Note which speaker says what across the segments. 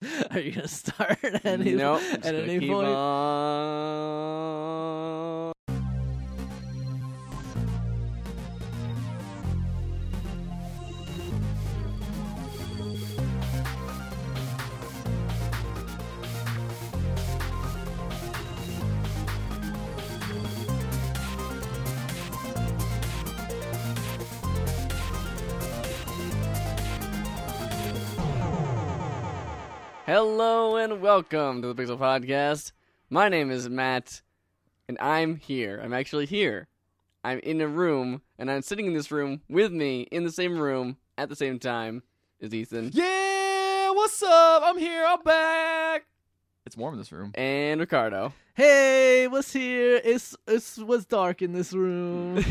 Speaker 1: Are you gonna start at any,
Speaker 2: nope.
Speaker 1: at
Speaker 2: just gonna
Speaker 1: any
Speaker 2: keep
Speaker 1: point?
Speaker 2: on. Hello and welcome to the Pixel Podcast. My name is Matt, and I'm here. I'm actually here. I'm in a room, and I'm sitting in this room with me in the same room at the same time is Ethan
Speaker 3: Yeah, what's up? I'm here. I'm back. It's warm in this room.
Speaker 2: and Ricardo.
Speaker 1: Hey, what's here? It's it's what's dark in this room.
Speaker 2: now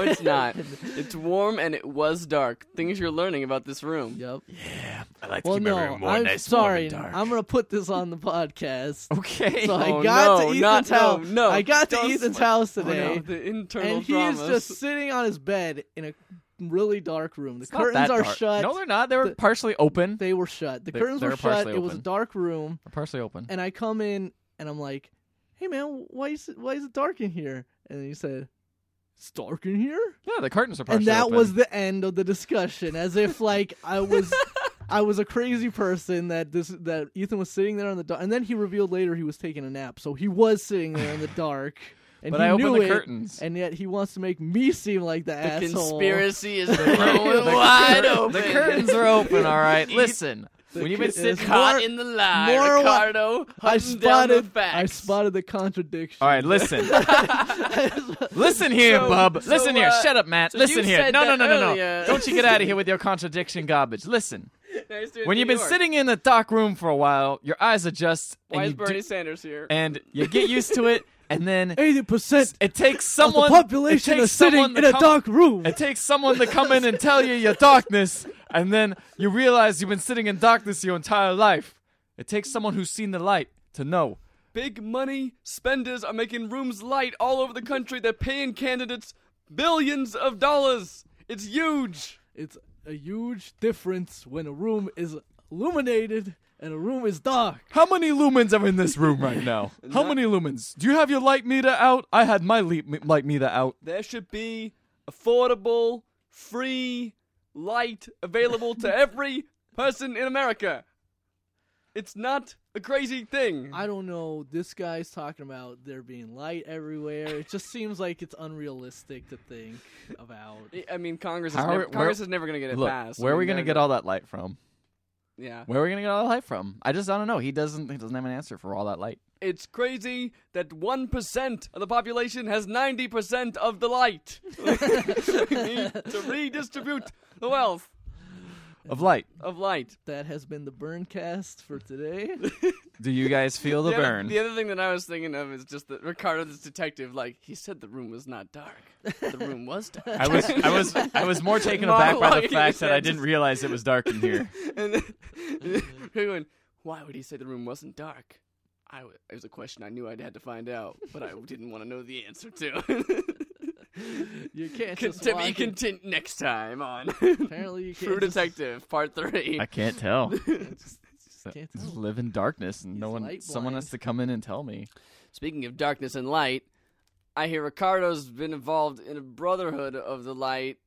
Speaker 2: it's not. It's warm and it was dark. Things you're learning about this room.
Speaker 1: Yep.
Speaker 3: Yeah, I like
Speaker 1: Well, no, I'm sorry. I'm gonna put this on the podcast.
Speaker 3: Okay.
Speaker 1: So
Speaker 2: Oh,
Speaker 1: I got
Speaker 2: no,
Speaker 1: to
Speaker 2: not-
Speaker 1: Ethan's
Speaker 2: no,
Speaker 1: house.
Speaker 2: no,
Speaker 1: I got to
Speaker 2: don't
Speaker 1: Ethan's
Speaker 2: swear.
Speaker 1: house
Speaker 2: Oh, no,
Speaker 1: today,
Speaker 2: the internal
Speaker 1: and
Speaker 2: dramas.
Speaker 1: he is just sitting on his bed in a really dark room. The
Speaker 3: It's not
Speaker 1: curtains
Speaker 3: that
Speaker 1: are
Speaker 3: dark.
Speaker 1: shut.
Speaker 3: No, they're not. They were
Speaker 1: The-
Speaker 3: partially open. They're
Speaker 1: they were shut. The
Speaker 3: They-
Speaker 1: curtains
Speaker 3: they
Speaker 1: were
Speaker 3: were
Speaker 1: shut.
Speaker 3: partially
Speaker 1: It was a
Speaker 3: open.
Speaker 1: dark room,
Speaker 3: partially open.
Speaker 1: and I come in and I'm like, "Hey, man, why is it, why is it dark in here?" And he said, "It's dark in here."
Speaker 3: Yeah, the curtains are
Speaker 1: and
Speaker 3: partially
Speaker 1: that
Speaker 3: open.
Speaker 1: was the end of the discussion as if like i was i was a crazy person that this that ethan was sitting there in the dark and then he revealed later he was taking a nap so he was sitting there in the dark and
Speaker 3: But
Speaker 1: he
Speaker 3: I opened
Speaker 1: knew
Speaker 3: the
Speaker 1: it
Speaker 3: curtains.
Speaker 1: and yet he wants to make me seem like the,
Speaker 2: the
Speaker 1: asshole
Speaker 2: conspiracy is
Speaker 3: The cur-
Speaker 2: blown
Speaker 3: the
Speaker 2: wide
Speaker 3: cur-
Speaker 2: open.
Speaker 3: The curtains are open. All right. Listen, when you've been
Speaker 1: cur-
Speaker 3: sitting.
Speaker 1: it's-
Speaker 2: Caught
Speaker 1: More-
Speaker 2: in the lie,
Speaker 1: more wa-
Speaker 2: Ricardo.
Speaker 1: i
Speaker 2: hunting down the
Speaker 1: spotted i
Speaker 2: facts.
Speaker 1: spotted the contradiction
Speaker 3: All right, listen. Listen here,
Speaker 2: So-
Speaker 3: bub.
Speaker 2: so,
Speaker 3: listen here.
Speaker 2: uh,
Speaker 3: Shut up, Matt.
Speaker 2: so you
Speaker 3: listen here.
Speaker 2: said
Speaker 3: No, no,
Speaker 2: that
Speaker 3: no, no,
Speaker 2: earlier.
Speaker 3: no. Don't you get out of here with your contradiction garbage. Listen.
Speaker 2: Nice to
Speaker 3: when
Speaker 2: New
Speaker 3: you've been
Speaker 2: York.
Speaker 3: sitting in a dark room for a while, your eyes adjust
Speaker 2: Why
Speaker 3: and
Speaker 2: is
Speaker 3: you, do-
Speaker 2: Bernie Sanders here?
Speaker 3: and you get used to it, and then
Speaker 1: 80%
Speaker 3: it takes
Speaker 1: of the
Speaker 3: someone it
Speaker 1: population
Speaker 3: takes
Speaker 1: is sitting
Speaker 3: someone to
Speaker 1: in a
Speaker 3: come-
Speaker 1: dark room
Speaker 3: It takes someone to come in and tell you your darkness, and then you realize you've been sitting in darkness your entire life. It takes someone who's seen the light to know.
Speaker 2: Big money spenders are making rooms light all over the country. They're paying candidates billions of dollars. It's huge.
Speaker 1: it's a huge difference when a room is illuminated and a room is dark
Speaker 3: How many lumens are in this room right now? How many lumens? Do you have your light meter out? I had my le- me- light meter out.
Speaker 2: There should be affordable, free light available to every person in America. It's not a crazy thing.
Speaker 1: I don't know. This guy's talking about there being light everywhere. It just seems like it's unrealistic to think about.
Speaker 2: I mean, Congress is,
Speaker 3: How are-
Speaker 2: never,
Speaker 3: where-
Speaker 2: Congress is never going to get it
Speaker 3: Look,
Speaker 2: passed.
Speaker 3: where are we gonna get all that light from?
Speaker 2: Yeah.
Speaker 3: Where are we gonna get all that light from? I just I don't know. He doesn't he doesn't have an answer for all that light.
Speaker 2: It's crazy that 1% of the population has 90% of the light. we need to redistribute the wealth
Speaker 3: Of light.
Speaker 2: of light.
Speaker 1: That has been the Burncast for today.
Speaker 3: Do you guys feel the
Speaker 2: other-
Speaker 3: burn?
Speaker 2: the other thing that I was thinking of is just that Ricardo, this detective, like, he said the room was not dark. The room was dark.
Speaker 3: I was I was I was more taken
Speaker 2: Monologue
Speaker 3: aback by the
Speaker 2: in
Speaker 3: fact
Speaker 2: your
Speaker 3: that I
Speaker 2: head
Speaker 3: didn't
Speaker 2: just-
Speaker 3: realize it was dark in here.
Speaker 2: and then, and
Speaker 3: Mm-hmm.
Speaker 2: then he went, why would he say the room wasn't dark? I w- it was a question I knew I'd had to find out, but I didn't want to know the answer to.
Speaker 1: You can't
Speaker 2: Con-
Speaker 1: just
Speaker 2: to
Speaker 1: walk
Speaker 2: be
Speaker 1: in-
Speaker 2: content next time on
Speaker 1: Apparently, you
Speaker 2: True
Speaker 1: can't just,
Speaker 2: Detective Part Three.
Speaker 3: I can't tell.
Speaker 1: just can't
Speaker 3: Just
Speaker 1: tell.
Speaker 3: live in darkness and no
Speaker 1: He's
Speaker 3: one
Speaker 1: light
Speaker 3: someone
Speaker 1: blind.
Speaker 3: has to come in and tell me.
Speaker 2: Speaking of darkness and light, I hear Ricardo's been involved in a Brotherhood of the Light.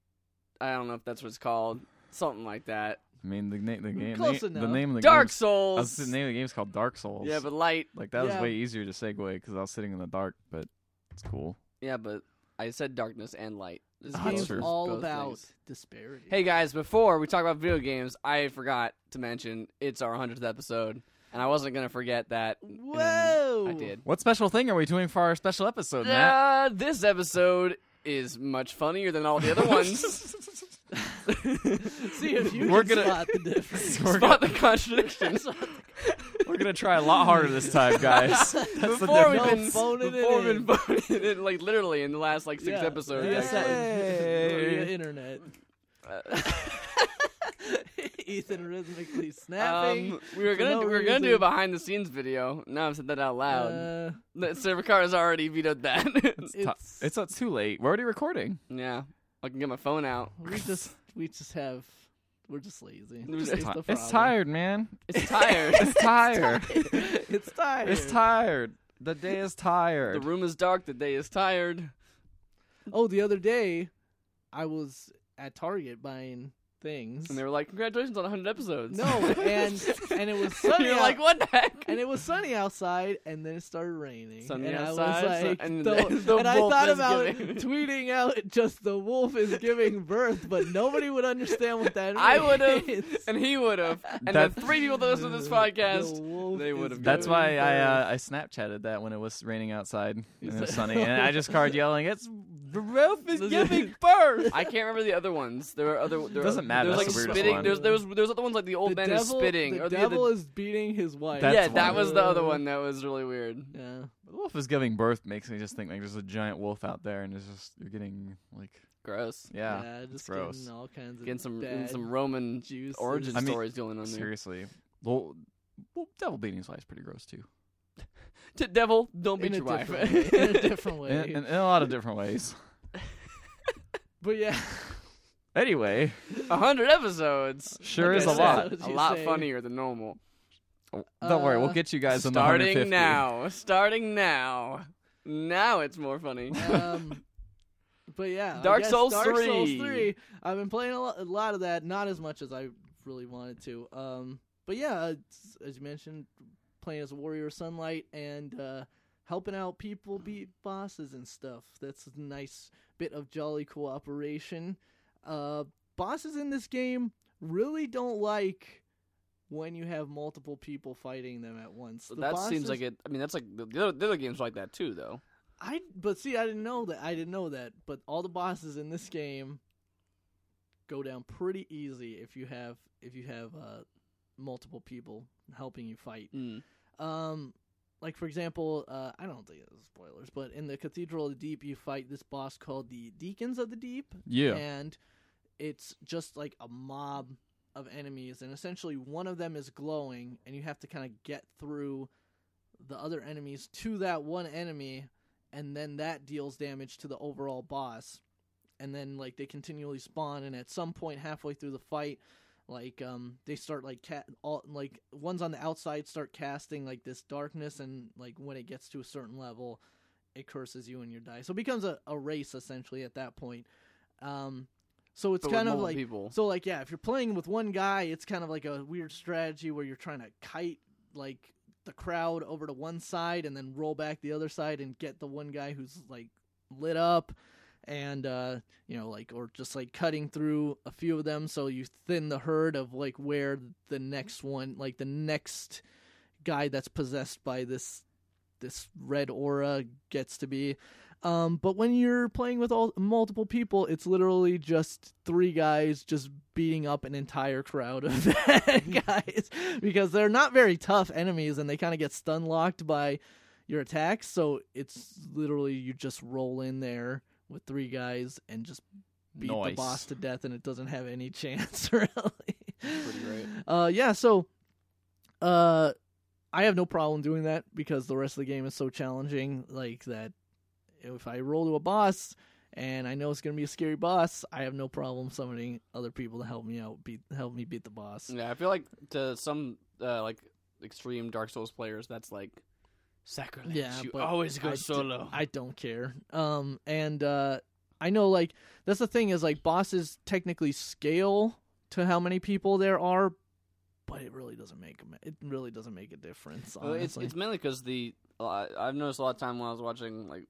Speaker 2: I don't know if that's what it's called, something like that.
Speaker 3: I mean the name the game
Speaker 1: Mm, Close
Speaker 3: the,
Speaker 1: enough.
Speaker 3: name of the
Speaker 2: Dark
Speaker 3: game's- I was,
Speaker 2: Souls.
Speaker 3: the name of the game's called Dark Souls.
Speaker 2: Yeah, but light.
Speaker 3: like that
Speaker 1: Yeah.
Speaker 3: was way easier to segue because I was sitting in the dark, but it's cool.
Speaker 2: Yeah, but I said darkness and light. This
Speaker 1: This
Speaker 3: Ah,
Speaker 1: game's
Speaker 3: true.
Speaker 2: both-
Speaker 1: all
Speaker 2: both
Speaker 1: about
Speaker 2: things.
Speaker 1: disparity.
Speaker 2: Hey guys, before we talk about video games, I forgot to mention it's our hundredth episode, and I wasn't gonna forget that. and
Speaker 1: whoa!
Speaker 2: I did.
Speaker 3: What special thing are we doing for our special episode, Matt?
Speaker 2: Uh, this episode is much funnier than all the other ones.
Speaker 1: See if you
Speaker 3: We're
Speaker 1: can
Speaker 3: gonna-
Speaker 1: spot the difference.
Speaker 3: We're
Speaker 2: Spot the contradiction.
Speaker 3: We're gonna try a lot harder this time, guys. That's the
Speaker 2: before we've
Speaker 1: difference.
Speaker 2: been
Speaker 1: No, phoning it
Speaker 2: before we've
Speaker 1: in.
Speaker 2: been phoning it in, like literally in the last like six
Speaker 1: Yeah.
Speaker 2: episodes.
Speaker 1: Yeah.
Speaker 2: I started-
Speaker 1: Via
Speaker 3: Hey.
Speaker 1: internet.
Speaker 2: Uh,
Speaker 1: Ethan rhythmically snapping.
Speaker 2: um, we were
Speaker 1: for
Speaker 2: gonna
Speaker 1: no
Speaker 2: we were gonna do a
Speaker 1: reason.
Speaker 2: behind the scenes video. Now I've said that out loud.
Speaker 1: uh,
Speaker 2: Uh, Sarah Carr's already vetoed that.
Speaker 1: it's,
Speaker 3: It's not too late. We're already recording.
Speaker 2: yeah, I can get my phone out.
Speaker 1: we just we just have We're just lazy.
Speaker 2: It's
Speaker 1: It's,
Speaker 2: ti-
Speaker 1: the problem.
Speaker 3: It's tired, man.
Speaker 2: It's tired.
Speaker 3: It's tired.
Speaker 1: it's tired.
Speaker 3: it's tired. The day is
Speaker 2: the
Speaker 3: tired.
Speaker 2: room is dark. The day is tired.
Speaker 1: Oh, the other day, I was at Target buying things.
Speaker 2: And they were like, "Congratulations on 100 episodes."
Speaker 1: no, and and it was sunny.
Speaker 2: You're
Speaker 1: out-
Speaker 2: like, "What the heck?"
Speaker 1: And it was sunny outside, and then it started raining.
Speaker 2: Sunny
Speaker 1: and I was
Speaker 2: outside,
Speaker 1: like,
Speaker 2: so- and
Speaker 1: the,
Speaker 2: the- the
Speaker 1: and I
Speaker 2: wolf
Speaker 1: thought
Speaker 2: is
Speaker 1: about
Speaker 2: giving-
Speaker 1: tweeting out just the wolf is giving birth, but nobody would understand what that
Speaker 2: I would have,
Speaker 1: means.
Speaker 2: and he would have, and
Speaker 3: That-
Speaker 2: the three people that listen to this
Speaker 1: The
Speaker 2: podcast.
Speaker 1: wolf
Speaker 2: they
Speaker 1: is
Speaker 2: would've
Speaker 1: giving
Speaker 3: That's why I
Speaker 1: birth.
Speaker 3: uh, I Snapchatted that when it was raining outside and it
Speaker 1: said-
Speaker 3: was sunny, and I just started yelling, "It's the roof is giving
Speaker 2: birth. I can't remember the other ones. There were other. There were-
Speaker 3: Doesn't matter,
Speaker 2: There was
Speaker 1: that's the
Speaker 2: like
Speaker 1: weirdest
Speaker 2: spitting.
Speaker 1: one.
Speaker 2: There's there was there was other ones like the old
Speaker 1: the
Speaker 2: Oh, man
Speaker 1: devil,
Speaker 2: is spitting.
Speaker 1: The
Speaker 2: or the,
Speaker 1: devil
Speaker 2: other,
Speaker 1: is beating his wife.
Speaker 3: That's
Speaker 2: yeah, that
Speaker 3: one.
Speaker 2: was the other one that was really weird.
Speaker 1: Yeah.
Speaker 3: The wolf is giving birth makes me just think like there's a giant wolf out there and it's just you're getting like
Speaker 2: Gross.
Speaker 3: yeah,
Speaker 1: just
Speaker 3: it's gross.
Speaker 1: getting all kinds of
Speaker 2: Getting some
Speaker 1: bad
Speaker 2: some Roman
Speaker 1: juices.
Speaker 2: origin
Speaker 3: I mean-
Speaker 2: stories going on there.
Speaker 3: Seriously, well, well, devil beating his wife's pretty gross too,
Speaker 2: To devil, don't
Speaker 1: in
Speaker 2: beat
Speaker 1: a
Speaker 2: your wife.
Speaker 1: different way. in a different way.
Speaker 3: in, in, in a lot of different ways.
Speaker 1: but yeah,
Speaker 3: Anyway,
Speaker 2: A hundred episodes.
Speaker 3: sure
Speaker 1: Okay,
Speaker 3: is a
Speaker 1: so-
Speaker 3: lot.
Speaker 1: What
Speaker 2: A
Speaker 1: you
Speaker 2: lot
Speaker 1: say?
Speaker 2: funnier than normal.
Speaker 3: Don't worry, we'll
Speaker 1: Uh,
Speaker 3: get you guys on the
Speaker 2: starting
Speaker 3: 150.
Speaker 2: now. Starting now. Now it's more funny.
Speaker 1: um, but yeah, I
Speaker 2: Dark
Speaker 1: guess
Speaker 2: Souls
Speaker 1: Dark Souls
Speaker 2: 3.
Speaker 1: three. I've been playing a, lo- a lot of that, not as much as I really wanted to. Um, but yeah, it's, as you mentioned, playing as a warrior, of sunlight, and uh, helping out people beat bosses and stuff. That's a nice bit of jolly cooperation. Uh, bosses in this game really don't like when you have multiple people fighting them at once. The
Speaker 2: that seems
Speaker 1: bosses-
Speaker 2: like it. I mean, that's like the, the, other, the other games are like that too, though.
Speaker 1: I but see, I didn't know that. I didn't know that. But all the bosses in this game go down pretty easy if you have if you have uh, multiple people helping you fight.
Speaker 2: Mm.
Speaker 1: Um, like for example, uh, I don't think it's spoilers, but in the Cathedral of the Deep, you fight this boss called the Deacons of the Deep,
Speaker 3: Yeah.
Speaker 1: and it's just like a mob of enemies and essentially one of them is glowing and you have to kind of get through the other enemies to that one enemy and then that deals damage to the overall boss and then like they continually spawn and at some point halfway through the fight like um they start like cat all like ones on the outside start casting like this darkness and like when it gets to a certain level it curses you and you die so it becomes a, a race essentially at that point um so it's
Speaker 2: But with
Speaker 1: kind of
Speaker 2: multiple
Speaker 1: like
Speaker 2: people.
Speaker 1: so like yeah, if you're playing with one guy, it's kind of like a weird strategy where you're trying to kite like the crowd over to one side and then roll back the other side and get the one guy who's like lit up and uh you know like or just like cutting through a few of them so you thin the herd of like where the next one like the next guy that's possessed by this this red aura gets to be. Um, but when you're playing with all multiple people, it's literally just three guys just beating up an entire crowd of bad guys because they're not very tough enemies and they kind of get stun locked by your attacks. So it's literally you just roll in there with three guys and just beat the
Speaker 3: Nice.
Speaker 1: boss to death, and it doesn't have any chance really.
Speaker 2: Pretty great.
Speaker 1: Uh, yeah. So, uh, I have no problem doing that because the rest of the game is so challenging. Like that, if I roll to a boss and I know it's gonna be a scary boss, I have no problem summoning other people to help me out, beat help me beat the boss.
Speaker 2: Yeah, I feel like to some uh, like extreme Dark Souls players, that's like sacrilege.
Speaker 1: Yeah,
Speaker 2: you
Speaker 1: but
Speaker 2: always go
Speaker 1: I d-
Speaker 2: solo.
Speaker 1: I don't care. Um, and uh, I know like that's the thing is like bosses technically scale to how many people there are, but it really doesn't make a ma- it really doesn't make a difference.
Speaker 2: Well, Uh, it's
Speaker 1: honestly.
Speaker 2: it's mainly because the uh, I've noticed a lot of time when I was watching like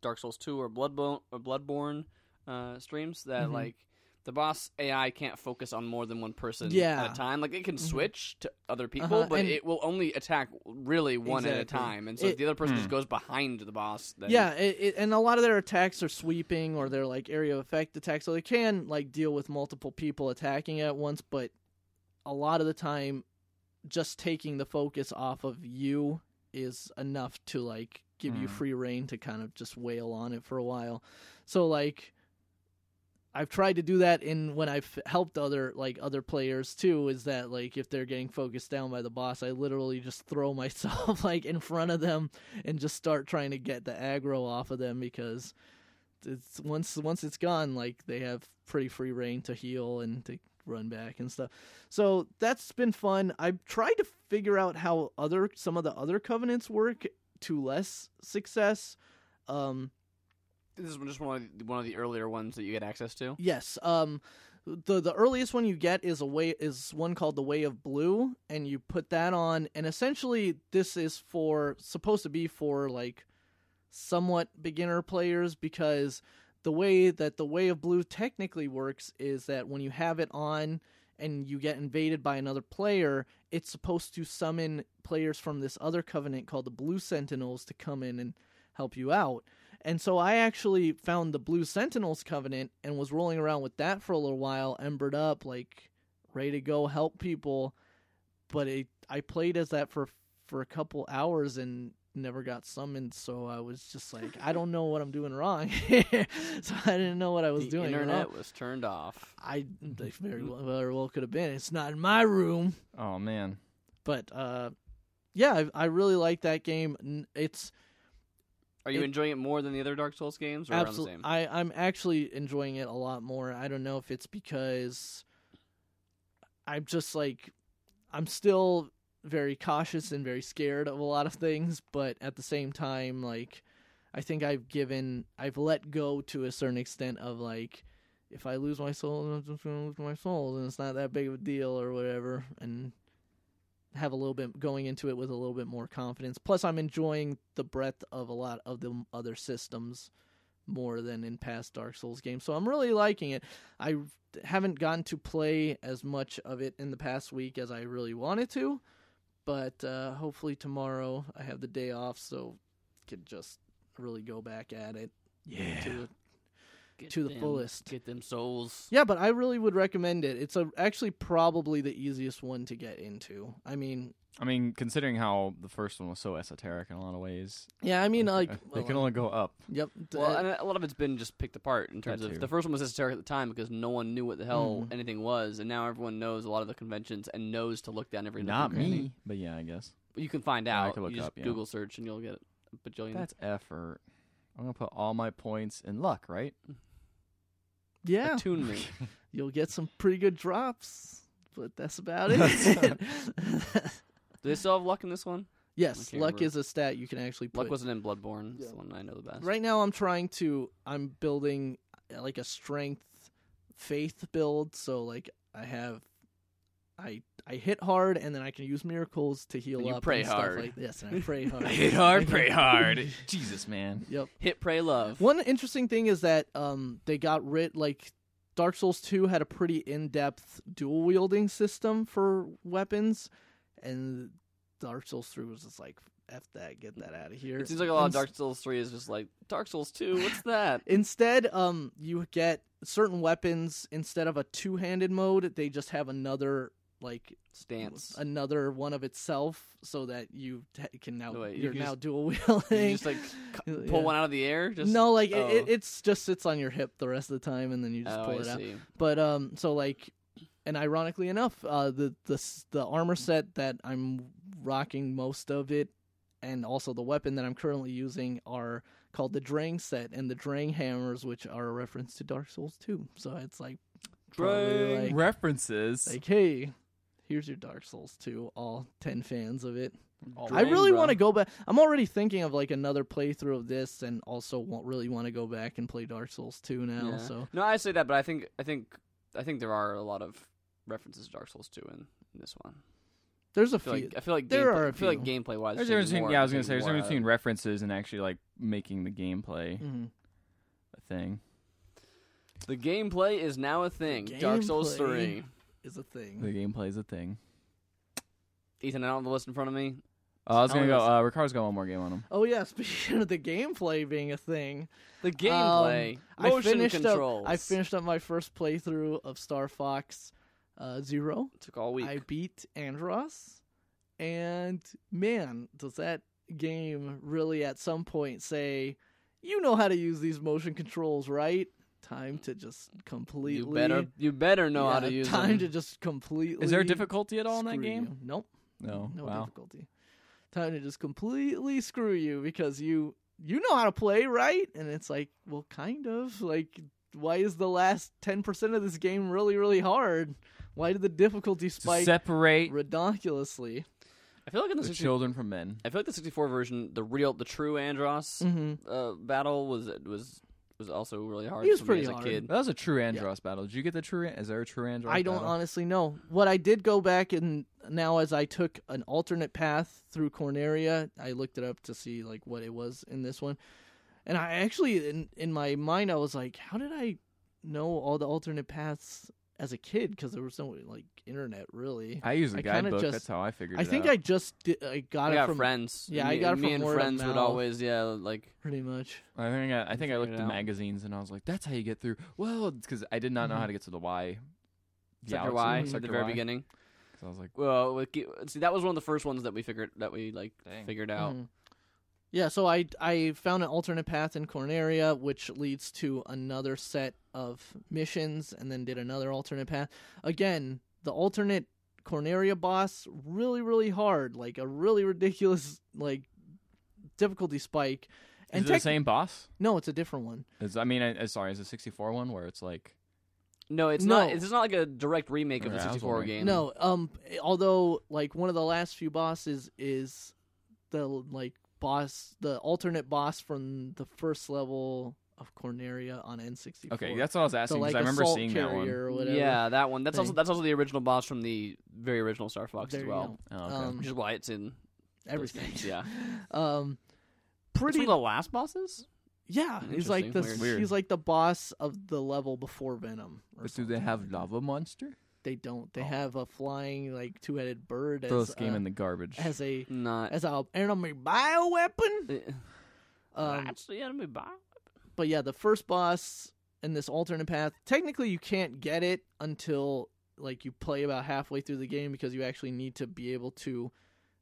Speaker 2: Dark Souls two or Bloodborne or Bloodborne uh, streams that
Speaker 1: Mhm.
Speaker 2: like the boss AI can't focus on more than one person at
Speaker 1: Yeah. Mm-hmm.
Speaker 2: a time. Like it can switch to other people,
Speaker 1: Uh-huh,
Speaker 2: but
Speaker 1: and-
Speaker 2: it will only attack really one at a
Speaker 1: Exactly.
Speaker 2: time. And so
Speaker 1: It-
Speaker 2: if
Speaker 1: Mm.
Speaker 2: the other person
Speaker 3: Hmm.
Speaker 2: just goes behind the boss. Then
Speaker 1: Yeah, it, it, and a lot of their attacks are sweeping or they're like area of effect attacks, so they can like deal with multiple people attacking at once. But a lot of the time, just taking the focus off of you is enough to like give you
Speaker 3: Hmm.
Speaker 1: free reign to kind of just wail on it for a while. So like, I've tried to do that in when I've helped other like other players too. Is that like if they're getting focused down by the boss, I literally just throw myself like in front of them and just start trying to get the aggro off of them because it's once once it's gone, like they have pretty free reign to heal and to run back and stuff. So that's been fun. I've tried to figure out how other some of the other covenants work to less success. Um,
Speaker 2: This is just one of the, one of the earlier ones that you get access to.
Speaker 1: Yes. Um, the the earliest one you get is a way is one called the Way of Blue, and you put that on, and essentially this is for supposed to be for like somewhat beginner players because the way that the Way of Blue technically works is that when you have it on and you get invaded by another player, it's supposed to summon players from this other covenant called the Blue Sentinels to come in and help you out. And so I actually found the Blue Sentinels Covenant and was rolling around with that for a little while, embered up, like ready to go help people. But it, I played as that for for a couple hours and never got summoned, so I was just like, I don't know what I'm doing wrong. so I didn't know what I was
Speaker 2: the
Speaker 1: doing. wrong.
Speaker 2: internet was turned off.
Speaker 1: I they very well, very well could have been. It's not in my room,
Speaker 3: Oh man.
Speaker 1: but uh, yeah, I, I really like that game. N- It's
Speaker 2: Are you
Speaker 1: It-
Speaker 2: enjoying it more than the other Dark Souls games, or around the
Speaker 1: absolutely.
Speaker 2: same?
Speaker 1: I I'm actually enjoying it a lot more. I don't know if it's because I'm just like I'm still very cautious and very scared of a lot of things, but at the same time, like I think I've given I've let go to a certain extent of like if I lose my soul, then I'm just gonna lose my soul, and it's not that big of a deal or whatever, and have a little bit going into it with a little bit more confidence. Plus, I'm enjoying the breadth of a lot of the other systems more than in past Dark Souls games. So I'm really liking it. I haven't gotten to play as much of it in the past week as I really wanted to, but uh, hopefully tomorrow I have the day off, so can just really go back at it
Speaker 3: Yeah.
Speaker 1: to to the fullest.
Speaker 2: Get them souls.
Speaker 1: yeah, but I really would recommend it. It's a, actually probably the easiest one to get into. I mean,
Speaker 3: I mean, considering how the first one was so esoteric in a lot of ways,
Speaker 1: yeah, I mean, like,
Speaker 3: uh, they
Speaker 1: well,
Speaker 3: can only go up.
Speaker 1: yep.
Speaker 2: Well,
Speaker 1: uh,
Speaker 2: and a lot of it's been just picked apart in terms
Speaker 3: That
Speaker 2: of
Speaker 3: too.
Speaker 2: the first one was esoteric at the time because no one knew what the hell anything was, and now everyone knows a lot of the conventions and knows to look down every. nook
Speaker 3: Not
Speaker 2: and cranny.
Speaker 3: me, but yeah, I guess
Speaker 2: You can find
Speaker 3: Yeah, I
Speaker 2: out.
Speaker 3: could look
Speaker 2: you just
Speaker 3: up, yeah.
Speaker 2: Google search and you'll get a bajillion.
Speaker 3: that's effort. I'm gonna put all my points in luck, right?
Speaker 1: yeah.
Speaker 2: attunement.
Speaker 1: you'll get some pretty good drops, but that's about it.
Speaker 2: Do they still have luck in this one?
Speaker 1: yes,
Speaker 2: Okay,
Speaker 1: luck
Speaker 2: we're-
Speaker 1: is a stat you can actually put.
Speaker 2: Luck wasn't in Bloodborne. It's
Speaker 1: Yeah.
Speaker 2: the one I know the best.
Speaker 1: right now I'm trying to I'm building uh, like a strength faith build, so like I have I I hit hard and then I can use miracles to heal
Speaker 2: And you
Speaker 1: up
Speaker 2: pray
Speaker 1: and stuff
Speaker 2: hard.
Speaker 1: like yes, and I pray hard.
Speaker 3: hard, pray hard. Jesus, man.
Speaker 1: Yep.
Speaker 2: Hit, pray, love.
Speaker 1: One interesting thing is that um, they got rid like Dark Souls 2 had a pretty in-depth dual wielding system for weapons and Dark Souls 3 was just like f that get that out of here.
Speaker 2: It seems like a lot of
Speaker 1: Ins-
Speaker 2: Dark Souls 3 is just like, Dark Souls 2, what's that?
Speaker 1: Instead, um you get certain weapons instead of a two-handed mode, they just have another like
Speaker 2: Stance.
Speaker 1: another one of itself so that you t- can now
Speaker 2: No, wait, you
Speaker 1: you're
Speaker 2: can
Speaker 1: now
Speaker 2: just-
Speaker 1: dual
Speaker 2: You
Speaker 1: wielding.
Speaker 2: just like cu-
Speaker 1: Yeah.
Speaker 2: pull one out of the air? Just,
Speaker 1: no, like
Speaker 2: oh.
Speaker 1: it, it it's just sits on your hip the rest of the time, and then you just
Speaker 2: oh,
Speaker 1: pull
Speaker 2: I
Speaker 1: it out.
Speaker 2: see.
Speaker 1: But um, so like, and ironically enough, uh, the the s- the armor set that I'm rocking most of it, and also the weapon that I'm currently using are called the Drang set and the Drang hammers, which are a reference to Dark Souls 2. So it's like, probably
Speaker 2: Drang
Speaker 1: like,
Speaker 3: References.
Speaker 1: like, hey, here's your Dark Souls 2. All ten fans of it.
Speaker 3: Oh,
Speaker 2: All
Speaker 1: I
Speaker 2: right,
Speaker 1: really
Speaker 2: bro.
Speaker 1: want to go back. I'm already thinking of like another playthrough of this, and also won't really want to go back and play Dark Souls 2 now.
Speaker 2: Yeah.
Speaker 1: So
Speaker 2: No, I say that, but I think I think I think there are a lot of references to Dark Souls 2 in, in this one.
Speaker 1: there's a
Speaker 2: I feel
Speaker 1: few.
Speaker 2: like I feel like
Speaker 1: There
Speaker 2: gameplay,
Speaker 1: are a
Speaker 2: I feel like
Speaker 1: few.
Speaker 2: gameplay wise.
Speaker 3: There's a difference between, yeah, I was gonna say there's a difference between references and actually like making the gameplay
Speaker 1: Mhm.
Speaker 3: a thing.
Speaker 2: The gameplay is now a thing. Dark Souls
Speaker 1: Gameplay.
Speaker 2: 3.
Speaker 1: Is a thing.
Speaker 3: The gameplay's a thing.
Speaker 2: Ethan, I don't have the list in front of me.
Speaker 3: Oh, I was
Speaker 2: How
Speaker 3: gonna
Speaker 2: many
Speaker 3: go.
Speaker 2: was
Speaker 3: Uh, Ricardo's got one more game on him.
Speaker 1: Oh yeah, speaking of the gameplay being a thing,
Speaker 2: The gameplay.
Speaker 1: Um, I
Speaker 2: motion
Speaker 1: finished
Speaker 2: controls.
Speaker 1: up. I finished up my first playthrough of Star Fox uh, Zero.
Speaker 2: Took all week.
Speaker 1: I beat Andros, and man, does that game really at some point say, "You know how to use these motion controls, right? Time to just completely
Speaker 2: You better you better know how
Speaker 1: Yeah,
Speaker 2: to use
Speaker 1: time
Speaker 2: them.
Speaker 1: to just completely.
Speaker 3: Is there difficulty at all in that
Speaker 1: screw
Speaker 3: game?
Speaker 1: you. Nope.
Speaker 3: No.
Speaker 1: no
Speaker 3: wow.
Speaker 1: difficulty. Time to just completely screw you because you you know how to play, right? And it's like, well, kind of. Like why is the last 10% of this game really really hard? Why did the difficulty
Speaker 3: To
Speaker 1: spike
Speaker 3: separate
Speaker 1: redonkulously?
Speaker 2: I feel like in the,
Speaker 3: the
Speaker 2: 60
Speaker 3: children from men.
Speaker 2: I feel like the 64 version, the real, the true Andros
Speaker 1: Mm-hmm.
Speaker 2: uh, battle was was was also really hard.
Speaker 1: He was
Speaker 2: for me
Speaker 1: pretty
Speaker 2: as a
Speaker 1: hard.
Speaker 2: kid.
Speaker 3: That was a true Andros battle. Did you get the true? An- Is there a true Andros?
Speaker 1: I don't
Speaker 3: battle?
Speaker 1: honestly know. What I did go back and now as I took an alternate path through Corneria, I looked it up to see like what it was in this one. And I actually in in my mind I was like, how did I know all the alternate paths as a kid cuz there was no like internet really.
Speaker 3: I use a
Speaker 1: I kinda
Speaker 3: guidebook.
Speaker 1: just-
Speaker 3: That's how I figured.
Speaker 1: I
Speaker 3: it
Speaker 1: think
Speaker 3: out.
Speaker 1: I just did, I got
Speaker 2: I
Speaker 1: it
Speaker 2: got
Speaker 1: from
Speaker 2: friends.
Speaker 1: yeah,
Speaker 2: me,
Speaker 1: I got it
Speaker 2: me
Speaker 1: from
Speaker 2: and
Speaker 1: word of
Speaker 2: friends would
Speaker 1: mouth.
Speaker 2: always yeah like
Speaker 1: pretty much.
Speaker 3: I think I, I think I looked
Speaker 2: Figured
Speaker 3: at
Speaker 2: it
Speaker 3: the
Speaker 2: out.
Speaker 3: magazines and I was like, "That's how you get through." Well, because I did not know how to get to the Y.
Speaker 2: Sector
Speaker 3: galaxy,
Speaker 1: mm-hmm.
Speaker 2: Y at
Speaker 3: Sector
Speaker 2: the very
Speaker 3: Y.
Speaker 2: beginning.
Speaker 3: 'Cause I was like,
Speaker 2: Well, with, Ge- see that was one of the first ones that we figured that we like
Speaker 3: Dang.
Speaker 2: figured out.
Speaker 1: Mhm. Yeah, so I I found an alternate path in Corneria, which leads to another set of missions, and then did another alternate path. Again, the alternate Corneria boss really really hard, like a really ridiculous like difficulty spike.
Speaker 3: "Is
Speaker 1: And
Speaker 3: it the
Speaker 1: tech-
Speaker 3: same boss?"
Speaker 1: No, it's a different one.
Speaker 3: Is I mean, I, I- sorry, is the 64 one where it's like
Speaker 2: No, it's
Speaker 1: Mm-hmm. No.
Speaker 2: not. It's not like a direct remake of the
Speaker 3: Yeah, I was
Speaker 2: 64
Speaker 3: wondering.
Speaker 2: game.
Speaker 1: No, um, although like one of the last few bosses is the like boss, the alternate boss from the first level of Corneria on N64.
Speaker 3: okay? That's what I was
Speaker 1: the
Speaker 3: asking because
Speaker 1: like
Speaker 3: I remember
Speaker 1: assault
Speaker 3: seeing that one.
Speaker 1: carrier or whatever.
Speaker 2: yeah, that one. That's also
Speaker 1: thing.
Speaker 2: that's also the original boss from the very original Star Fox
Speaker 1: there
Speaker 2: as
Speaker 1: you
Speaker 2: well,
Speaker 1: go.
Speaker 3: Oh, okay.
Speaker 1: Um,
Speaker 2: which is why it's in
Speaker 1: Everything.
Speaker 2: games, yeah.
Speaker 1: Um,
Speaker 2: It's
Speaker 1: pretty.
Speaker 2: one of the last bosses.
Speaker 1: yeah, he's like the
Speaker 2: Interesting.
Speaker 3: Hmm, Weird.
Speaker 1: he's like the boss of the level before Venom. or
Speaker 3: but do they
Speaker 1: something.
Speaker 3: have lava monster?
Speaker 1: They don't. They
Speaker 3: Oh.
Speaker 1: have a flying like two headed bird
Speaker 3: Throw
Speaker 1: as
Speaker 3: this game
Speaker 1: uh,
Speaker 3: in the garbage.
Speaker 1: as a
Speaker 2: Not.
Speaker 1: as a enemy bioweapon.
Speaker 2: Eh,
Speaker 1: Um,
Speaker 2: That's the enemy boss.
Speaker 1: but yeah, the first boss in this alternate path, technically you can't get it until like you play about halfway through the game because you actually need to be able to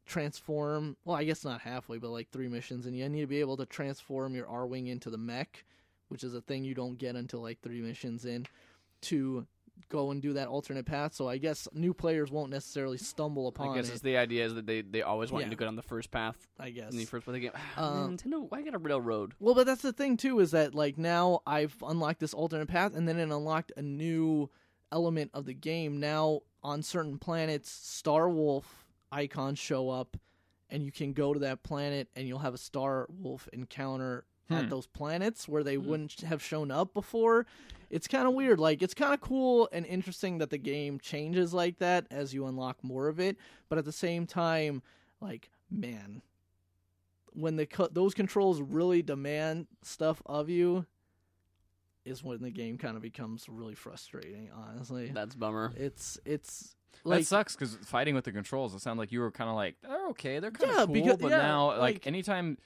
Speaker 1: transform. Well, I guess not halfway, but like three missions, and you need to be able to transform your R wing into the mech, which is a thing you don't get until like three missions in to go and do that alternate path. So I guess new players won't necessarily stumble upon
Speaker 2: I guess
Speaker 1: it.
Speaker 2: it's the idea is that they, they always want you
Speaker 1: Yeah.
Speaker 2: to go down the first path
Speaker 1: I guess
Speaker 2: in the first play of the game. Ah,
Speaker 1: Uh,
Speaker 2: Nintendo, why got a railroad?
Speaker 1: Well, but that's the thing too is that like now I've unlocked this alternate path, and then it unlocked a new element of the game. Now on certain planets, Star Wolf icons show up, and you can go to that planet, and you'll have a Star Wolf encounter
Speaker 3: Hmm.
Speaker 1: at those planets where they
Speaker 2: Hmm.
Speaker 1: wouldn't have shown up before. It's kind of weird. Like it's kind of cool and interesting that the game changes like that as you unlock more of it, but at the same time, like man, when the co- those controls really demand stuff of you is when the game kind of becomes really frustrating honestly
Speaker 2: That's bummer.
Speaker 1: it's it's like
Speaker 3: that sucks because fighting with the controls. It sounded like you were kind of like they're okay, they're kind of
Speaker 1: Yeah,
Speaker 3: cool,
Speaker 1: because-
Speaker 3: but
Speaker 1: yeah,
Speaker 3: now like,
Speaker 1: like-
Speaker 3: anytime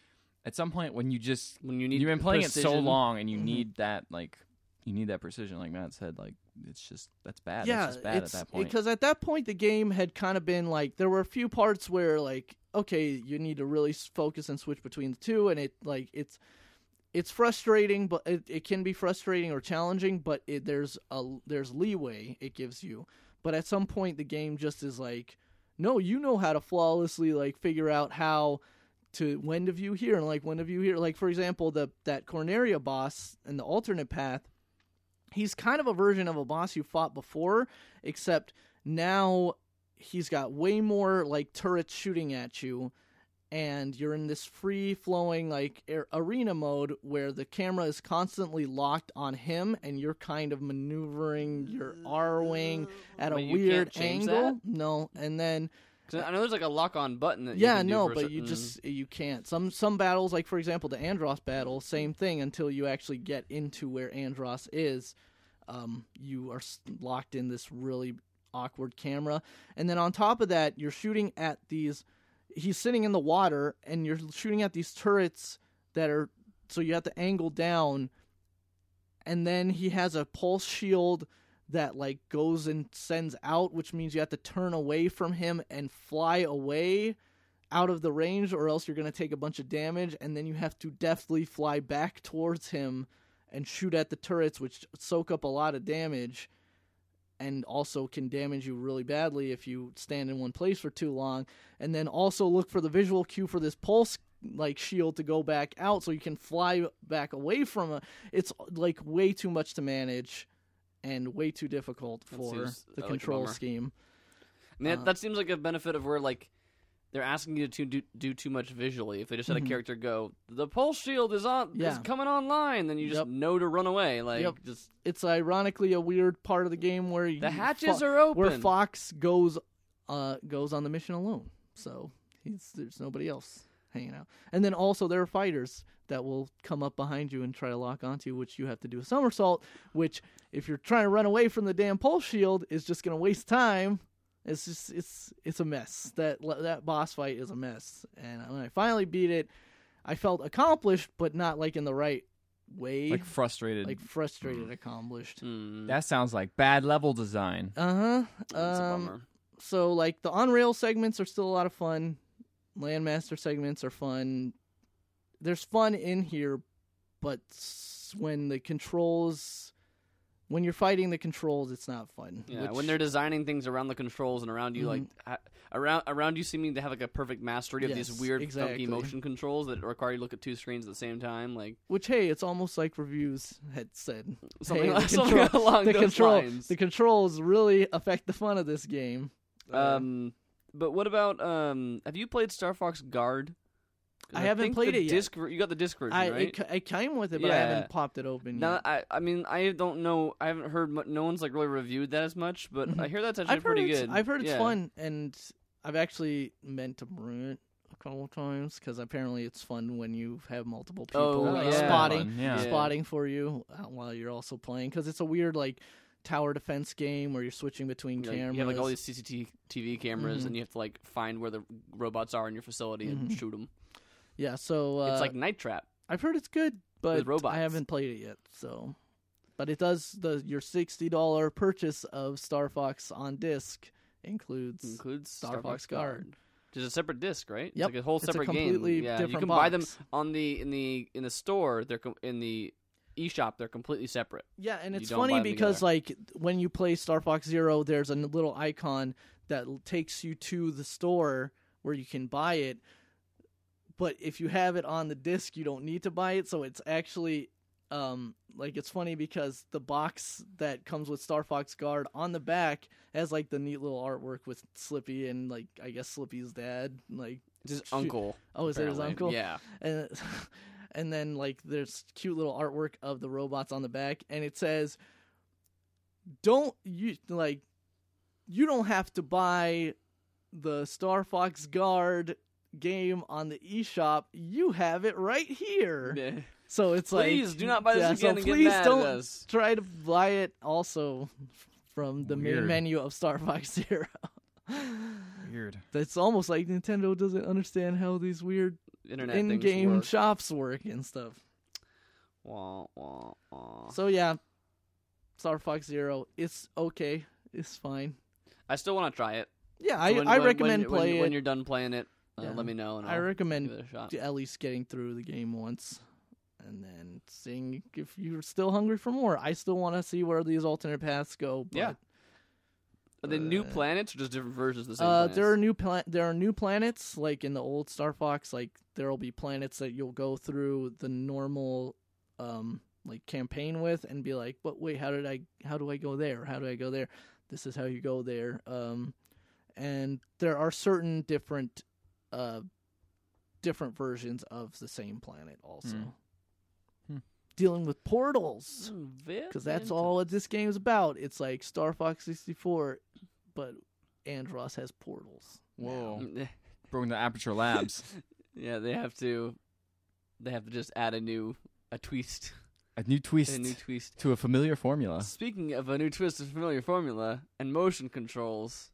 Speaker 3: at some point when you just
Speaker 2: When you need
Speaker 3: you've been playing it so
Speaker 2: precision- Mm-hmm.
Speaker 3: long and you
Speaker 1: Mhm.
Speaker 3: need that like you need that precision, like Matt said, like it's just that's bad.
Speaker 1: yeah
Speaker 3: that's just bad at
Speaker 1: it's
Speaker 3: that point.
Speaker 1: because at that point the game had kind of been like there were a few parts where like okay you need to really s- focus and switch between the two and it like it's it's frustrating but it, it can be frustrating or challenging but it, there's a there's leeway it gives you but at some point the game just is like no you know how to flawlessly like figure out how to when to view here and like when to view here like for example the that corneria boss in the alternate path he's kind of a version of a boss you fought before except now he's got way more like turrets shooting at you and you're in this free flowing like air arena mode where the camera is constantly locked on him and you're kind of maneuvering your R wing at a
Speaker 2: Wait, you can't
Speaker 1: weird
Speaker 2: change
Speaker 1: angle.
Speaker 2: that?
Speaker 1: No, and then
Speaker 2: 'Cause I know there's like a lock-on button that. you
Speaker 1: yeah,
Speaker 2: can do mm-hmm.
Speaker 1: no,
Speaker 2: Mm. for a
Speaker 1: but you
Speaker 2: certain-
Speaker 1: just you can't. Some some battles, like for example the Andros battle, same thing until you actually get into where Andros is. Um, you are s- locked in this really awkward camera, and then on top of that, you're shooting at these. He's sitting in the water, and you're shooting at these turrets that are. So you have to angle down, and then he has a pulse shield that like goes and sends out, which means you have to turn away from him and fly away out of the range, or else you're going to take a bunch of damage, and then you have to deftly fly back towards him and shoot at the turrets, which soak up a lot of damage and also can damage you really badly if you stand in one place for too long. And then also look for the visual cue for this pulse like shield to go back out so you can fly back away from it. It's like way too much to manage and way too difficult
Speaker 2: That
Speaker 1: for
Speaker 2: seems,
Speaker 1: the
Speaker 2: uh, like a
Speaker 1: control
Speaker 2: bummer.
Speaker 1: scheme.
Speaker 2: And that,
Speaker 1: Uh,
Speaker 2: that seems like a benefit of where like they're asking you to do, do too much visually. If they just had
Speaker 1: Mhm.
Speaker 2: a character go, the pulse shield is on, is
Speaker 1: Yeah.
Speaker 2: coming online, then you just
Speaker 1: Yep.
Speaker 2: know to run away. Like
Speaker 1: Yep.
Speaker 2: just
Speaker 1: It's ironically a weird part of the game where you
Speaker 2: the hatches
Speaker 1: fo-
Speaker 2: are open.
Speaker 1: where Fox goes uh goes on the mission alone. So he's there's nobody else hanging out. And then also there are fighters that will come up behind you and try to lock onto you, which you have to do a somersault, which if you're trying to run away from the damn pulse shield is just gonna waste time. It's just it's it's a mess. That that boss fight is a mess. And when I finally beat it, I felt accomplished, but not like in the right way.
Speaker 3: Like frustrated.
Speaker 1: like
Speaker 2: Mm.
Speaker 1: frustrated, accomplished.
Speaker 2: Hmm.
Speaker 3: that sounds like bad level design.
Speaker 1: Uh huh.
Speaker 2: That's a
Speaker 1: Um,
Speaker 2: bummer.
Speaker 1: so like the on rail segments are still a lot of fun. Landmaster segments are fun. There's fun in here, but s- when the controls, when you're fighting the controls, it's not fun.
Speaker 2: Yeah,
Speaker 1: which- Mm-hmm.
Speaker 2: when they're designing things around the controls and around you, like ha- around around you seeming to have like a perfect mastery of these
Speaker 1: Yes,
Speaker 2: weird
Speaker 1: exactly.
Speaker 2: funky motion controls that require you to look at two screens at the same time, like
Speaker 1: which hey, it's almost like reviews had said.
Speaker 2: something,
Speaker 1: hey,
Speaker 2: like,
Speaker 1: the
Speaker 2: something
Speaker 1: control-
Speaker 2: along
Speaker 1: the
Speaker 2: those
Speaker 1: control-
Speaker 2: lines.
Speaker 1: the controls really affect the fun of this game. Uh-huh.
Speaker 2: um, but what about um? Have you played Star Fox Guard? 'Cause
Speaker 1: I haven't
Speaker 2: think
Speaker 1: played
Speaker 2: the
Speaker 1: it yet.
Speaker 2: Disc, ver- you got the disc version,
Speaker 1: I
Speaker 2: right?
Speaker 1: it, ca- it came with it, but I
Speaker 2: Yeah.
Speaker 1: haven't popped it open
Speaker 2: No,
Speaker 1: yet.
Speaker 2: I I mean I don't know. I haven't heard. mu- No one's like really reviewed that as much, but I
Speaker 1: Mhm.
Speaker 2: hear that's actually
Speaker 1: I've heard
Speaker 2: pretty
Speaker 1: it's,
Speaker 2: good.
Speaker 1: I've heard it's
Speaker 2: Yeah.
Speaker 1: fun, and I've actually meant to ruin it a couple times because apparently it's fun when you have multiple people
Speaker 2: Oh,
Speaker 1: like,
Speaker 2: yeah.
Speaker 1: spotting
Speaker 3: Fun, yeah.
Speaker 2: Yeah.
Speaker 1: spotting for you uh, while you're also playing because it's a weird like tower defense game where you're switching between
Speaker 2: Like,
Speaker 1: cameras. Mm-hmm.
Speaker 2: You have like all these CCTV cameras, and you have to like find where the robots are in your facility and shoot them.
Speaker 1: yeah, so uh,
Speaker 2: it's like Night Trap.
Speaker 1: I've heard it's good, but
Speaker 2: robots.
Speaker 1: I haven't played it yet. So, but it does the your sixty dollar purchase of Star Fox on disc includes
Speaker 2: Includes Star,
Speaker 1: Fox
Speaker 2: Fox
Speaker 1: Guard.
Speaker 2: Guard. Which is a separate disc, right?
Speaker 1: Yep.
Speaker 2: It's like a whole
Speaker 1: It's a
Speaker 2: separate
Speaker 1: completely
Speaker 2: game. Yeah, you
Speaker 1: different
Speaker 2: can buy them
Speaker 1: box.
Speaker 2: on the in the in the store. They're com- in the eShop. They're completely separate.
Speaker 1: Yeah, and
Speaker 2: You
Speaker 1: it's
Speaker 2: don't buy
Speaker 1: funny
Speaker 2: them
Speaker 1: because like when you play Star Fox Zero, there's a little icon that l- takes you to the store where you can buy it. But if you have it on the disc, you don't need to buy it. So it's actually um like it's funny because the box that comes with Star Fox Guard on the back has like the neat little artwork with Slippy and like I guess Slippy's dad. Like
Speaker 2: It's his
Speaker 1: Shoot.
Speaker 2: uncle.
Speaker 1: oh, is it his
Speaker 2: apparently.
Speaker 1: uncle?
Speaker 2: Yeah.
Speaker 1: and and then like there's cute little artwork of the robots on the back and it says don't you like you don't have to buy the Star Fox Guard game on the eShop you have it right here
Speaker 2: Yeah.
Speaker 1: so it's like
Speaker 2: please do not buy this
Speaker 1: yeah,
Speaker 2: again
Speaker 1: so
Speaker 2: and
Speaker 1: please
Speaker 2: get mad
Speaker 1: don't
Speaker 2: at us.
Speaker 1: try to buy it also from the
Speaker 3: Weird.
Speaker 1: main menu of Star Fox Zero
Speaker 3: Weird.
Speaker 1: that's almost like Nintendo doesn't understand how these weird
Speaker 2: Internet things
Speaker 1: in-game
Speaker 2: work.
Speaker 1: shops work and stuff
Speaker 2: Wah, wah, wah.
Speaker 1: So yeah, Star Fox Zero. It's okay. It's fine.
Speaker 2: I still want to try it.
Speaker 1: Yeah,
Speaker 2: So
Speaker 1: I,
Speaker 2: when-
Speaker 1: I
Speaker 2: when- when
Speaker 1: recommend
Speaker 2: you- when, you-
Speaker 1: playing
Speaker 2: when
Speaker 1: it.
Speaker 2: you're done playing it. Uh,
Speaker 1: Yeah.
Speaker 2: Let me know, and
Speaker 1: I
Speaker 2: I'll
Speaker 1: recommend
Speaker 2: give it a shot.
Speaker 1: to at least getting through the game once, and then seeing if you're still hungry for more. I still want to see where these alternate paths go. But,
Speaker 2: Yeah, Are they new
Speaker 1: uh,
Speaker 2: planets or just different versions of the same?
Speaker 1: Uh,
Speaker 2: planets?
Speaker 1: there are new pla- there are new planets like in the old Star Fox. Like there will be planets that you'll go through the normal, um, like campaign with, and be like, "But wait, how did I? How do I go there? How do I go there? This is how you go there." Um, and there are certain different, uh, different versions of the same planet also.
Speaker 3: Hmm.
Speaker 1: Dealing with portals
Speaker 2: Hmm, because
Speaker 1: because that's all what this game's about. It's like Star Fox 64, but Andros has portals.
Speaker 3: Whoa. Bro, the Aperture Labs.
Speaker 2: Yeah, they have to. They have to just add a new a twist,
Speaker 3: A new twist
Speaker 2: a new twist.
Speaker 3: to a familiar formula.
Speaker 2: Speaking of a new twist of familiar formula and motion controls,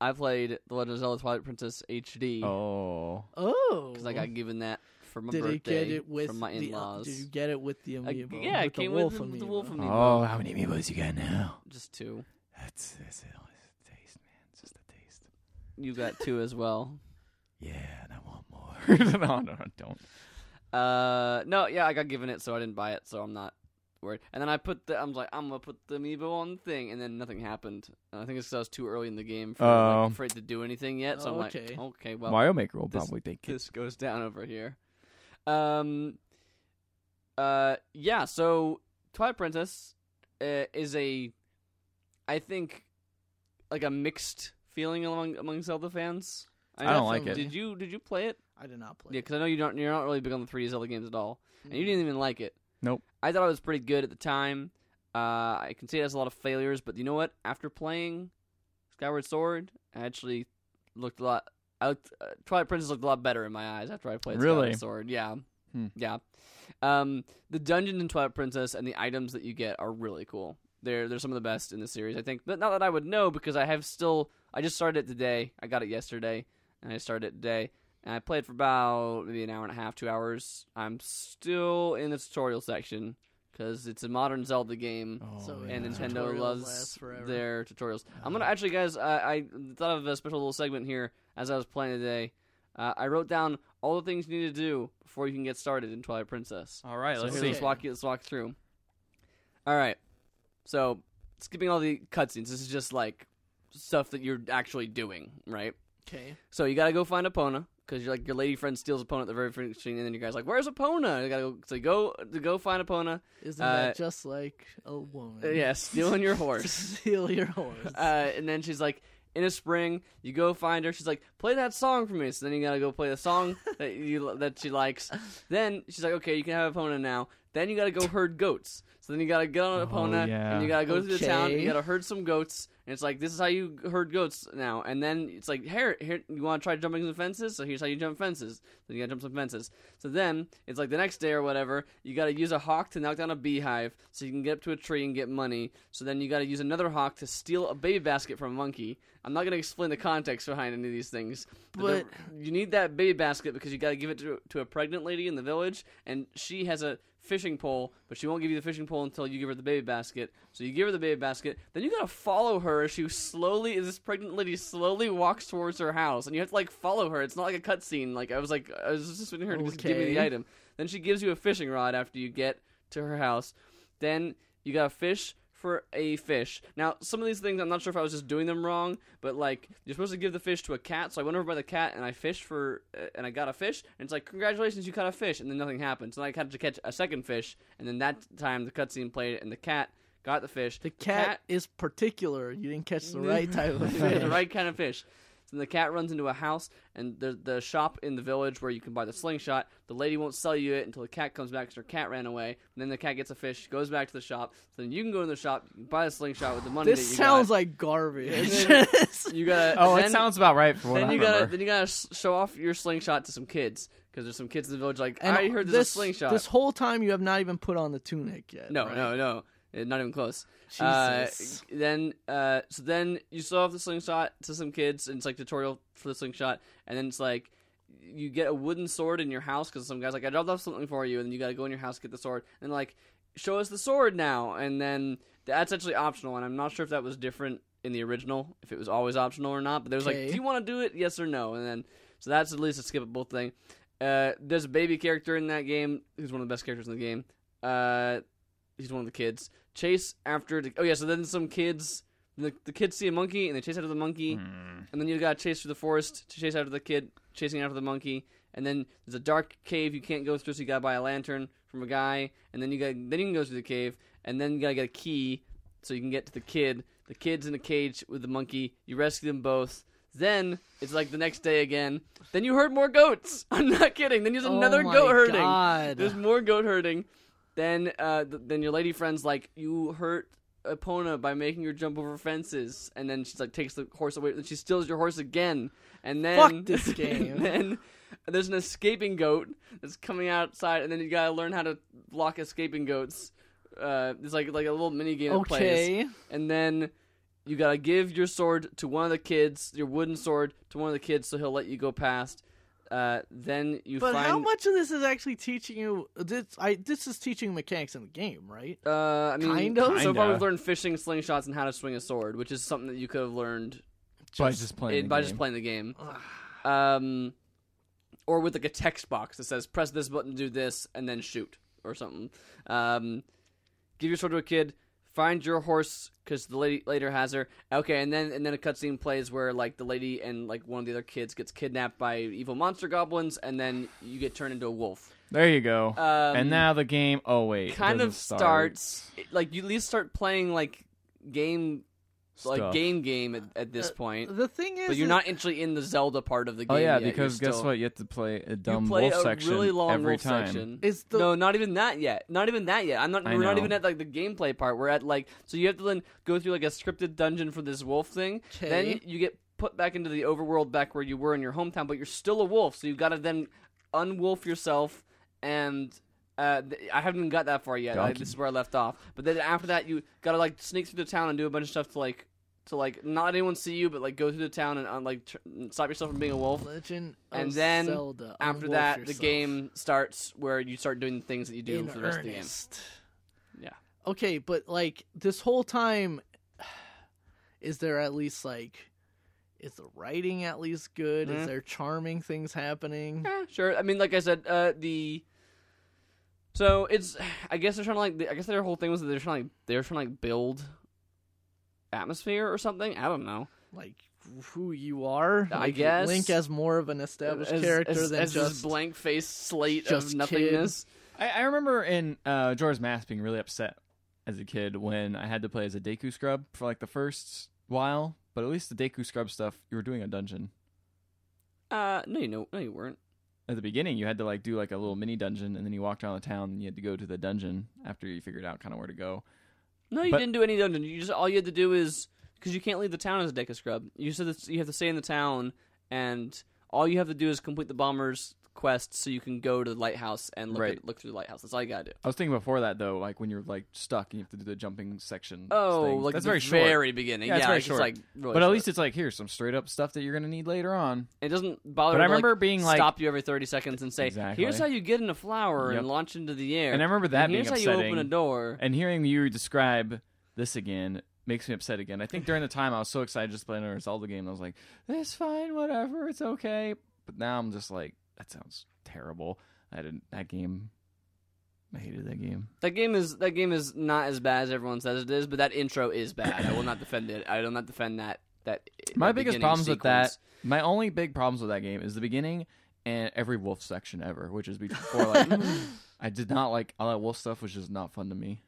Speaker 2: I played The Legend of Zelda: Twilight Princess HD because
Speaker 3: Oh.
Speaker 1: Oh,
Speaker 2: I got given that for my
Speaker 1: did
Speaker 2: birthday
Speaker 1: you get it with
Speaker 2: from my
Speaker 1: the, uh,
Speaker 2: in-laws.
Speaker 1: Did you get it with the
Speaker 2: I-
Speaker 1: amiibo?
Speaker 2: yeah,
Speaker 1: with
Speaker 2: it came
Speaker 1: the wolf
Speaker 2: with the,
Speaker 1: amiibo.
Speaker 2: the wolf amiibo.
Speaker 3: Oh, how many amiibos you got now?
Speaker 2: Just two.
Speaker 3: That's, that's it. It's a taste, man. It's just a taste.
Speaker 2: You got two as well.
Speaker 3: Yeah, and I want more. no, no, no, don't.
Speaker 2: Uh, no, yeah, I got given it, so I didn't buy it, so I'm not word. And then I put the I'm like I'm gonna put the amiibo on the thing, and then nothing happened. And I think it's 'cause I was too early in the game for
Speaker 3: Oh.
Speaker 2: like, for it to do anything yet. So I'm like,
Speaker 1: Okay.
Speaker 2: okay, well,
Speaker 3: Mario Maker will
Speaker 2: this-
Speaker 3: probably take it.
Speaker 2: this goes down over here. Um, uh, yeah. So Twilight Princess uh, is a, I think, like a mixed feeling among among Zelda fans.
Speaker 3: I don't like
Speaker 1: Definitely.
Speaker 3: it.
Speaker 2: Did you did you play it?
Speaker 1: I did not play.
Speaker 2: Yeah, because I know you don't. You're not really big on the 3D Zelda games at all,
Speaker 1: it.
Speaker 2: and you didn't even like it.
Speaker 3: Nope.
Speaker 2: I thought it was pretty good at the time. Uh, I can see it has a lot of failures, but you know what? After playing Skyward Sword, I actually looked a lot. I looked, uh, Twilight Princess looked a lot better in my eyes after I played
Speaker 3: Really?
Speaker 2: Skyward Sword. Yeah,
Speaker 3: Hmm.
Speaker 2: yeah. Um, the dungeons in Twilight Princess and the items that you get are really cool. They're they're some of the best in the series, I think. But not that I would know because I have still. I just started it today. I got it yesterday, and I started it today. And I played for about maybe an hour and a half, two hours. I'm still in the tutorial section because it's a modern Zelda game,
Speaker 1: So,
Speaker 3: Oh, yeah.
Speaker 2: and
Speaker 1: yeah.
Speaker 2: Nintendo
Speaker 1: Tutorials
Speaker 2: loves
Speaker 1: last forever.
Speaker 2: their tutorials. I'm gonna actually, guys. I, I thought of a special little segment here as I was playing today. Uh, I wrote down all the things you need to do before you can get started in Twilight Princess.
Speaker 3: All right,
Speaker 2: So
Speaker 3: let's
Speaker 2: here,
Speaker 3: see.
Speaker 2: let's walk you. Let's walk through. All right. So skipping all the cutscenes. This is just like stuff that you're actually doing, right?
Speaker 1: Okay.
Speaker 2: So you gotta go find Epona because you're like your lady friend steals Epona at the very first scene, and then your guy's like, "Where's Epona?" You gotta go so you go to go find Epona.
Speaker 1: Isn't
Speaker 2: Uh,
Speaker 1: that just like a woman?
Speaker 2: Uh, yeah, stealing your horse.
Speaker 1: Steal your horse.
Speaker 2: Uh, and then she's like, in a spring, you go find her. She's like, play that song for me. So then you gotta go play the song that you that she likes. Then she's like, okay, you can have Epona now. Then you gotta go herd goats. So then you gotta get on
Speaker 3: Oh,
Speaker 2: Epona
Speaker 3: yeah.
Speaker 2: and you gotta go to the town. And
Speaker 1: Okay.
Speaker 2: you gotta herd some goats. And it's like this is how you herd goats now. And then it's like here, here you want to try jumping some fences. So here's how you jump fences. Then you gotta jump some fences. So then it's like the next day or whatever. You gotta use a hawk to knock down a beehive so you can get up to a tree and get money. So then you gotta use another hawk to steal a baby basket from a monkey. I'm not gonna explain the context behind any of these things,
Speaker 1: But-
Speaker 2: the- you need that baby basket because you gotta give it to to a pregnant lady in the village, and she has a fishing pole, but she won't give you the fishing pole until you give her the baby basket. So you give her the baby basket, then you gotta follow her as she slowly, as this pregnant lady slowly walks towards her house, and you have to like follow her. It's not like a cutscene. Like I was like, I was just waiting for her to just give me the
Speaker 1: Okay.
Speaker 2: item. Then she gives you a fishing rod after you get to her house. Then you gotta fish for a fish. Now, some of these things, I'm not sure if I was just doing them wrong, but like, you're supposed to give the fish to a cat, so I went over by the cat and I fished for, uh, and I got a fish, and it's like, congratulations, you caught a fish, and then nothing happened. So then I had to catch a second fish, and then that time the cutscene played, and the cat got the fish.
Speaker 1: the cat, is particular. You didn't catch the right type of
Speaker 2: Yeah,
Speaker 1: fish.
Speaker 2: the right kind of fish. So the cat runs into a house, and the the shop in the village where you can buy the slingshot. The lady won't sell you it until the cat comes back because her cat ran away. And then the cat gets a fish, goes back to the shop. So then you can go to the shop, you can buy the slingshot with the money.
Speaker 1: This
Speaker 2: that you
Speaker 1: sounds
Speaker 2: got.
Speaker 1: like garbage.
Speaker 2: then- you gotta.
Speaker 3: Oh,
Speaker 2: then,
Speaker 3: it sounds about right for what
Speaker 2: Then
Speaker 3: I
Speaker 2: you
Speaker 3: remember.
Speaker 2: gotta then you gotta s- show off your slingshot to some kids because there's some kids in the village like
Speaker 1: And
Speaker 2: I heard there's
Speaker 1: this
Speaker 2: a slingshot.
Speaker 1: This whole time you have not even put on the tunic yet.
Speaker 2: no,
Speaker 1: right?
Speaker 2: no, no, Eh, not even close.
Speaker 1: Jesus.
Speaker 2: Uh, then, uh, so then you still have the slingshot to some kids, and it's like tutorial for the slingshot, and then it's like you get a wooden sword in your house because some guy's like, I dropped off something for you, and then you got to go in your house get the sword, and like show us the sword now, and then that's actually optional, and I'm not sure if that was different in the original, if it was always optional or not, but there was like,
Speaker 1: Okay.
Speaker 2: do you want to do it? Yes or no, and then so that's at least a skippable thing. Uh, there's a baby character in that game who's one of the best characters in the game. Uh, he's one of the kids. Chase after. The, oh yeah, so then some kids. The, the kids see a monkey and they chase after the monkey, and then you gotta chase through the forest to chase after the kid, chasing after the monkey. And then there's a dark cave you can't go through, so you gotta buy a lantern from a guy, and then you got then you can go through the cave, and then you gotta get a key so you can get to the kid. The kid's in a cage with the monkey. You rescue them both. Then it's like the next day again. Then you herd more goats. I'm not kidding. Then there's
Speaker 1: Oh
Speaker 2: another
Speaker 1: my
Speaker 2: goat herding.
Speaker 1: God.
Speaker 2: There's more goat herding. Then, uh, th- then your lady friend's like, you hurt Epona by making her jump over fences, and then she's like takes the horse away. Then she steals your horse again, and then
Speaker 1: Fuck this game.
Speaker 2: and then there's an escaping goat that's coming outside, and then you gotta learn how to block escaping goats. Uh, it's like like a little mini game that plays
Speaker 1: Okay.
Speaker 2: and then you gotta give your sword to one of the kids, your wooden sword to one of the kids, so he'll let you go past. Uh, then you
Speaker 1: But
Speaker 2: find.
Speaker 1: how much of this is actually teaching you? This I this is teaching mechanics in the game, right?
Speaker 2: Uh, I mean,
Speaker 1: Kind of?
Speaker 2: So far,
Speaker 3: Kinda.
Speaker 2: we've learned fishing, slingshots, and how to swing a sword, which is something that you could have learned
Speaker 3: by just playing.
Speaker 2: it-
Speaker 3: the
Speaker 2: by
Speaker 3: game.
Speaker 2: just playing the game. um, or with like a text box that says press this button, do this, and then shoot or something. Um, give your sword to a kid. Find your horse because the lady later has her. Okay, and then and then a cutscene plays where like the lady and like one of the other kids gets kidnapped by evil monster goblins, and then you get turned into a wolf.
Speaker 3: There you go.
Speaker 2: Um,
Speaker 3: and now the game. Oh wait, it
Speaker 2: kind
Speaker 3: doesn't
Speaker 2: of
Speaker 3: start.
Speaker 2: starts like you at least start playing like game like
Speaker 3: Stuff.
Speaker 2: game game at, at this point,
Speaker 1: Uh, The thing is,
Speaker 2: but you're
Speaker 1: is-
Speaker 2: not actually in the Zelda part of the game.
Speaker 3: Oh yeah,
Speaker 2: yet. You're
Speaker 3: because guess
Speaker 2: still-
Speaker 3: what? You have to play a dumb
Speaker 2: you play
Speaker 3: wolf
Speaker 2: a
Speaker 3: section
Speaker 2: really long
Speaker 3: every
Speaker 2: wolf
Speaker 3: time.
Speaker 2: section.
Speaker 1: Is the
Speaker 2: no, not even that yet. Not even that yet. I'm not.
Speaker 3: I
Speaker 2: we're not
Speaker 3: know.
Speaker 2: even at like the gameplay part. We're at like so you have to then go through like a scripted dungeon for this wolf thing. Then
Speaker 1: 'Kay.
Speaker 2: you get put back into the overworld, back where you were in your hometown, but you're still a wolf. So you got to then unwolf yourself, and uh, th- I haven't even got that far yet. I,
Speaker 3: Donkey.
Speaker 2: this is where I left off. But then after that, you got to like sneak through the town and do a bunch of stuff to like to like not let anyone see you, but like go through the town and uh, like tr- stop yourself from being a wolf
Speaker 1: Legend of
Speaker 2: and then
Speaker 1: Zelda,
Speaker 2: after
Speaker 1: Unwolf
Speaker 2: that the
Speaker 1: Yourself.
Speaker 2: game starts where you start doing the things that you do
Speaker 1: in
Speaker 2: for the rest of the game
Speaker 1: earnest.
Speaker 2: Yeah.
Speaker 1: Okay, but like this whole time, is there at least like, is the writing at least good?
Speaker 2: Mhm.
Speaker 1: Is there charming things happening?
Speaker 2: Eh, sure i mean like i said uh the so it's i guess they're trying to like i guess their whole thing was that they're trying to like they're trying to like build atmosphere or something i don't know
Speaker 1: Like who you are?
Speaker 2: I
Speaker 1: Like,
Speaker 2: guess.
Speaker 1: Link as more of an established
Speaker 2: as,
Speaker 1: character
Speaker 2: as,
Speaker 1: than
Speaker 2: as this
Speaker 1: just
Speaker 2: blank face slate of
Speaker 1: just
Speaker 2: nothingness
Speaker 3: I, I remember in uh, Jorah's Mask being really upset as a kid when I had to play as a Deku scrub for like the first while. But at least the Deku scrub stuff, you were doing a dungeon
Speaker 2: uh no you know no you weren't
Speaker 3: at the beginning. You had to like do like a little mini dungeon, and then you walked around the town, and you had to go to the dungeon after you figured out kind of where to go.
Speaker 2: no you
Speaker 3: But-
Speaker 2: didn't do any dungeon you just all you had to do is because you can't leave the town as a deck of scrub you said that you have to stay in the town and all you have to do is complete the bomber's quest so you can go to the lighthouse and look,
Speaker 3: Right.
Speaker 2: at, look through the lighthouse that's all you gotta do
Speaker 3: I was thinking before that though, like when you're like stuck and you have to do the jumping section.
Speaker 2: Oh,
Speaker 3: thing.
Speaker 2: like
Speaker 3: that's
Speaker 2: the
Speaker 3: very short.
Speaker 2: very beginning. Yeah,
Speaker 3: Yeah, it's very
Speaker 2: like,
Speaker 3: short.
Speaker 2: like really
Speaker 3: but at
Speaker 2: short.
Speaker 3: least it's like here's some straight up stuff that you're gonna need later on.
Speaker 2: it doesn't bother.
Speaker 3: But I
Speaker 2: to, Oh, like,
Speaker 3: remember being like,
Speaker 2: stop you every thirty seconds and say,
Speaker 3: Exactly.
Speaker 2: "Here's how you get in a flower
Speaker 3: Yep.
Speaker 2: and launch into the air."
Speaker 3: and I remember that
Speaker 2: And
Speaker 3: being
Speaker 2: here's how
Speaker 3: upsetting.
Speaker 2: you open a door.
Speaker 3: And hearing you describe this again makes me upset again. I think during the time I was so excited just playing another Zelda game, and I was like, "It's fine, whatever, it's okay." But now I'm just like, that sounds terrible. I didn't that game. I hated that game.
Speaker 2: That game is that game is not as bad as everyone says it is, but that intro is bad. I will not defend it. I will not defend that. That
Speaker 3: My
Speaker 2: that
Speaker 3: biggest
Speaker 2: beginning
Speaker 3: problems with that,
Speaker 2: sequence.
Speaker 3: my only big problems with that game is the beginning and every wolf section ever, which is before like I did not like all that wolf stuff, which is not fun to me.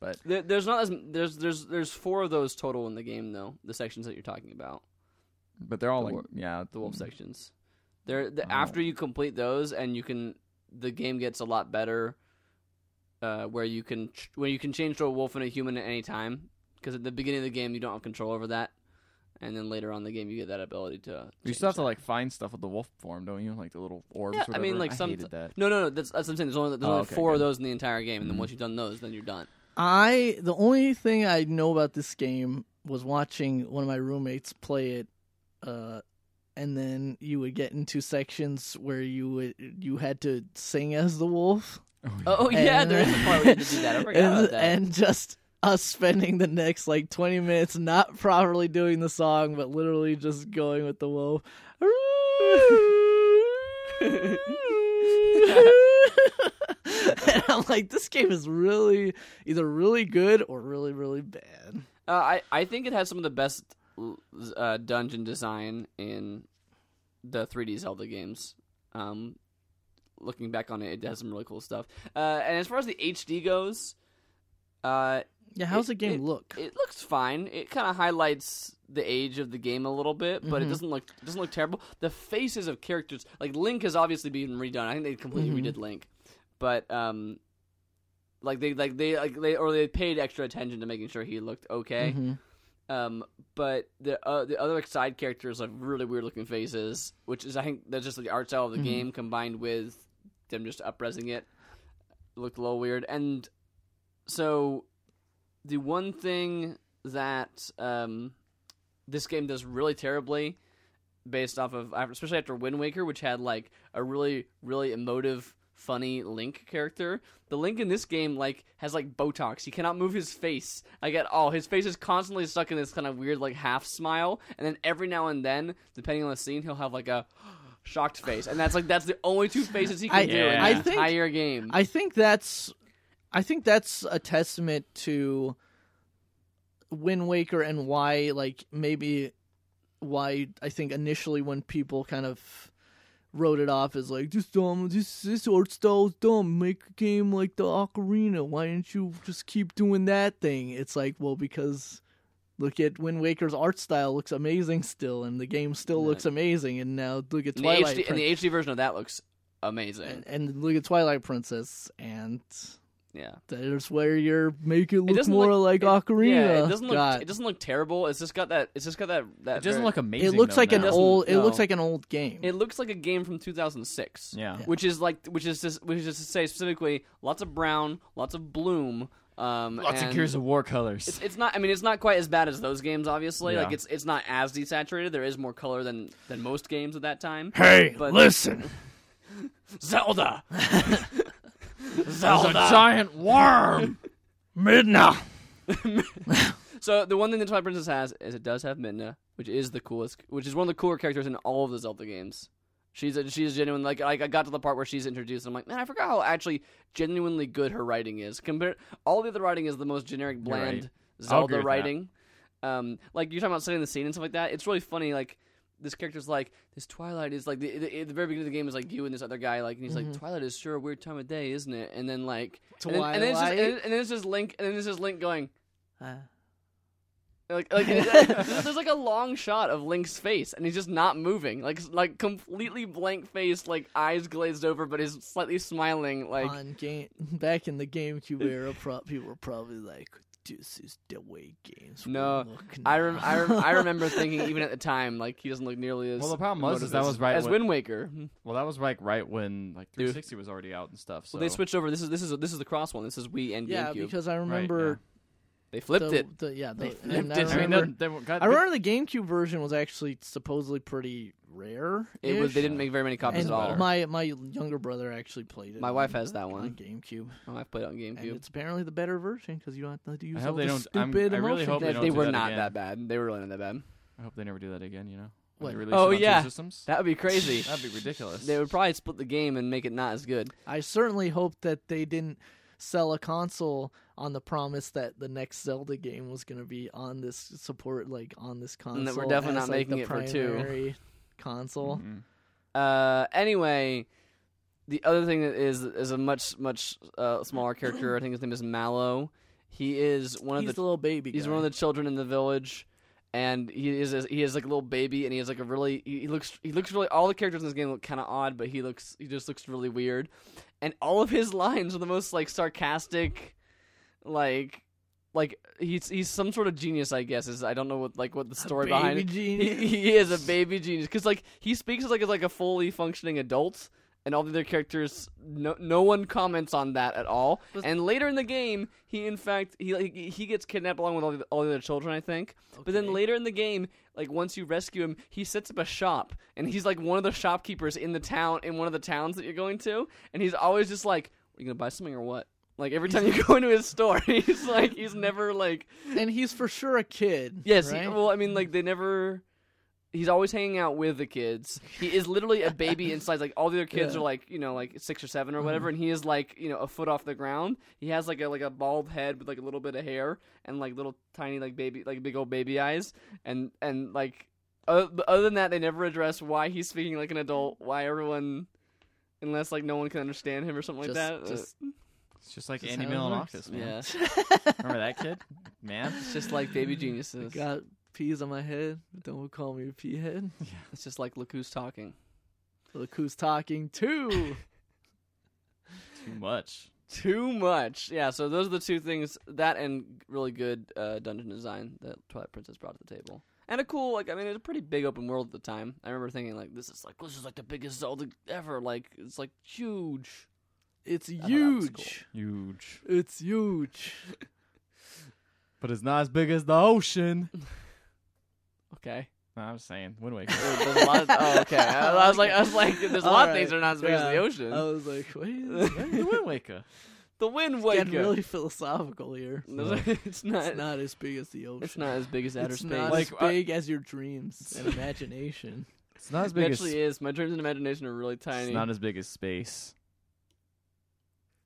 Speaker 3: But
Speaker 2: There, there's not as there's there's there's four of those total in the game though. The sections that you're talking about,
Speaker 3: but they're all
Speaker 2: The
Speaker 3: like
Speaker 2: wor- mm,
Speaker 3: yeah,
Speaker 2: the wolf sections. They're the,
Speaker 3: Hmm. Oh.
Speaker 2: after you complete those, and you can the game gets a lot better. Uh, where you can ch- where you can change to a wolf and a human at any time because at the beginning of the game you don't have control over that, and then later on in the game you get that ability to.
Speaker 3: You
Speaker 2: change
Speaker 3: still have
Speaker 2: that.
Speaker 3: to like find stuff with the wolf form, don't you? Like the little orbs.
Speaker 2: Yeah,
Speaker 3: or
Speaker 2: I mean,
Speaker 3: whatever.
Speaker 2: like, some-
Speaker 3: hated that.
Speaker 2: No, no, no. That's, that's what I'm saying. There's only, there's
Speaker 3: Oh,
Speaker 2: only
Speaker 3: okay,
Speaker 2: four of
Speaker 3: good.
Speaker 2: those in the entire game, and then
Speaker 3: Mhm.
Speaker 2: once you've done those, then you're done.
Speaker 1: I the only thing I know about this game was watching one of my roommates play it, uh, and then you would get into sections where you would you had to sing as the wolf.
Speaker 2: Oh yeah,
Speaker 1: and,
Speaker 2: there is a part where you have to do that. I forgot
Speaker 1: and,
Speaker 2: about that.
Speaker 1: and just us spending the next like twenty minutes not properly doing the song, but literally just going with the wolf. and I'm like, this game is really either really good or really really bad.
Speaker 2: Uh, I I think it has some of the best uh, dungeon design in the 3D Zelda games. Um, looking back on it, it has some really cool stuff. Uh, and as far as the HD goes, uh,
Speaker 1: Yeah, how's
Speaker 2: It-
Speaker 1: the game
Speaker 2: it-
Speaker 1: look?
Speaker 2: it looks fine. It kind of highlights the age of the game a little bit, but it
Speaker 1: Mhm.
Speaker 2: doesn't look it doesn't look terrible. The faces of characters, like Link, has obviously been redone. I think they completely
Speaker 1: Mhm.
Speaker 2: redid Link, but um, like they like they like they or they paid extra attention to making sure he looked okay.
Speaker 1: Mhm.
Speaker 2: Um, but the uh, the other side characters have really weird looking faces, which is I think that's just like the art style of the
Speaker 1: Mhm.
Speaker 2: game combined with them just upresing it. it looked a little weird, and so the one thing that um, this game does really terribly, based off of especially after Wind Waker, which had like a really really emotive, funny Link character. The Link in this game like has like Botox. He cannot move his face like at all. His face is constantly stuck in this kind of weird like half smile, and then every now and then, depending on the scene, he'll have like a shocked face, and that's like that's the only two faces he can
Speaker 1: I-
Speaker 2: do in the
Speaker 3: I
Speaker 1: think-
Speaker 2: entire game.
Speaker 1: I think that's I think that's a testament to Wind Waker and why, like, maybe why I think initially when people kind of wrote it off as like this dumb, this this art style's dumb. Make a game like the Ocarina. Why didn't you just keep doing that thing? It's like, well, because look at Wind Waker's art style looks amazing still, and the game still
Speaker 2: Right.
Speaker 1: looks amazing. And now look at
Speaker 2: And the,
Speaker 1: Twilight.
Speaker 2: HD, and the HD version of that looks amazing.
Speaker 1: Prin- and, and look at Twilight Princess and
Speaker 2: yeah.
Speaker 1: There's where you're make it look
Speaker 2: doesn't
Speaker 1: more
Speaker 2: look-
Speaker 1: like Ocarina.
Speaker 2: Yeah, it doesn't look
Speaker 1: God.
Speaker 2: it doesn't look terrible. It's just got that it's just got that that
Speaker 3: It doesn't
Speaker 2: very-
Speaker 3: look amazing.
Speaker 1: It looks
Speaker 3: though,
Speaker 1: like an
Speaker 3: now.
Speaker 2: doesn't-
Speaker 1: old. It looks
Speaker 2: no.
Speaker 1: like an old game.
Speaker 2: It looks like a game from 2006.
Speaker 3: Yeah. Yeah.
Speaker 2: Which is like which is just which is just to say specifically lots of brown, lots of bloom, um
Speaker 3: Lots of
Speaker 2: and
Speaker 3: Gears of War colors.
Speaker 2: It's, it's not. I mean, it's not quite as bad as those games. Obviously,
Speaker 3: Yeah.
Speaker 2: like it's it's not as desaturated. There is more color than than most games at that time.
Speaker 1: hey,
Speaker 2: but-
Speaker 1: listen.
Speaker 2: Zelda.
Speaker 3: There's
Speaker 2: Zelda.
Speaker 3: giant worm.
Speaker 1: Midna.
Speaker 2: So the one thing the Twilight Princess has is it does have Midna, which is the coolest, which is one of the cooler characters in all of the Zelda games. She's a, she's genuine. Like I, I got to the part where she's introduced, and I'm like, man, I forgot how actually genuinely good her writing is. Compared all the other writing is the most generic, bland
Speaker 3: right. I'll
Speaker 2: Zelda
Speaker 3: agree with that.
Speaker 2: writing. Um, like you're talking about setting the scene and stuff like that. It's really funny. Like this character's like this Twilight is like the, the, the very beginning of the game is like you and this other guy like, and he's
Speaker 3: Mm-hmm.
Speaker 2: like Twilight is sure a weird time of day, isn't it? And then like and then, and then it's just, and, then- and then it's just Link, and then it's just Link going. Like, like there's, there's, like a long shot of Link's face, and he's just not moving. Like, like completely blank face, like eyes glazed over, but he's slightly smiling. Like,
Speaker 1: on game back in the GameCube era, pro- people were probably like, "This is the way games." will
Speaker 2: No,
Speaker 1: look
Speaker 2: I,
Speaker 1: now."
Speaker 2: rem- I, rem- I remember thinking even at the time, like he doesn't look nearly as
Speaker 3: Well, the problem was is that was right
Speaker 2: as
Speaker 3: when-
Speaker 2: Wind Waker.
Speaker 3: Well, that was like right when like 360 was already out and stuff. So
Speaker 2: Well, they switched over. This is this is this is the cross one. This is Wii and
Speaker 1: yeah,
Speaker 2: GameCube.
Speaker 1: because I remember
Speaker 2: They flipped
Speaker 1: the,
Speaker 2: it.
Speaker 1: the- yeah, the,
Speaker 2: They
Speaker 1: and
Speaker 2: flipped
Speaker 1: I
Speaker 2: it.
Speaker 3: I mean,
Speaker 1: remember,
Speaker 3: they, they were- God,
Speaker 1: I remember the GameCube version was actually supposedly pretty rare.
Speaker 2: It was. They didn't make very many copies
Speaker 1: And
Speaker 2: at all.
Speaker 3: better.
Speaker 1: my my younger brother actually played it.
Speaker 2: My
Speaker 1: on-
Speaker 2: wife has that
Speaker 1: on
Speaker 2: one.
Speaker 1: GameCube,
Speaker 2: My wife played it on
Speaker 1: and
Speaker 2: GameCube.
Speaker 1: it's apparently the better version because you don't have to use
Speaker 3: hope
Speaker 1: all
Speaker 3: they
Speaker 1: the
Speaker 3: don't- I'm-
Speaker 1: stupid
Speaker 3: I really
Speaker 1: emotion
Speaker 3: hope they
Speaker 2: They,
Speaker 1: things.
Speaker 3: don't
Speaker 2: they
Speaker 3: do
Speaker 2: were
Speaker 3: that
Speaker 2: not
Speaker 3: again.
Speaker 2: that bad. They were really not that bad.
Speaker 3: I hope they never do that again. You know, when
Speaker 1: What?
Speaker 3: they release
Speaker 2: Oh,
Speaker 3: it on two
Speaker 2: yeah.
Speaker 3: systems.
Speaker 2: That would be crazy.
Speaker 3: That'd be ridiculous.
Speaker 2: They would probably split the game and make it not as good.
Speaker 1: I certainly hope that they didn't sell a console on the promise that the next Zelda game was going to be on this support, like on this console.
Speaker 2: And that we're definitely
Speaker 1: as,
Speaker 2: not
Speaker 1: like,
Speaker 2: making
Speaker 1: the
Speaker 2: it for two. Mm-hmm.
Speaker 1: primary console.
Speaker 3: Mhm.
Speaker 2: Uh, anyway, the other thing that is is a much much uh, smaller character. I think his name is Mallow. He is one of
Speaker 1: He's
Speaker 2: the
Speaker 1: the little baby.
Speaker 2: he's
Speaker 1: guy.
Speaker 2: one of the children in the village, and he is he is like a little baby, and he has like a really he he looks he looks really all the characters in this game look kind of odd, but he looks he just looks really weird, and all of his lines are the most like sarcastic, like. Like he's he's some sort of genius, I guess. Is I don't know what like what the story
Speaker 1: baby
Speaker 2: behind it- he,
Speaker 1: genius.
Speaker 2: he is a baby genius because like he speaks as like as like a fully functioning adult, and all the other characters, no no one comments on that at all. and later in the game, he in fact he like, he gets kidnapped along with all the, all the other children, I think. But then
Speaker 1: Okay.
Speaker 2: later in the game, like once you rescue him, he sets up a shop, and he's like one of the shopkeepers in the town in one of the towns that you're going to, and he's always just like, "Are you gonna buy something or what?" Like every time you go into his store, he's like, he's never like
Speaker 1: and he's for sure a kid.
Speaker 2: Yes. he-
Speaker 1: right?
Speaker 2: well, I mean, like they never. He's always hanging out with the kids. He is literally a baby inside. Like all the other kids
Speaker 1: Yeah. Mm-hmm.
Speaker 2: are like you know like six or seven or whatever, and he is like you know a foot off the ground. He has like a like a bald head with like a little bit of hair and like little tiny like baby like big old baby eyes and and like o- other than that they never address why he's speaking like an adult. Why everyone. Unless like no one can understand him or something
Speaker 1: Just-
Speaker 2: like that. Uh,
Speaker 1: just-
Speaker 3: It's just like
Speaker 1: This is how
Speaker 3: Andy
Speaker 1: it
Speaker 3: Milonakis.
Speaker 1: works.
Speaker 3: Man.
Speaker 2: yeah,
Speaker 3: Remember that kid? Man.
Speaker 2: it's just like baby geniuses.
Speaker 1: got peas on my head. Don't call me a pea head.
Speaker 2: It's just like look who's talking.
Speaker 1: Look who's talking too.
Speaker 3: Too much.
Speaker 2: Too much. Yeah, so those are the two things that and really good uh, dungeon design that Twilight Princess brought to the table. And a cool, like, I mean, it was a pretty big open world at the time. I remember thinking, like, this is like, this is like the biggest Zelda ever. Like, it's like huge.
Speaker 1: It's
Speaker 2: thought that was cool.
Speaker 1: huge.
Speaker 3: Huge.
Speaker 1: It's huge.
Speaker 3: But it's not as big as the ocean.
Speaker 2: Okay.
Speaker 3: No, I'm saying. Wind Waker.
Speaker 2: There's a lot of- oh, okay. I, I was like, I was like, there's a
Speaker 1: All
Speaker 2: lot of things
Speaker 1: right.
Speaker 2: that are not as big as the
Speaker 1: Yeah.
Speaker 2: ocean.
Speaker 1: I was like, wait,
Speaker 3: the Wind Waker.
Speaker 2: the Wind
Speaker 1: it's
Speaker 2: Waker.
Speaker 1: getting really philosophical here.
Speaker 2: No, uh, it's not.
Speaker 1: It's not as big as the ocean.
Speaker 2: It's not as big as outer
Speaker 1: it's
Speaker 2: space.
Speaker 1: not
Speaker 3: Like,
Speaker 1: as
Speaker 3: I-
Speaker 1: big as your dreams and imagination.
Speaker 3: It's not as
Speaker 2: it
Speaker 3: big as.
Speaker 2: actually is. My dreams and imagination are really
Speaker 3: It's
Speaker 2: tiny.
Speaker 3: not as big as space.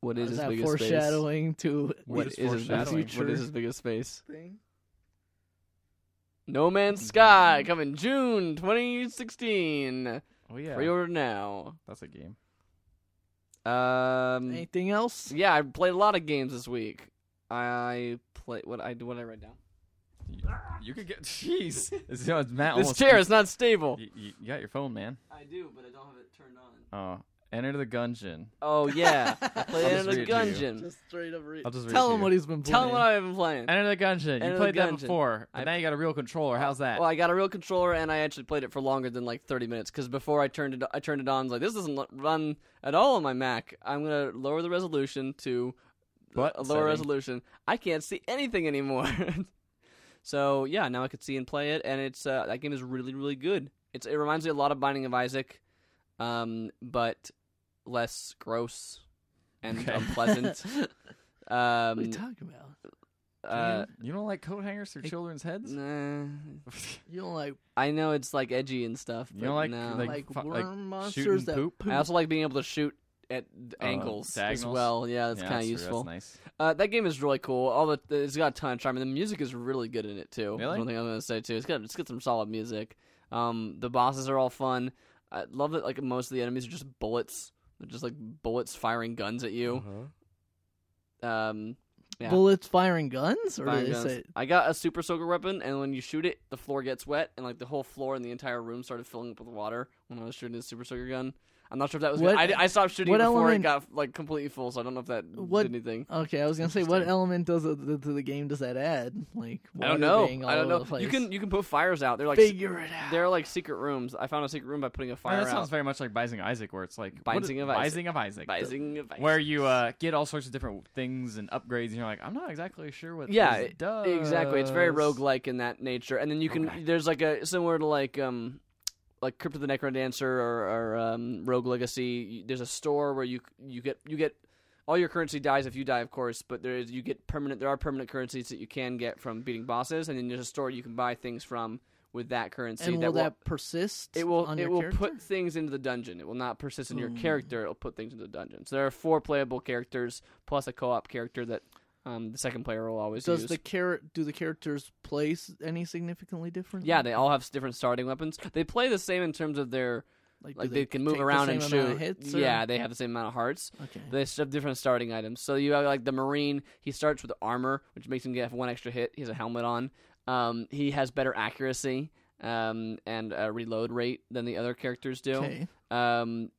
Speaker 2: What
Speaker 1: Is
Speaker 2: is his
Speaker 1: that
Speaker 2: biggest space?
Speaker 1: foreshadowing to
Speaker 2: What
Speaker 3: Biggest
Speaker 2: is, his biggest,
Speaker 3: foreshadowing.
Speaker 2: what is his biggest space?
Speaker 1: thing?
Speaker 2: No Man's Sky coming June 2016.
Speaker 3: Oh yeah,
Speaker 2: Pre-order now.
Speaker 3: that's a game.
Speaker 2: Um,
Speaker 1: Anything else?
Speaker 2: yeah, I played a lot of games this week. I play what I what I write down.
Speaker 3: You, you could get. Jeez, this, no, it's Matt
Speaker 2: This
Speaker 3: almost-
Speaker 2: chair is not stable.
Speaker 3: You, you, you got your phone, man.
Speaker 2: I do, but I don't have it turned on.
Speaker 3: Oh, enter the dungeon.
Speaker 2: Oh yeah, I played
Speaker 3: I'll just
Speaker 2: Enter the
Speaker 3: read it to you.
Speaker 2: Gungeon.
Speaker 1: Just straight up. Re-
Speaker 3: I'll just read
Speaker 1: tell
Speaker 3: it to
Speaker 1: him
Speaker 3: you.
Speaker 1: what he's been playing.
Speaker 2: Tell them what I've been playing.
Speaker 3: Enter the dungeon.
Speaker 2: Enter
Speaker 3: you
Speaker 2: the
Speaker 3: played that
Speaker 2: Gungeon.
Speaker 3: before, but
Speaker 2: I-
Speaker 3: now you got a real controller. How's that?
Speaker 2: Well, I got a real controller, and I actually played it for longer than like 30 minutes. Because before I turned it, I turned it on. I was like, this doesn't lo- run at all on my Mac. I'm gonna lower the resolution to
Speaker 3: What
Speaker 2: a lower
Speaker 3: setting?
Speaker 2: resolution. I can't see anything anymore. so yeah, now I could see and play it, and it's uh, that game is really really good. It's it reminds me a lot of Binding of Isaac, um, but less gross and
Speaker 3: Okay.
Speaker 2: unpleasant.
Speaker 1: What are you
Speaker 2: um,
Speaker 1: talking about?
Speaker 2: uh,
Speaker 3: you don't like coat hangers for
Speaker 1: Hey,
Speaker 3: children's heads?
Speaker 2: nah,
Speaker 1: You don't like
Speaker 2: I know it's like edgy and stuff.
Speaker 3: You
Speaker 2: but
Speaker 3: don't like-
Speaker 2: no.
Speaker 1: like,
Speaker 3: like
Speaker 1: worm
Speaker 3: fu- like
Speaker 1: monsters
Speaker 3: shooting
Speaker 1: that
Speaker 3: poop?
Speaker 1: poop.
Speaker 2: I also like being able to shoot at d-
Speaker 3: Uh,
Speaker 2: angles as
Speaker 3: diagonals?
Speaker 2: well. Yeah, that's
Speaker 3: Yeah,
Speaker 2: kind of
Speaker 3: true,
Speaker 2: useful.
Speaker 3: That's nice.
Speaker 2: Uh, that game is really cool. All the it's got a ton of charm, and the music is really good in it too. That's
Speaker 3: Really?
Speaker 2: one thing I'm gonna say too. It's got it's got some solid music. Um, the bosses are all fun. I love that like most of the enemies are just bullets. They're just like bullets firing guns at
Speaker 1: Uh-huh.
Speaker 2: you. Um, yeah.
Speaker 1: Bullets firing guns, or
Speaker 2: firing
Speaker 1: do Uh-huh. they
Speaker 2: guns.
Speaker 1: say
Speaker 2: I got a super soaker weapon, and when you shoot it, the floor gets wet, and like the whole floor and the entire room started filling up with water when I was shooting the super soaker gun. I'm not sure if that was.
Speaker 1: What-
Speaker 2: I, I stopped shooting
Speaker 1: what
Speaker 2: it before
Speaker 1: element-
Speaker 2: it got like completely full, so I don't know if that
Speaker 1: What-
Speaker 2: did anything.
Speaker 1: Okay, I was gonna say, what
Speaker 3: Interesting.
Speaker 1: element does it, to the game does that add? Like,
Speaker 2: I don't
Speaker 1: water
Speaker 2: know.
Speaker 1: being
Speaker 2: I
Speaker 1: all
Speaker 2: don't
Speaker 1: over
Speaker 2: know.
Speaker 1: the place.
Speaker 2: You can you can put fires out. They're like
Speaker 1: figure it out.
Speaker 2: they're like secret rooms. I found a secret room by putting a fire
Speaker 3: that sounds
Speaker 2: out.
Speaker 3: very much like Binding of Isaac, where it's like what
Speaker 2: Binding
Speaker 3: is-
Speaker 2: of Isaac.
Speaker 3: Binding of Isaac.
Speaker 2: Advising advice.
Speaker 3: Where you uh, get all sorts of different things and upgrades, and you're like, I'm not exactly sure what
Speaker 2: Yeah,
Speaker 3: this
Speaker 2: it-
Speaker 3: does.
Speaker 2: exactly. It's very roguelike in that nature. And then you can
Speaker 3: Okay.
Speaker 2: there's like a similar to like um like Crypt of the Necrodancer or, or um, Rogue Legacy. y- There's a store where you you get you get all your currency dies if you die, of course. But there is you get permanent. There are permanent currencies that you can get from beating bosses, and then there's a store you can buy things from with that currency.
Speaker 1: and
Speaker 2: that
Speaker 1: will
Speaker 2: will-
Speaker 1: that persist?
Speaker 2: It will
Speaker 1: On
Speaker 2: it
Speaker 1: your
Speaker 2: will
Speaker 1: character?
Speaker 2: put things into the dungeon. It will not persist in your
Speaker 1: Hmm.
Speaker 2: character. It will put things into the dungeon. So there are four playable characters plus a co-op character that um, the second player will always
Speaker 1: Does
Speaker 2: use.
Speaker 1: the char- do the characters place any significantly different?
Speaker 2: yeah, they all have s- different starting weapons. They play the same in terms of their
Speaker 1: like, do
Speaker 2: like they can move
Speaker 1: take the
Speaker 2: around
Speaker 1: same
Speaker 2: and
Speaker 1: amount
Speaker 2: shoot.
Speaker 1: of hits or-
Speaker 2: Yeah, they have the same amount of hearts.
Speaker 1: Okay.
Speaker 2: They just have different starting items. So you have like the marine. He starts with armor, which makes him get one extra hit. He has a helmet on. Um, he has better accuracy um, and uh, reload rate than the other characters do.
Speaker 1: okay.
Speaker 2: Um,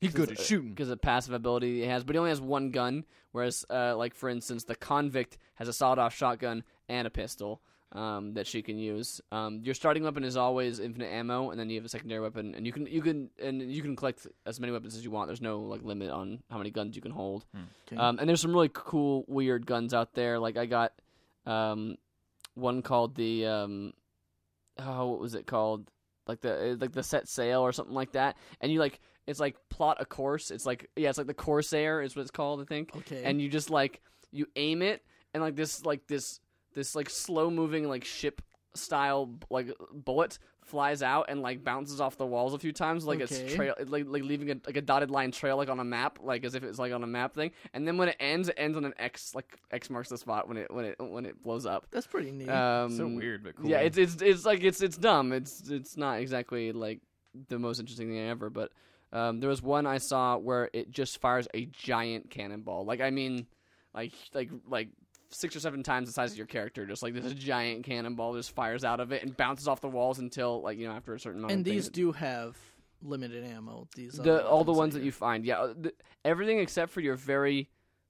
Speaker 3: He's good at
Speaker 2: Because, uh,
Speaker 3: shooting.
Speaker 2: because of passive ability he has, but he only has one gun. Whereas, uh, like for instance, the convict has a sawed-off shotgun and a pistol um, that she can use. Um, your starting weapon is always infinite ammo, and then you have a secondary weapon, and you can you can and you can collect as many weapons as you want. There's no like limit on how many guns you can hold.
Speaker 1: Okay.
Speaker 2: Um, and there's some really cool, weird guns out there. Like I got um, one called the um, oh, what was it called? Like the uh, like the set sail or something like that. And you like it's like plot a course. It's like yeah, it's like the corsair is what it's called, I think.
Speaker 1: okay.
Speaker 2: And you just like you aim it and like this like this this like slow moving like ship style like bullet flies out and like bounces off the walls a few times like it's
Speaker 1: Okay.
Speaker 2: trail like, like leaving a, like a dotted line trail like on a map like as if it's like on a map thing and then when it ends it ends on an x like x marks the spot when it when it when it blows up
Speaker 1: that's pretty neat.
Speaker 2: um
Speaker 3: so weird, but cool.
Speaker 2: yeah, it's it's it's like it's it's dumb. It's it's not exactly like the most interesting thing ever, but um, there was one I saw where it just fires a giant cannonball. Like I mean, like like like six or seven times the size of your character. Just like this giant cannonball just fires out of it and bounces off the walls until like you know after a certain amount.
Speaker 1: and
Speaker 2: of things,
Speaker 1: these do have limited ammo. These
Speaker 2: the
Speaker 1: other
Speaker 2: all the ones
Speaker 1: weapons
Speaker 2: that you find. Yeah, uh, th- everything except for your very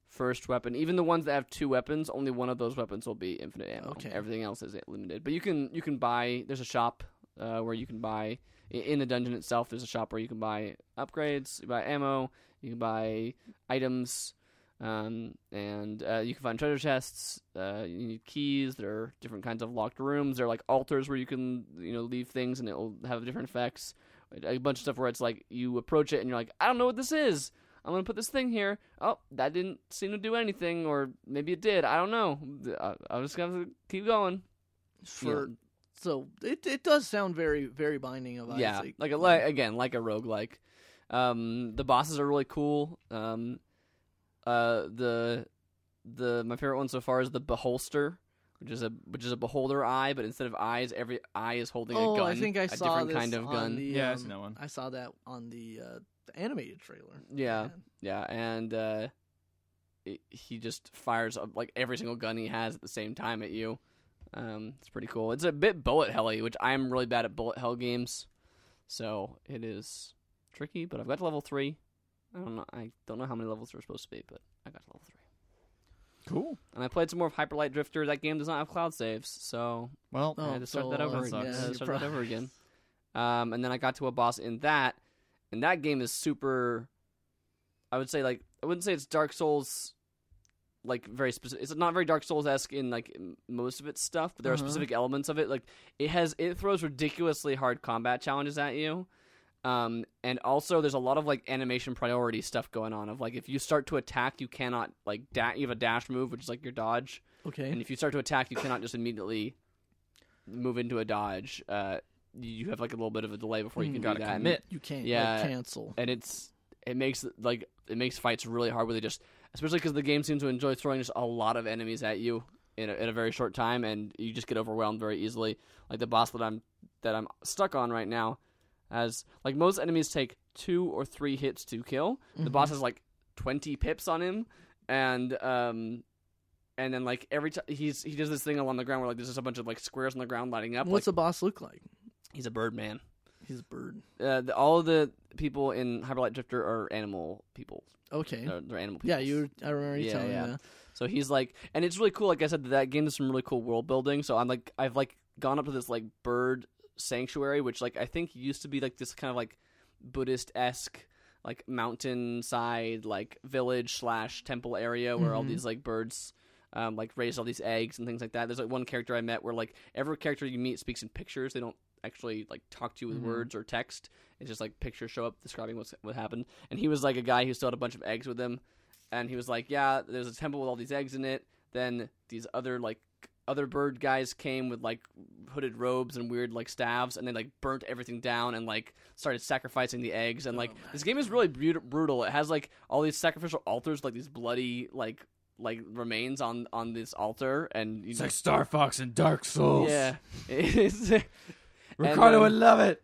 Speaker 2: first weapon. Even the ones that have two weapons, only one of those weapons will be infinite ammo.
Speaker 1: Okay.
Speaker 2: Everything else is limited. But you can you can buy. There's a shop uh, where you can buy i- in the dungeon itself. There's a shop where you can buy upgrades, you buy ammo, you can buy items. Um, and uh, you can find treasure chests. Uh, you need keys. There are different kinds of locked rooms. There are like altars where you can you know leave things and it will have different effects. A bunch of stuff where it's like you approach it and you're like, I don't know what this is. I'm gonna put this thing here. Oh, that didn't seem to do anything, or maybe it did. I don't know. I, I'm just gonna have to keep going.
Speaker 1: for. So it it does sound very very binding of
Speaker 2: yeah,
Speaker 1: Isaac.
Speaker 2: like a like, again, like a roguelike. Um, the bosses are really cool. Um, Uh, the the my favorite one so far is the beholster, which is a which is a beholder eye, but instead of eyes, every eye is holding
Speaker 1: oh,
Speaker 2: a gun.
Speaker 1: I think I
Speaker 2: a
Speaker 1: saw
Speaker 2: different
Speaker 1: this
Speaker 2: kind of
Speaker 1: on
Speaker 2: gun.
Speaker 1: The,
Speaker 3: Yeah, I've
Speaker 1: um,
Speaker 3: seen that one.
Speaker 1: I saw that on the uh, the animated trailer.
Speaker 2: Yeah. Yeah, and uh, it, he just fires up, like every single gun he has at the same time at you. Um, it's pretty cool. It's a bit bullet helly, which I'm really bad at bullet hell games, so it is tricky. But I've got to level three. I don't know. I don't know how many levels there are supposed to be, but I got to level three.
Speaker 3: Cool.
Speaker 2: And I played some more of Hyperlight Drifter. That game does not have cloud saves, so
Speaker 3: Well,
Speaker 2: I
Speaker 1: Oh,
Speaker 2: had to start
Speaker 1: so
Speaker 2: that over
Speaker 1: that
Speaker 2: again. I had to
Speaker 1: sucks.
Speaker 2: start that over again. Um, and then I got to a boss in that, and that game is super. I would say like I wouldn't say it's Dark Souls, like very specific. It's not very Dark Souls esque in like m- most of its stuff, but there
Speaker 1: Uh-huh.
Speaker 2: are specific elements of it. Like it has it throws ridiculously hard combat challenges at you. Um, and also there's a lot of like animation priority stuff going on of like if you start to attack you cannot like da- you have a dash move which is like your dodge
Speaker 1: Okay.
Speaker 2: and if you start to attack, you cannot just immediately move into a dodge. Uh, you have like a little bit of a delay before you
Speaker 1: Hmm.
Speaker 2: can
Speaker 3: gotta
Speaker 2: do that. and-
Speaker 3: commit.
Speaker 1: you can't like,
Speaker 2: Yeah.
Speaker 1: cancel.
Speaker 2: and it's it makes like it makes fights really hard where they just, especially because the game seems to enjoy throwing just a lot of enemies at you in a, in a very short time, and you just get overwhelmed very easily. Like the boss that I'm that I'm stuck on right now has like most enemies take two or three hits to kill. The boss has like twenty pips on him, and um. And then, like every time he's he does this thing along the ground where like there's just a bunch of like squares on the ground lighting up.
Speaker 1: What's
Speaker 2: like,
Speaker 1: a boss look like?
Speaker 2: he's a bird man
Speaker 1: He's a bird.
Speaker 2: uh, the, all of the people in Hyperlight Drifter are animal people.
Speaker 1: Okay.
Speaker 2: They're, they're animal people.
Speaker 1: yeah, you. Were, I remember you
Speaker 2: Yeah,
Speaker 1: telling
Speaker 2: yeah.
Speaker 1: me. that.
Speaker 2: So he's like, and it's really cool. Like I said, that game does some really cool world building. So I'm like, I've like gone up to this like bird sanctuary, which like I think used to be like this kind of like Buddhist esque like mountainside like village slash temple area where all
Speaker 1: Mhm.
Speaker 2: these like birds. Um, like raise all these eggs and things like that. There's like one character I met where like every character you meet speaks in pictures. They don't actually like talk to you
Speaker 1: Mm-hmm.
Speaker 2: with
Speaker 3: Mhm.
Speaker 2: words or text. It's just like pictures show up describing what's what happened. And he was like a guy who still had a bunch of eggs with him, and he was like, "Yeah, there's a temple with all these eggs in it." Then these other like other bird guys came with like hooded robes and weird like staves, and they like burnt everything down and like started sacrificing the eggs. And like
Speaker 1: Oh my
Speaker 2: this game is really brut- brutal. It has like all these sacrificial altars, like these bloody like like remains on on this altar, and you
Speaker 3: It's
Speaker 2: know-
Speaker 3: like Star Fox and Dark Souls.
Speaker 2: yeah, it is. And,
Speaker 3: Ricardo
Speaker 2: uh,
Speaker 3: would love it.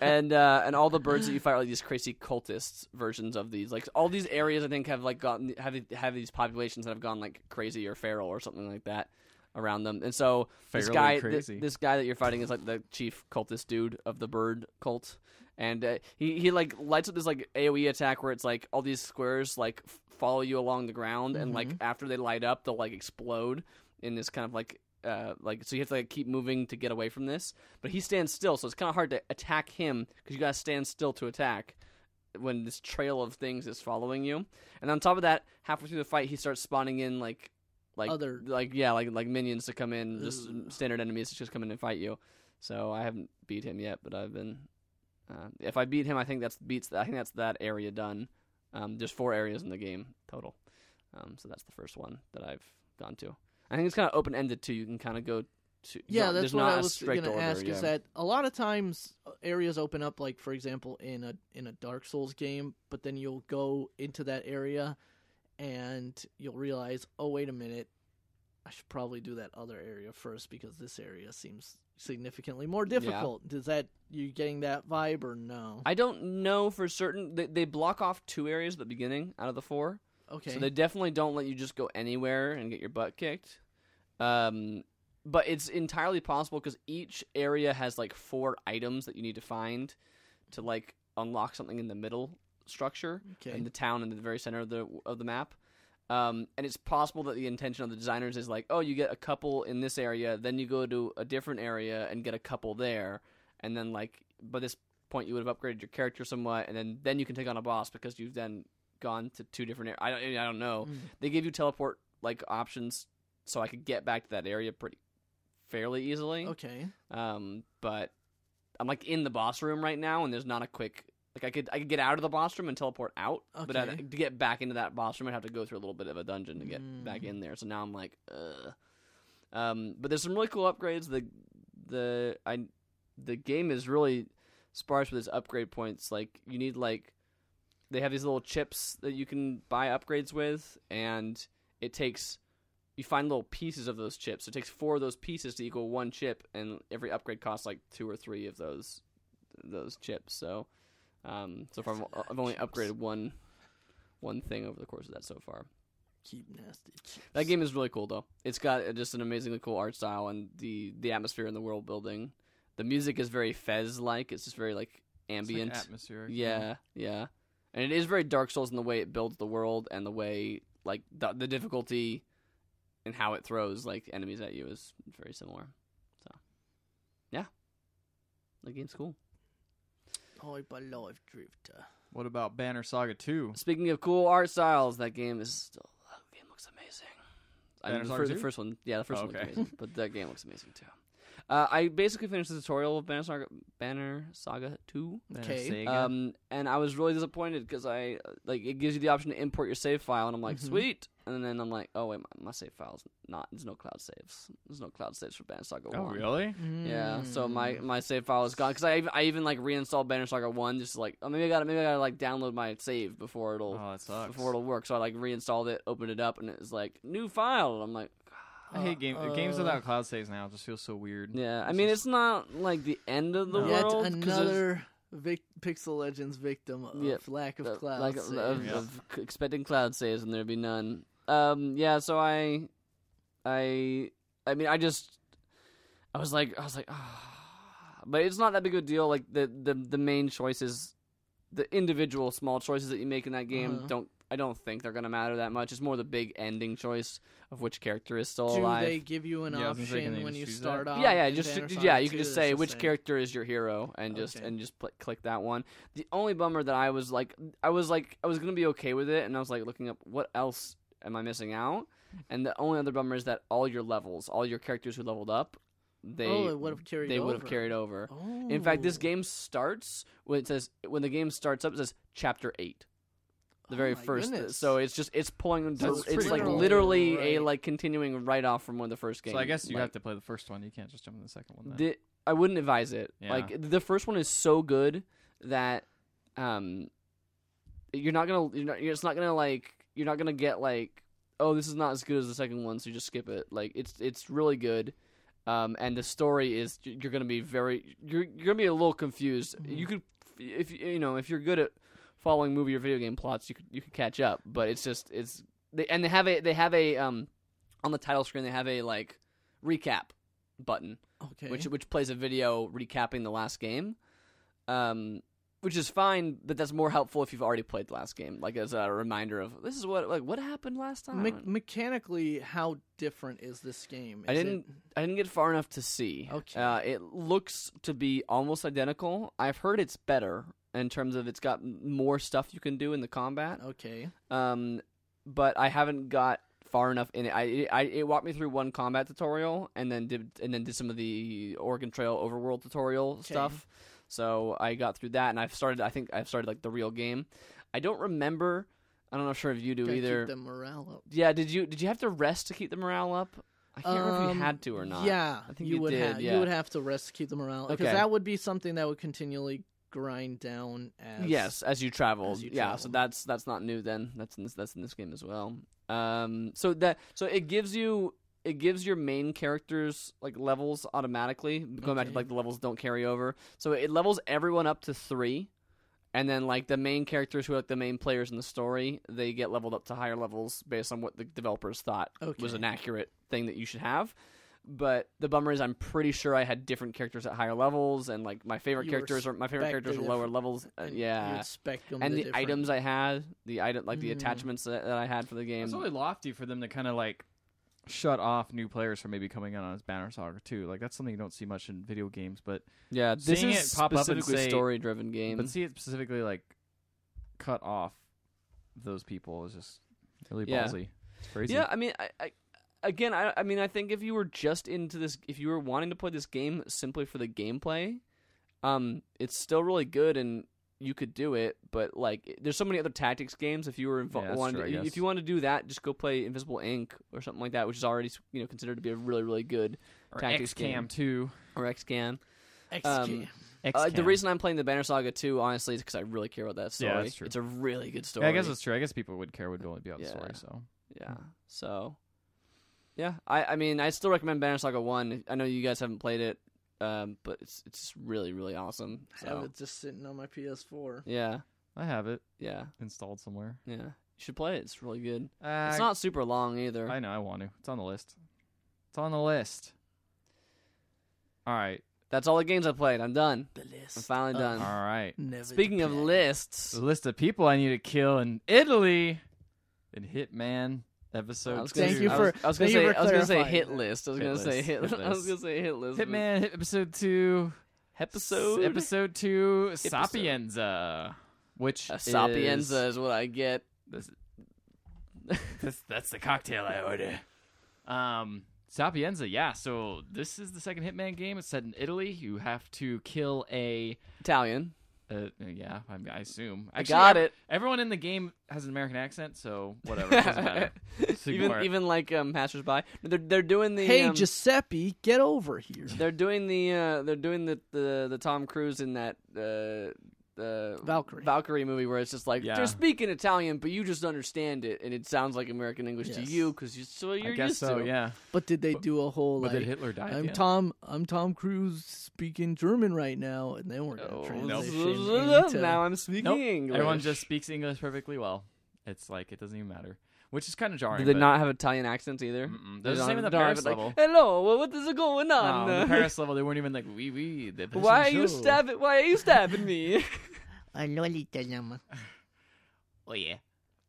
Speaker 2: and uh, and all the birds that you fight are like these crazy cultist versions of these. Like all these areas, I think have like gotten have have these populations that have gone like crazy or feral or something like that around them. And so this
Speaker 3: Ferally
Speaker 2: guy, thi-
Speaker 3: crazy.
Speaker 2: this guy that you're fighting is like the chief cultist dude of the bird cult, and uh, he he like lights up this like AOE attack where it's like all these squares like f- follow you along the ground, and like after they light up, they'll like explode in this kind of like. Uh, like so you have to like keep moving to get away from this but he stands still so it's kind of hard to attack him because you gotta stand still to attack when this trail of things is following you and on top of that halfway through the fight he starts spawning in like like
Speaker 1: Other-
Speaker 2: like yeah like like minions to come in just
Speaker 1: Ugh.
Speaker 2: standard enemies to just come in and fight you so i haven't beat him yet but i've been uh, if i beat him i think that's beats i think that's that area done um, there's four areas in the game total um, so that's the first one that i've gone to i think it's kind of open-ended too you can kind of go to
Speaker 1: yeah,
Speaker 2: no,
Speaker 1: that's
Speaker 2: there's
Speaker 1: what
Speaker 2: not
Speaker 1: I
Speaker 2: a
Speaker 1: was going
Speaker 2: strict
Speaker 1: to
Speaker 2: order,
Speaker 1: ask.
Speaker 2: yeah.
Speaker 1: Is that a lot of times uh, areas open up, like for example in a in a Dark Souls game, but then you'll go into that area, and you'll realize, oh wait a minute, I should probably do that other area first because this area seems significantly more difficult. Does that you getting that vibe or no?
Speaker 2: I don't know for certain. They, they block off two areas at the beginning out of the four,
Speaker 1: okay,
Speaker 2: so they definitely don't let you just go anywhere and get your butt kicked. Um, but it's entirely possible because each area has like four items that you need to find to like unlock something in the middle structure
Speaker 1: okay,
Speaker 2: in the town in the very center of the of the map. Um, and it's possible that the intention of the designers is like, oh, you get a couple in this area, then you go to a different area and get a couple there, and then like by this point you would have upgraded your character somewhat, and then then you can take on a boss because you've then gone to two different areas. I don't, I don't know.
Speaker 1: Mm.
Speaker 2: They give you teleport like options, so I could get back to that area pretty fairly easily.
Speaker 1: okay.
Speaker 2: Um, but I'm like in the boss room right now, and there's not a quick like I could I could get out of the boss room and teleport out, but I,
Speaker 1: Okay.
Speaker 2: to get back into that boss room, I'd have to go through a little bit of a dungeon to get back
Speaker 1: Mm.
Speaker 2: in there. So now I'm like, ugh. Um, but there's some really cool upgrades. The the I the game is really sparse with its upgrade points. Like you need like they have these little chips that you can buy upgrades with, and it takes you find little pieces of those chips. It takes four of those pieces to equal one chip, and every upgrade costs like two or three of those those chips. So, um, so far I'm- I've only upgraded one one thing over the course of that so far.
Speaker 1: Keep nasty. chips.
Speaker 2: That game is really cool though. It's got uh, just an amazingly cool art style and the the atmosphere and the world building. The music is very Fez like. It's just very like ambient.
Speaker 3: atmospheric.
Speaker 2: yeah, yeah. And it is very Dark Souls in the way it builds the world and the way like the, the difficulty and how it throws like enemies at you is very similar. So, yeah, the game's cool.
Speaker 1: Hyperlife oh, Drifter.
Speaker 3: What about Banner Saga 2?
Speaker 2: Speaking of cool art styles, that game is still that game looks amazing. I mean,
Speaker 3: Banner's
Speaker 2: the,
Speaker 3: Saga
Speaker 2: fir- the
Speaker 3: 2?
Speaker 2: first one, yeah, the first
Speaker 3: Oh,
Speaker 2: one
Speaker 3: okay.
Speaker 2: looked amazing, but that game looks amazing too. Uh, I basically finished the tutorial of Banner Saga, Banner Saga Two,
Speaker 1: Okay.
Speaker 2: um, and I was really disappointed because I uh, like it gives you the option to import your save file, and I'm like,
Speaker 3: Mm-hmm.
Speaker 1: Mhm.
Speaker 2: sweet, and then I'm like, oh wait, my, my save file's not. There's no cloud saves. There's no cloud saves for Banner Saga
Speaker 3: oh,
Speaker 2: One.
Speaker 3: really? Hmm.
Speaker 2: Yeah, so
Speaker 1: Mm.
Speaker 2: my my save file is gone because I even, I even like reinstalled Banner Saga One just like oh maybe I got to maybe I gotta like download my save before it'll
Speaker 3: Oh, that sucks.
Speaker 2: before it'll work. So I like reinstalled it, opened it up, and it was like new file. And I'm like,
Speaker 3: I hate game, games
Speaker 1: Uh,
Speaker 3: without cloud saves now. It just feels so weird.
Speaker 2: yeah. I
Speaker 3: It's
Speaker 2: mean,
Speaker 3: just-
Speaker 2: it's not like the end of the
Speaker 1: Yet
Speaker 2: world. 'cause there's-
Speaker 1: another vic- Pixel Legends victim of
Speaker 2: Yep,
Speaker 1: lack of
Speaker 2: Uh,
Speaker 1: cloud
Speaker 2: like,
Speaker 1: saves.
Speaker 2: Of,
Speaker 3: Yeah.
Speaker 2: of c- expecting cloud saves and there'd be none. Um, yeah, so I, I, I mean, I just, I was like, I was like, ah. but it's not that big of a deal. Like the the the main choices, the individual small choices that you make in that game
Speaker 1: Uh-huh.
Speaker 2: don't. I don't think they're gonna matter that much. It's more the big ending choice of which character is still
Speaker 1: Do
Speaker 2: alive.
Speaker 1: they give you an
Speaker 3: Yeah, I was gonna say, can
Speaker 1: option
Speaker 3: they
Speaker 1: when
Speaker 3: just
Speaker 1: you
Speaker 3: choose
Speaker 1: start
Speaker 3: that?
Speaker 1: off?
Speaker 2: yeah, yeah,
Speaker 1: in
Speaker 2: just
Speaker 1: Banner
Speaker 2: yeah,
Speaker 1: Saga
Speaker 2: you
Speaker 1: 2?
Speaker 2: can just
Speaker 1: That's
Speaker 2: say
Speaker 1: the
Speaker 2: which
Speaker 1: same.
Speaker 2: character is your hero and just
Speaker 1: Okay.
Speaker 2: and just pl- click that one. The only bummer that I was like I was like I was going to be okay with it and I was like looking up what else am I missing out? And the only other bummer is that all your levels, all your characters who leveled up, they
Speaker 1: oh, it would have carried.
Speaker 2: they would have
Speaker 1: over.
Speaker 2: carried over. In fact, this
Speaker 1: Oh.
Speaker 2: game starts when it says when the game starts up it says chapter 8.
Speaker 1: Oh
Speaker 2: The very
Speaker 1: my
Speaker 2: first
Speaker 1: goodness.
Speaker 2: so it's just it's pulling
Speaker 3: That's
Speaker 2: it's
Speaker 3: pretty
Speaker 2: like
Speaker 3: cool.
Speaker 2: literally a
Speaker 1: Right.
Speaker 2: like continuing right off from when the first game.
Speaker 3: So I guess you
Speaker 2: like,
Speaker 3: have to play the first one. You can't just jump in the second one. Then.
Speaker 2: the, I wouldn't advise it.
Speaker 3: Yeah.
Speaker 2: Like the first one is so good that um you're not gonna you're not, you're, it's not gonna like you're not gonna get like oh this is not as good as the second one so you just skip it like it's it's really good um and the story is you're gonna be very you're you're gonna be a little confused
Speaker 1: Mhm.
Speaker 2: you could if you know if you're good at following movie or video game plots you could you could catch up but it's just it's they and they have a they have a um on the title screen they have a like recap button
Speaker 1: okay.
Speaker 2: which which plays a video recapping the last game, um, which is fine, but that's more helpful if you've already played the last game, like as a reminder of this is what like what happened last time.
Speaker 1: Me- mechanically, how different is this game?
Speaker 2: I
Speaker 1: Is it-
Speaker 2: didn't- I didn't get far enough to see.
Speaker 1: Okay.
Speaker 2: uh, it looks to be almost identical. I've heard it's better in terms of it's got m- more stuff you can do in the combat,
Speaker 1: Okay.
Speaker 2: um, but I haven't got far enough in it. I, I it walked me through one combat tutorial and then did and then did some of the Oregon Trail overworld tutorial stuff. So I got through that and I've started. I think I've started like the real game. I don't remember. I don't know if sure if you do
Speaker 1: Gotta
Speaker 2: either.
Speaker 1: keep the morale up.
Speaker 2: Yeah, did you did you have to rest to keep the morale up? I can't remember if
Speaker 1: Um,
Speaker 2: you had to or not.
Speaker 1: Yeah,
Speaker 2: I think
Speaker 1: you,
Speaker 2: you
Speaker 1: would
Speaker 2: did,
Speaker 1: have.
Speaker 2: yeah.
Speaker 1: You would have to rest to keep the morale because
Speaker 2: Okay.
Speaker 1: that would be something that would continually grind down. As
Speaker 2: yes, as you traveled.
Speaker 1: as you
Speaker 2: yeah, so
Speaker 1: traveled.
Speaker 2: that's that's not new then. That's in this that's in this game as well. Um so that so it gives you it gives your main characters like levels automatically. Going back to
Speaker 1: Okay.
Speaker 2: like the levels don't carry over. So it levels everyone up to 3 and then like the main characters who are like the main players in the story, they get leveled up to higher levels based on what the developers thought
Speaker 1: Okay.
Speaker 2: was an accurate thing that you should have. But the bummer is, I'm pretty sure I had different characters at higher levels, and like my favorite
Speaker 1: You were
Speaker 2: characters are my favorite characters are
Speaker 1: speculative
Speaker 2: lower levels. Uh,
Speaker 1: And
Speaker 2: yeah,
Speaker 1: you'd spec them
Speaker 2: and
Speaker 1: to
Speaker 2: the
Speaker 1: different-
Speaker 2: items I had, the item like
Speaker 3: Mm-hmm.
Speaker 2: the
Speaker 1: Mm.
Speaker 2: attachments that, that I had for the game.
Speaker 3: It's really lofty for them to kind of like shut off new players from maybe coming in on his Banner Saga too. Like that's something you don't see much in video games, but
Speaker 2: yeah, this
Speaker 3: Seeing
Speaker 2: is
Speaker 3: it pop up and
Speaker 2: specifically
Speaker 3: say-
Speaker 2: story-driven game.
Speaker 3: but see it specifically like cut off those people is just really
Speaker 2: Yeah.
Speaker 3: ballsy. It's crazy.
Speaker 2: yeah, I mean, I, I again, I, I mean, I think if you were just into this, if you were wanting to play this game simply for the gameplay, um, it's still really good and you could do it. But like, there's so many other tactics games. If you were
Speaker 3: Yeah,
Speaker 2: involved,
Speaker 3: that's
Speaker 2: wanted
Speaker 3: true, I
Speaker 2: to, if
Speaker 3: guess.
Speaker 2: you want to do that, just go play Invisible Ink or something like that, which is already you know considered to be a really really good
Speaker 3: Or
Speaker 2: Tactics
Speaker 3: X Cam
Speaker 2: game.
Speaker 3: too.
Speaker 2: or XCAM.
Speaker 1: XK.
Speaker 2: um, Uh, the
Speaker 3: XCOM.
Speaker 2: reason I'm playing the Banner Saga 2, honestly, is because I really care about that story.
Speaker 3: Yeah, that's true.
Speaker 2: It's a really good story.
Speaker 3: Yeah, I guess it's true. I guess people would care would only be about the
Speaker 2: Yeah.
Speaker 3: story. So
Speaker 2: Yeah. So, yeah, I, I mean, I still recommend Banner Saga 1. I know you guys haven't played it, um, but it's it's really, really awesome.
Speaker 1: I have
Speaker 2: So,
Speaker 1: it just sitting on my PS4.
Speaker 2: yeah,
Speaker 3: I have it
Speaker 2: yeah,
Speaker 3: installed somewhere.
Speaker 2: yeah. You should play it. It's really good.
Speaker 3: Uh,
Speaker 2: it's not super long either.
Speaker 3: I know. I want to. It's on the list. It's on the list. All right.
Speaker 2: That's all the games I played. I'm done.
Speaker 1: The list.
Speaker 2: I'm finally
Speaker 1: of
Speaker 2: done.
Speaker 3: All right.
Speaker 1: never
Speaker 2: Speaking of
Speaker 1: declared.
Speaker 2: lists,
Speaker 3: The list of people I need to kill in Italy in Hitman
Speaker 2: I
Speaker 3: episode.
Speaker 2: was
Speaker 3: two.
Speaker 2: gonna
Speaker 1: Thank
Speaker 2: say-
Speaker 1: you
Speaker 2: I
Speaker 1: for-
Speaker 2: was, I was
Speaker 1: thank
Speaker 2: gonna
Speaker 1: you
Speaker 2: say
Speaker 1: for
Speaker 2: I was gonna say
Speaker 1: clarifying
Speaker 2: hit
Speaker 1: that.
Speaker 2: list. I was
Speaker 3: Hit
Speaker 2: gonna say
Speaker 3: list,
Speaker 2: hit.
Speaker 3: hit
Speaker 2: I was
Speaker 3: list.
Speaker 2: gonna say hit list. but-
Speaker 3: Hitman hit- episode two.
Speaker 2: episode.
Speaker 3: S- Episode two. Sapienza. Which
Speaker 2: A
Speaker 3: is-
Speaker 2: sapienza is what I get.
Speaker 3: This- that's, that's the cocktail I order. Um, Sapienza, yeah. So this is the second Hitman game. It's set in Italy. You have to kill a.
Speaker 2: Italian.
Speaker 3: Uh, yeah, I'm, I assume.
Speaker 2: I got
Speaker 3: ev-
Speaker 2: it.
Speaker 3: Everyone in the game has an American accent, so whatever. It doesn't matter. So
Speaker 2: even
Speaker 3: ignore it.
Speaker 2: even like um, passersby. They're they're doing the
Speaker 1: Hey
Speaker 2: um,
Speaker 1: Giuseppe, get over here.
Speaker 2: they're doing the uh, they're doing the, the the Tom Cruise in that uh, uh,
Speaker 1: Valkyrie.
Speaker 2: Valkyrie movie where it's just like
Speaker 3: Yeah.
Speaker 2: they're speaking Italian, but you just understand it, and it sounds like American English to
Speaker 1: Yes.
Speaker 2: you because you so
Speaker 3: I
Speaker 2: you're
Speaker 3: guess
Speaker 2: used
Speaker 3: so.
Speaker 2: to.
Speaker 3: Yeah.
Speaker 1: But did they do a whole
Speaker 3: But
Speaker 1: like
Speaker 3: did Hitler die? at
Speaker 1: I'm
Speaker 3: the end?
Speaker 1: Tom I'm Tom Cruise speaking German right now and then we're gonna
Speaker 2: Oh,
Speaker 1: transition into
Speaker 2: now I'm speaking
Speaker 3: Nope.
Speaker 2: English.
Speaker 3: Everyone just speaks English perfectly well. It's like it doesn't even matter, which is kind of jarring.
Speaker 2: Do they
Speaker 3: but-
Speaker 2: not have Italian accents either? They
Speaker 3: Mm-mm. They're the
Speaker 2: don't
Speaker 3: same
Speaker 2: have-
Speaker 3: in the
Speaker 2: don't have
Speaker 3: Paris
Speaker 2: it like,
Speaker 3: level.
Speaker 2: Hello, well, what is going
Speaker 3: No,
Speaker 2: on?
Speaker 3: in the Paris level, they weren't even like wee wee.
Speaker 2: why are you stabbing? Why are you stabbing me?
Speaker 3: Oh yeah.
Speaker 1: Oh,
Speaker 3: No.
Speaker 1: yeah.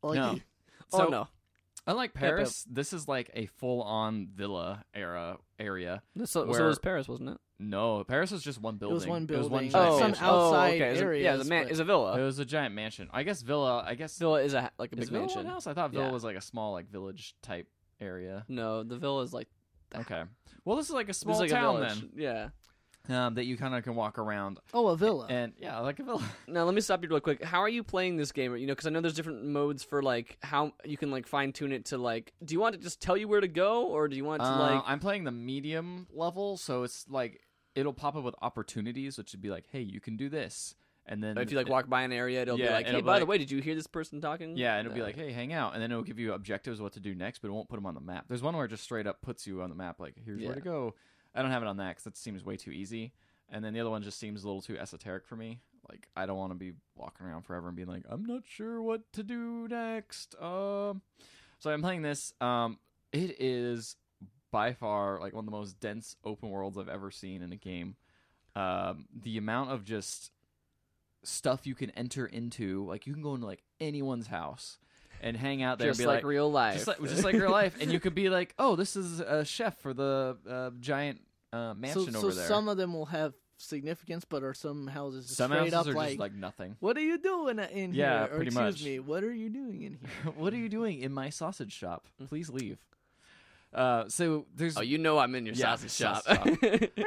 Speaker 2: oh
Speaker 3: So-
Speaker 2: no,
Speaker 3: Unlike
Speaker 2: Yep, yep.
Speaker 3: Paris, this is like a full-on villa era area.
Speaker 2: so, so
Speaker 3: Where-
Speaker 2: it was Paris, wasn't it?
Speaker 3: No, Paris was just one building.
Speaker 1: was one
Speaker 3: It was one
Speaker 1: building.
Speaker 3: giant
Speaker 1: Oh, some
Speaker 3: mansion.
Speaker 1: out- outside
Speaker 2: okay. It's a- yeah, it's
Speaker 1: areas,
Speaker 2: a, man,
Speaker 1: but-
Speaker 2: it's a villa.
Speaker 3: It was a giant mansion. I guess villa. I guess
Speaker 2: villa is a like a
Speaker 3: is
Speaker 2: big
Speaker 3: villa
Speaker 2: mansion.
Speaker 3: One house? I thought villa
Speaker 2: Yeah.
Speaker 3: was like a small like village type area.
Speaker 2: No, the villa is like
Speaker 3: Okay. Well, this is like a
Speaker 2: this
Speaker 3: small
Speaker 2: is like
Speaker 3: town
Speaker 2: a village. Yeah.
Speaker 3: then um, that you kind of can walk around
Speaker 1: Oh, a
Speaker 2: Uh.
Speaker 1: villa.
Speaker 3: and yeah, like a villa.
Speaker 2: Now let me stop you real quick. How are you playing this game? You know, because I know there's different modes for like how you can like fine tune it to like. Do you want to just tell you where to go, or do you want to
Speaker 3: Uh,
Speaker 2: like?
Speaker 3: I'm playing the medium level, so it's like it'll pop up with opportunities, which would be like, hey, you can do this, and then
Speaker 2: if you like walk by an area, it'll be
Speaker 3: yeah,
Speaker 2: like,
Speaker 3: it'll
Speaker 2: hey,
Speaker 3: be
Speaker 2: by the
Speaker 3: like-
Speaker 2: way, did you hear this person talking?
Speaker 3: Yeah, and it'll be
Speaker 2: No.
Speaker 3: like, hey, hang out, and then it'll give you objectives what to do next, but it won't put them on the map. There's one where it just straight up puts you on the map, like here's
Speaker 2: Yeah.
Speaker 3: where to go. I don't have it on that because that seems way too easy, and then the other one just seems a little too esoteric for me. Like I don't want to be walking around forever and being like, I'm not sure what to do next. Um, so I'm playing this. Um, it is by far like one of the most dense open worlds I've ever seen in a game. Um, the amount of just stuff you can enter into, like you can go into like anyone's house and hang out there,
Speaker 2: just
Speaker 3: and be
Speaker 2: like, real life,
Speaker 3: just like just like your life, and you could be like, oh, this is a chef for the uh, giant uh,
Speaker 1: so
Speaker 3: mansion
Speaker 1: so
Speaker 3: over there.
Speaker 1: some of them will have significance, but are some houses just
Speaker 3: Some
Speaker 1: straight
Speaker 3: houses
Speaker 1: up
Speaker 3: are
Speaker 1: like,
Speaker 3: just like nothing.
Speaker 1: what are you doing in here?
Speaker 3: Yeah,
Speaker 1: Or
Speaker 3: pretty
Speaker 1: excuse
Speaker 3: much.
Speaker 1: me, what are you doing in here?
Speaker 3: what are you doing in my sausage shop?
Speaker 1: Mm.
Speaker 3: Please leave. Uh, so there's
Speaker 2: Oh, you know I'm in your
Speaker 3: Yeah,
Speaker 2: sausage shop.
Speaker 3: sausage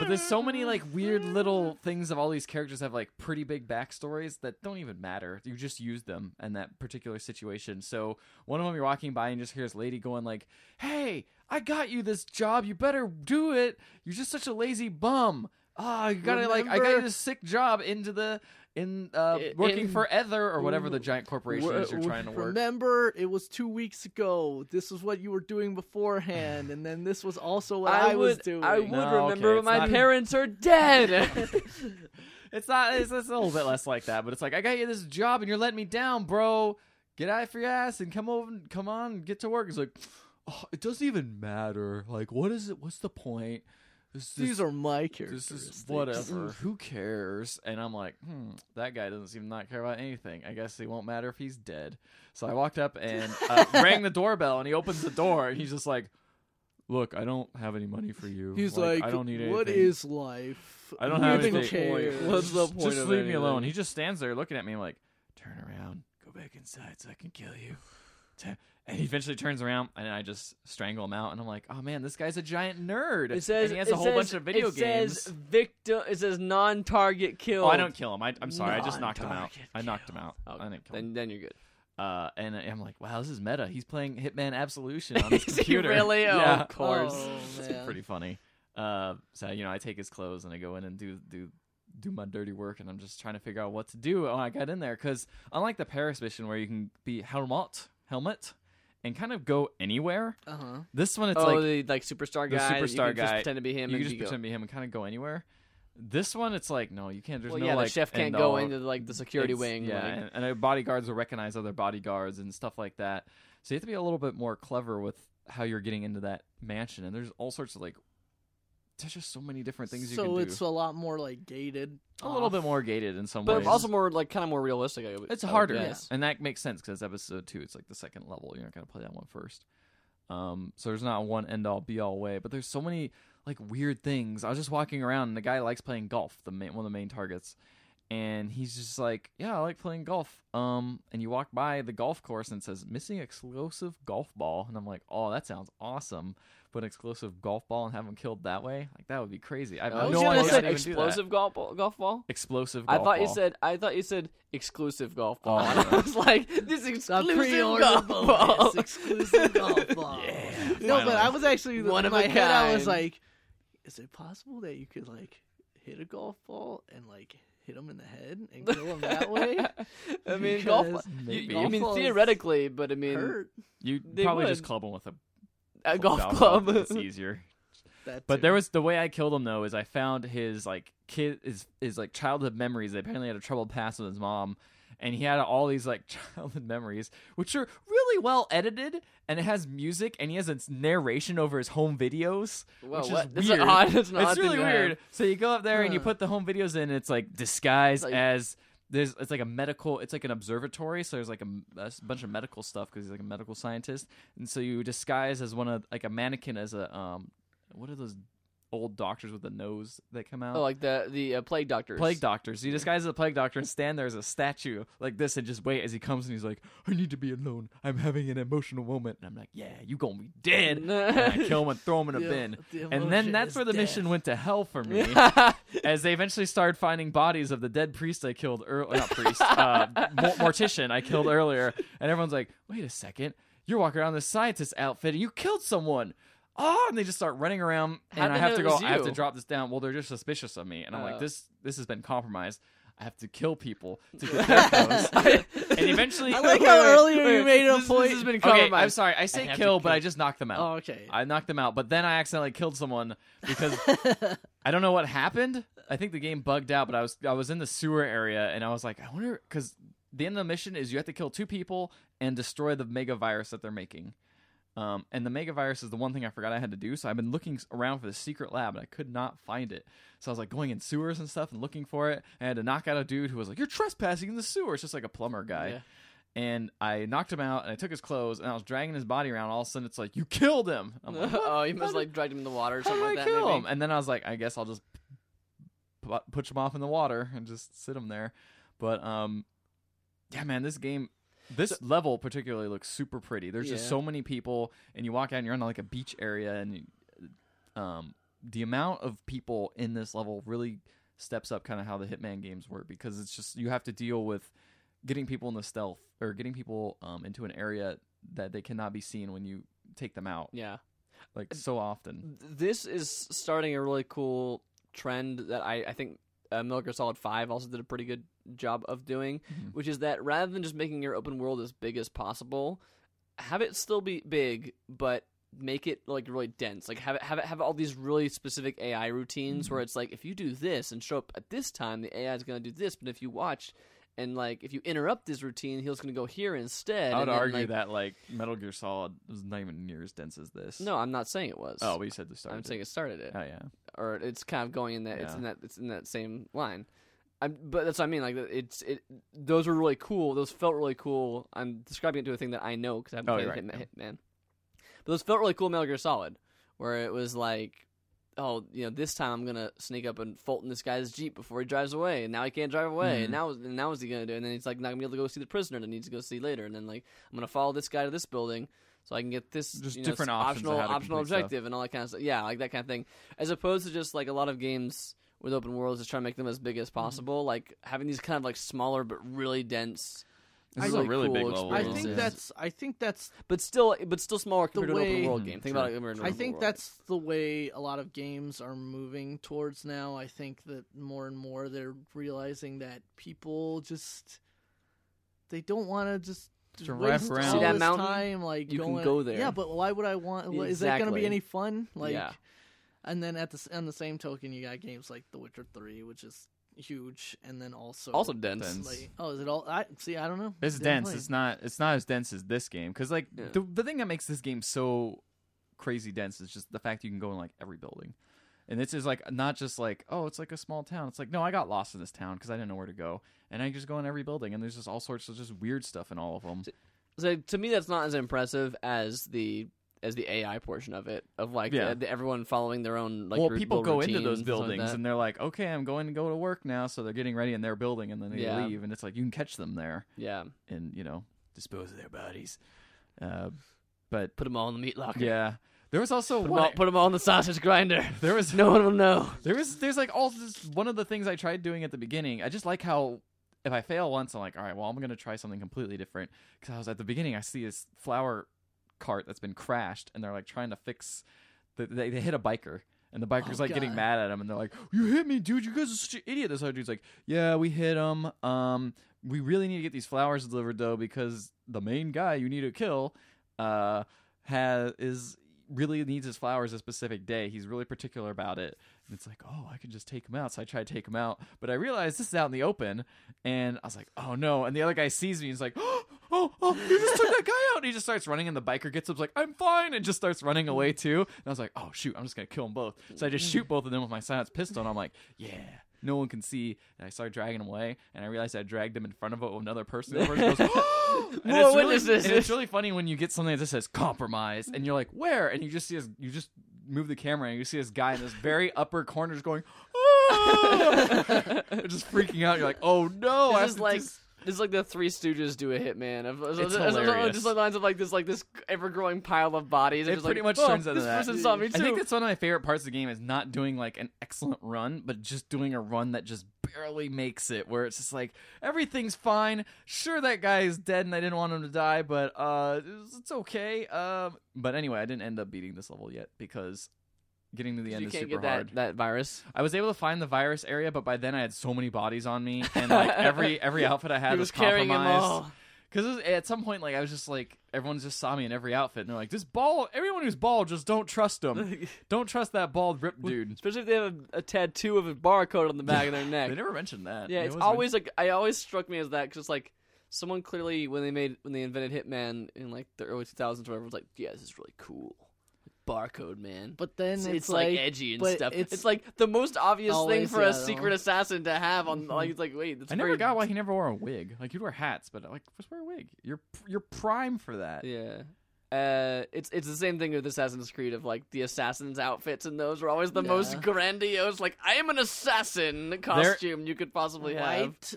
Speaker 3: But there's so many like weird little things of all these characters have like pretty big backstories that don't even matter. You just use them in that particular situation. So one of them you're walking by and just hears lady going like, "Hey, I got you this job. You better do it. You're just such a lazy bum. Ah, you gotta like I got you
Speaker 1: Remember-
Speaker 3: this sick job into the in uh
Speaker 2: I-
Speaker 3: working
Speaker 2: in-
Speaker 3: for Ether or whatever the giant corporation
Speaker 2: Wh-
Speaker 3: is you're
Speaker 2: wh-
Speaker 3: trying to work."
Speaker 1: Remember, it was two weeks ago. This is what you were doing beforehand, and then this was also what I,
Speaker 2: I
Speaker 1: was
Speaker 2: would,
Speaker 1: doing.
Speaker 2: I would
Speaker 3: No, okay,
Speaker 2: remember
Speaker 3: it's
Speaker 2: my
Speaker 3: not-
Speaker 2: parents are dead.
Speaker 3: It's not. It's, it's a little bit less like that, but it's like I got you this job and you're letting me down, bro. Get out of your ass and come over. and Come on, and get to work. It's like "Oh, it doesn't even matter. Like, what is it? What's the point? This, this,
Speaker 1: These are my characters.
Speaker 3: this is whatever. Who cares? And I'm like, hmm, that guy doesn't seem to not care about anything. I guess it won't matter if he's dead. So I walked up and uh, rang the doorbell, and he opens the door, and he's just like, "Look, I don't have any money for you.
Speaker 1: He's like,
Speaker 3: I don't need anything.
Speaker 1: what is life?
Speaker 3: I don't
Speaker 1: Who
Speaker 3: have
Speaker 1: even
Speaker 3: anything.
Speaker 1: cares?
Speaker 2: What's the
Speaker 3: Just-
Speaker 2: point
Speaker 3: Just
Speaker 2: of
Speaker 3: leave me
Speaker 2: anything?
Speaker 3: alone. He just stands there looking at me like, turn around, go back inside so I can kill you. Ta- And he eventually turns around, and I just strangle him out. And I'm like, "Oh man, this guy's a giant nerd."
Speaker 2: It says
Speaker 3: and he has a
Speaker 2: it
Speaker 3: whole
Speaker 2: says-
Speaker 3: bunch of video
Speaker 2: it
Speaker 3: games.
Speaker 2: Says victim. It says non-target kill.
Speaker 3: oh, I don't kill him. I, I'm sorry. I just knocked him out.
Speaker 1: Non-target
Speaker 3: I knocked him out. I didn't kill
Speaker 2: Then,
Speaker 3: him.
Speaker 2: then you're good.
Speaker 3: Uh, and I- I'm like, "Wow, this is meta. He's playing Hitman Absolution on his
Speaker 2: Is he
Speaker 3: computer."
Speaker 2: really? Oh,
Speaker 3: Yeah.
Speaker 2: of course.
Speaker 1: Oh,
Speaker 3: It's
Speaker 1: man.
Speaker 3: pretty funny. Uh, so you know, I take his clothes and I go in and do do do my dirty work, and I'm just trying to figure out what to do. Oh, I got in there because unlike the Paris mission where you can be helmet helmet and kind of go anywhere,
Speaker 1: Uh huh.
Speaker 3: this one it's
Speaker 2: oh,
Speaker 3: like
Speaker 2: the like superstar
Speaker 3: the
Speaker 2: guy. that
Speaker 3: superstar
Speaker 2: you can Just
Speaker 3: guy.
Speaker 2: pretend to be him.
Speaker 3: you
Speaker 2: and
Speaker 3: can just
Speaker 2: you go-
Speaker 3: pretend to be him and kind of go anywhere. This one, it's like no, you can't. There's
Speaker 2: Well,
Speaker 3: no
Speaker 2: yeah,
Speaker 3: like
Speaker 2: the chef can't
Speaker 3: end
Speaker 2: go
Speaker 3: all.
Speaker 2: into like the security
Speaker 3: It's-
Speaker 2: wing.
Speaker 3: Yeah,
Speaker 2: like-
Speaker 3: and, and our bodyguards will recognize other bodyguards and stuff like that. So you have to be a little bit more clever with how you're getting into that mansion. And there's all sorts of like, there's just so many different things you
Speaker 1: so
Speaker 3: can
Speaker 1: it's
Speaker 3: do.
Speaker 1: a lot more like gated.
Speaker 3: a little
Speaker 1: off.
Speaker 3: bit more gated in some
Speaker 2: but
Speaker 3: ways.
Speaker 2: also more like kind of more realistic. I would-
Speaker 3: it's
Speaker 2: I would
Speaker 3: harder,
Speaker 2: guess.
Speaker 3: and that makes sense because episode two, it's like the second level. You're not gonna play that one first. Um, so there's not one end all be all way, but there's so many like weird things. I was just walking around, and the guy likes playing golf, the main, one of the main targets, and he's just like, "Yeah, I like playing golf." Um, and you walk by the golf course and it says missing explosive golf ball, and I'm like, "Oh, that sounds awesome!" But an explosive golf ball and have him killed that way, like that would be crazy.
Speaker 2: Oh,
Speaker 3: I have
Speaker 1: I was
Speaker 3: no
Speaker 1: gonna
Speaker 3: idea
Speaker 1: say
Speaker 3: how to even do that.
Speaker 2: explosive golf ball, golf ball.
Speaker 3: Explosive.
Speaker 2: I
Speaker 3: Golf
Speaker 2: thought you
Speaker 3: ball.
Speaker 2: said I thought you said exclusive golf
Speaker 3: Oh,
Speaker 2: ball. and I
Speaker 3: yeah.
Speaker 2: was like, this is
Speaker 1: The
Speaker 2: exclusive
Speaker 1: pre-order
Speaker 2: golf ball.
Speaker 1: bonus, exclusive golf ball.
Speaker 2: Yeah,
Speaker 1: no,
Speaker 2: finally.
Speaker 1: but I was actually
Speaker 2: One
Speaker 1: in
Speaker 2: of
Speaker 1: my
Speaker 2: a
Speaker 1: head. I was
Speaker 2: kind.
Speaker 1: like, is it possible that you could like hit a golf ball and like hit him in the head and kill him that way?
Speaker 2: I mean, golf.
Speaker 1: Because
Speaker 2: You,
Speaker 3: maybe.
Speaker 2: you- I mean,
Speaker 1: Golf
Speaker 2: theoretically, but I mean,
Speaker 1: Hurt
Speaker 3: You
Speaker 2: They
Speaker 3: probably just
Speaker 2: would.
Speaker 3: club him with a
Speaker 2: a golf,
Speaker 3: club.
Speaker 2: club.
Speaker 3: it's easier.
Speaker 1: that
Speaker 3: But
Speaker 1: too.
Speaker 3: there was the way I killed him though is I found his like kid his his like childhood memories. They apparently had a troubled past with his mom, and he had all these like childhood memories, which are really well edited, and it has music, and he has a narration over his home videos,
Speaker 2: Whoa,
Speaker 3: which is
Speaker 2: what? That's an
Speaker 3: weird.
Speaker 2: odd- that's an odd
Speaker 3: it's
Speaker 2: thing
Speaker 3: really
Speaker 2: to have.
Speaker 3: weird. So you go up there and you
Speaker 1: Huh.
Speaker 3: put the home videos in, and it's like disguised
Speaker 2: Like-
Speaker 3: as. There's, it's like a medical, it's like an observatory. So there's like a, a s- bunch of medical stuff because he's like a medical scientist, and so you disguise as one of like a mannequin as a um, what are those old doctors with the nose that come out?
Speaker 2: Oh, like the the uh, plague doctors.
Speaker 3: plague doctors. You disguise as a plague doctor and stand there as a statue like this and just wait as he comes and he's like, I need to be alone. I'm having an emotional moment. And I'm like, yeah, you gonna be dead. And I kill him and throw him in a
Speaker 1: The-
Speaker 3: bin.
Speaker 1: the
Speaker 3: And
Speaker 1: emotion
Speaker 3: then that's
Speaker 1: is
Speaker 3: where the
Speaker 1: death.
Speaker 3: mission went to hell for me. as they eventually started finding bodies of the dead priest I killed earlier. Not priest, uh, mor- mortician I killed earlier. And everyone's like, wait a second. You're walking around in this scientist outfit and you killed someone. Oh, and they just start running around,
Speaker 2: How'd
Speaker 3: and I
Speaker 2: they
Speaker 3: have
Speaker 2: know
Speaker 3: to
Speaker 2: it
Speaker 3: go.
Speaker 2: was
Speaker 3: I have to
Speaker 2: you?
Speaker 3: drop this down. Well, they're just suspicious of me, and I'm
Speaker 2: Oh.
Speaker 3: like, this this has been compromised. I have to kill people to get their phones. and eventually,
Speaker 1: I like how earlier you made a
Speaker 2: this,
Speaker 1: point-
Speaker 2: This has been
Speaker 3: Okay,
Speaker 2: compromised.
Speaker 3: I'm sorry. I say
Speaker 2: have to
Speaker 3: kill, but
Speaker 2: kill.
Speaker 3: I just knocked them out.
Speaker 1: Oh, okay.
Speaker 3: I knocked them out, but then I accidentally killed someone because I don't know what happened. I think the game bugged out, but I was I was in the sewer area and I was like, I wonder because the end of the mission is you have to kill two people and destroy the mega virus that they're making. Um, and the mega virus is the one thing I forgot I had to do, so I've been looking s- around for the secret lab and I could not find it. So I was like going in sewers and stuff and looking for it. I had to knock out a dude who was like, "You're trespassing in the sewer." It's just like a plumber guy
Speaker 2: Yeah.
Speaker 3: and I knocked him out and I took his clothes and I was dragging his body around. All of a sudden, it's like you killed him. I'm like,
Speaker 2: oh, you
Speaker 3: How
Speaker 2: must
Speaker 3: did-
Speaker 2: like dragged him in the water or
Speaker 3: how
Speaker 2: something
Speaker 3: did
Speaker 2: like that.
Speaker 3: I kill
Speaker 2: maybe.
Speaker 3: him? And then I was like, I guess I'll just pu- push him off in the water and just sit him there. But um, yeah, man, this game, this level particularly looks super pretty. There's just
Speaker 2: Yeah.
Speaker 3: so many people, and you walk out and you're on like a beach area, and you- um, the amount of people in this level really steps up kind of how the Hitman games work because it's just you have to deal with getting people in the stealth or getting people um, into an area that they cannot be seen when you take them out
Speaker 2: Yeah.
Speaker 3: like so often.
Speaker 2: This is starting a really cool trend that I, I think uh, Metal Gear Solid 5 also did a pretty good job of doing,
Speaker 3: Mhm.
Speaker 2: which is that rather than just making your open world as big as possible, have it still be big, but make it like really dense. Like have it have it have all these really specific AI routines
Speaker 3: Mm-hmm.
Speaker 2: where it's like if you do this and show up at this time, the AI is going to do this, but if you watch and like if you interrupt this routine, he's going to go here instead.
Speaker 3: I would
Speaker 2: and then,
Speaker 3: argue
Speaker 2: like-
Speaker 3: that like Metal Gear Solid was not even near as dense as this.
Speaker 2: No, I'm not saying it was.
Speaker 3: Oh, we said the start.
Speaker 2: I'm saying it started it.
Speaker 3: Oh yeah.
Speaker 2: or it's kind of going in that it's
Speaker 3: Yeah.
Speaker 2: in that it's in that same line. I'm, but that's what I mean. Like it's it. Those were really cool. Those felt really cool. I'm describing it to a thing that I know because I haven't
Speaker 3: Oh,
Speaker 2: played
Speaker 3: you're
Speaker 2: Hitman,
Speaker 3: right,
Speaker 2: Hitman. But those felt really cool. Metal Gear Solid, where it was like, oh, you know, this time I'm gonna sneak up and fault in this guy's jeep before he drives away, and now he can't drive away, and
Speaker 3: Mhm.
Speaker 2: now and now what's he gonna do? And then he's like not gonna be able to go see the prisoner that he needs to go see later, and then like I'm gonna follow this guy to this building so I can get this
Speaker 3: Just
Speaker 2: you know,
Speaker 3: different
Speaker 2: s-
Speaker 3: options of
Speaker 2: optional
Speaker 3: how to
Speaker 2: optional
Speaker 3: complete stuff.
Speaker 2: objective and all that kind of stuff. Yeah, like that kind of thing as opposed to just like a lot of games with Mm-hmm. open worlds just trying to make them as big as possible like having these kind of like smaller but really dense
Speaker 3: This is
Speaker 1: I-
Speaker 3: a really
Speaker 2: cool
Speaker 3: big level.
Speaker 1: I
Speaker 2: Well,
Speaker 3: though.
Speaker 1: think
Speaker 2: yeah.
Speaker 1: that's I think that's
Speaker 2: but still, but still smaller compared to an
Speaker 1: way-
Speaker 2: open world
Speaker 3: Mhm,
Speaker 2: game. Think
Speaker 3: true.
Speaker 2: about it. compared to an
Speaker 1: I
Speaker 2: open
Speaker 1: think
Speaker 2: world.
Speaker 1: that's the way a lot of games are moving towards now. I think that more and more they're realizing that people just they don't want to just
Speaker 3: To wrap
Speaker 1: waste
Speaker 3: around.
Speaker 1: all
Speaker 3: See that
Speaker 1: this
Speaker 2: mountain?
Speaker 1: time like
Speaker 2: You can
Speaker 1: going,
Speaker 2: go there.
Speaker 1: Yeah, but why would I want? Is that going to
Speaker 2: Exactly.
Speaker 1: be any fun? Like,
Speaker 2: Yeah.
Speaker 1: and then at the s- on the same token, you got games like The Witcher Three, which is huge, and then also
Speaker 2: also dense.
Speaker 3: Dense.
Speaker 1: like, oh, is it all? I see. I don't know.
Speaker 3: It's
Speaker 1: Didn't
Speaker 3: dense.
Speaker 1: play it.
Speaker 3: It's not. It's not as dense as this game because like
Speaker 2: Yeah.
Speaker 3: the the thing that makes this game so crazy dense is just the fact you can go in like every building, and this is like not just like oh it's like a small town. It's like no, I got lost in this town because I didn't know where to go, and I just go in every building, and there's just all sorts of just weird stuff in all of them.
Speaker 2: So to me, that's not as impressive as the as the AI portion of it of like
Speaker 3: Yeah.
Speaker 2: the, the- everyone following their own like
Speaker 3: well,
Speaker 2: ru-
Speaker 3: people
Speaker 2: little
Speaker 3: go into
Speaker 2: routines
Speaker 3: those
Speaker 2: and stuff like
Speaker 3: buildings
Speaker 2: that.
Speaker 3: and they're like, okay, I'm going to go to work now, so they're getting ready in their building, and then they
Speaker 2: Yeah.
Speaker 3: leave, and it's like you can catch them there
Speaker 2: yeah,
Speaker 3: and you know dispose of their bodies, uh, but
Speaker 2: put them all in the meat locker.
Speaker 3: yeah. There was also
Speaker 2: put them,
Speaker 3: one.
Speaker 2: all, put 'em all in the sausage grinder.
Speaker 3: there was
Speaker 2: No one will know.
Speaker 3: There was there's like all this one of the things I tried doing at the beginning. I just like how if I fail once, I'm like, all right, well, I'm gonna try something completely different. Because I was at the beginning, I see this flower cart that's been crashed, and they're like trying to fix. The, they they hit a biker, and the biker's
Speaker 1: Oh,
Speaker 3: like getting
Speaker 1: God.
Speaker 3: mad at him, and they're like, "You hit me, dude! You guys are such an idiot!" This other dude's like, "Yeah, we hit him. Um, we really need to get these flowers delivered though, because the main guy you need to kill, uh, has is." really needs his flowers a specific day. He's really particular about it. And it's like, oh, I could just take him out. So I try to take him out. But I realized this is out in the open. And I was like, oh no. And the other guy sees me. He's like, oh, oh, oh, you just took that guy out. And he just starts running. And the biker gets up, like, I'm fine. And just starts running away too. And I was like, oh, shoot, I'm just going to kill them both. So I just shoot both of them with my silenced pistol. And I'm like, yeah. No one can see, and I started dragging him away, and I realized I dragged him in front of another person. The person goes, oh! And
Speaker 2: More
Speaker 3: it's really-
Speaker 2: witnesses.
Speaker 3: and it's really funny when you get something that just says compromise and you're like where and you just see us you just move the camera and you see this guy in this very upper corner just going "Ah!" And just freaking out you're like oh no I
Speaker 2: this
Speaker 3: have
Speaker 2: is
Speaker 3: to
Speaker 2: like
Speaker 3: just-
Speaker 2: this is like the Three Stooges do a hitman. Of, it's
Speaker 3: hilarious.
Speaker 2: Just like lines of like this like this ever growing pile of bodies.
Speaker 3: it
Speaker 2: It's
Speaker 3: pretty
Speaker 2: like,
Speaker 3: much
Speaker 2: "Oh,
Speaker 3: turns out
Speaker 2: this
Speaker 3: that
Speaker 2: person saw me
Speaker 3: I think
Speaker 2: too.
Speaker 3: that's one of my favorite parts of the game is not doing like an excellent run but just doing a run that just barely makes it where it's just like everything's fine sure that guy is dead and I didn't want him to die but uh it's- it's okay um but anyway I didn't end up beating this level yet because getting to the end
Speaker 2: you
Speaker 3: is
Speaker 2: can't
Speaker 3: super
Speaker 2: get
Speaker 3: hard
Speaker 2: that, that virus.
Speaker 3: I was able to find the virus area, but by then I had so many bodies on me, and like every every outfit I had
Speaker 2: he was
Speaker 3: was,
Speaker 2: carrying them
Speaker 3: compromised.
Speaker 2: all.
Speaker 3: Because at some point, like I was just like everyone just saw me in every outfit, and they're like, "This ball, everyone who's bald, just don't trust them. don't trust that bald ripped dude."
Speaker 2: Especially if they have a, a tattoo of a barcode on the back of their neck.
Speaker 3: They never mentioned that.
Speaker 2: Yeah,
Speaker 3: It
Speaker 2: it's
Speaker 3: was
Speaker 2: always like I always struck me as that because like someone clearly when they made when they invented Hitman in like the early 2000s, or whatever, was like, yeah, this is really cool, barcode man.
Speaker 1: But then
Speaker 2: it's,
Speaker 1: it's,
Speaker 2: it's, like, edgy and
Speaker 1: but
Speaker 2: stuff. It's,
Speaker 1: it's-
Speaker 2: like the most obvious thing
Speaker 1: Always,
Speaker 2: for
Speaker 1: yeah,
Speaker 2: a
Speaker 1: that
Speaker 2: secret
Speaker 1: one.
Speaker 2: assassin to have on. Like it's like wait, that's
Speaker 3: I never
Speaker 2: very-
Speaker 3: got why he never wore a wig. Like you'd wear hats, but like just wear a wig. You're you're prime for that.
Speaker 2: Yeah. Uh, it's it's the same thing with Assassin's Creed of like the assassins' outfits and those were always the most
Speaker 1: Yeah.
Speaker 2: grandiose. Like I am an assassin costume you could possibly have.
Speaker 1: white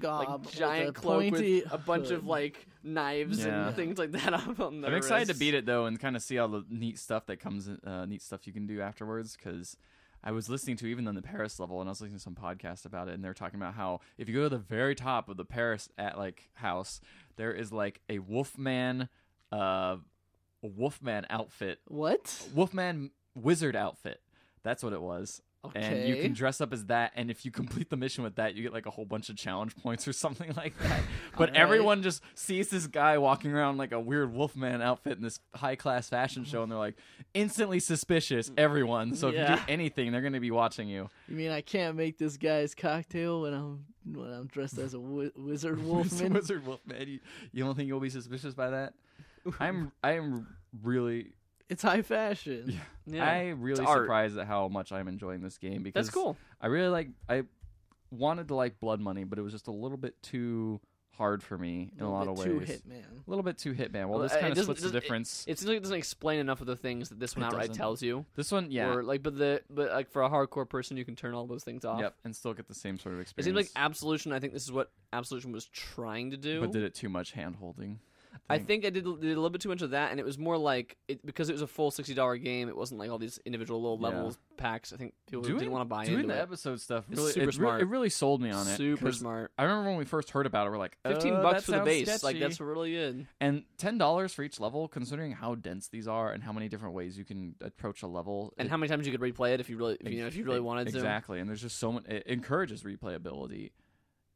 Speaker 1: gob,
Speaker 2: like
Speaker 1: with
Speaker 2: giant
Speaker 1: a
Speaker 2: cloak
Speaker 1: pointy
Speaker 2: with a bunch of
Speaker 1: hood.
Speaker 2: like knives
Speaker 3: Yeah.
Speaker 2: and things like that up on the
Speaker 3: I'm excited to beat it though and kind of see all the neat stuff that comes, in- uh, neat stuff you can do afterwards. Because I was listening to even on the Paris level, and I was listening to some podcast about it, and they're talking about how if you go to the very top of the Paris at like house, there is like a Wolfman, uh, a Wolfman outfit,
Speaker 1: What?
Speaker 3: Wolfman wizard outfit. That's what it was. And you
Speaker 1: Okay.
Speaker 3: can dress up as that, and if you complete the mission with that, you get like a whole bunch of challenge points or something like that. But
Speaker 1: All right.
Speaker 3: everyone just sees this guy walking around like a weird Wolfman outfit in this high class fashion show, and they're like instantly suspicious. Everyone, so if you
Speaker 2: Yeah.
Speaker 3: do anything, they're going to be watching you.
Speaker 1: You mean I can't make this guy's cocktail when I'm when I'm dressed as a wi- wizard
Speaker 3: It's
Speaker 1: wolfman?
Speaker 3: Wizard Wolfman, you, you don't think you'll be suspicious by that? I'm, I'm really,
Speaker 1: it's high fashion.
Speaker 2: Yeah.
Speaker 3: I really
Speaker 2: art.
Speaker 3: surprised at how much I'm enjoying this game because
Speaker 2: That's cool.
Speaker 3: I really like I wanted to like Blood Money, but it was just a little bit too hard for me in a, lot
Speaker 1: bit
Speaker 3: of ways.
Speaker 1: too Hitman.
Speaker 3: A little bit too Hitman.
Speaker 2: Well,
Speaker 3: Well,
Speaker 2: uh,
Speaker 3: this
Speaker 2: it
Speaker 3: kind of
Speaker 2: doesn't-
Speaker 3: splits the
Speaker 2: doesn't-
Speaker 3: difference.
Speaker 2: It seems like it doesn't explain enough of the things that this one
Speaker 3: It
Speaker 2: outright
Speaker 3: doesn't.
Speaker 2: tells you.
Speaker 3: this one, yeah,
Speaker 2: Or like, but the but like for a hardcore person, you can turn all those things off.
Speaker 3: yep, and still get the same sort of
Speaker 2: It
Speaker 3: experience.
Speaker 2: seems like Absolution. I think this is what Absolution was trying to do.
Speaker 3: but did it too much hand holding.
Speaker 2: I think I did, did a little bit too much of that, and it was more like it because it was a full sixty dollar game. It wasn't like all these individual little
Speaker 3: Yeah.
Speaker 2: levels packs. I think people
Speaker 3: doing,
Speaker 2: didn't want to buy
Speaker 3: doing
Speaker 2: into
Speaker 3: the
Speaker 2: it.
Speaker 3: episode stuff
Speaker 2: It's
Speaker 3: really,
Speaker 2: super
Speaker 3: it, re-
Speaker 2: smart.
Speaker 3: it really sold me on it.
Speaker 2: Super
Speaker 3: 'cause
Speaker 2: smart.
Speaker 3: I remember when we first heard about it, we're like,
Speaker 2: Fifteen
Speaker 3: "Uh,
Speaker 2: bucks
Speaker 3: that
Speaker 2: for the
Speaker 3: sounds
Speaker 2: base, like
Speaker 3: sketchy."
Speaker 2: that's really good.
Speaker 3: and ten dollars for each level. Considering how dense these are and how many different ways you can approach a level,
Speaker 2: And
Speaker 3: it-
Speaker 2: how many times you could replay it if you really, if, you know, if you really
Speaker 3: Ex-
Speaker 2: wanted to.
Speaker 3: Exactly, and there's just so much. It encourages replayability.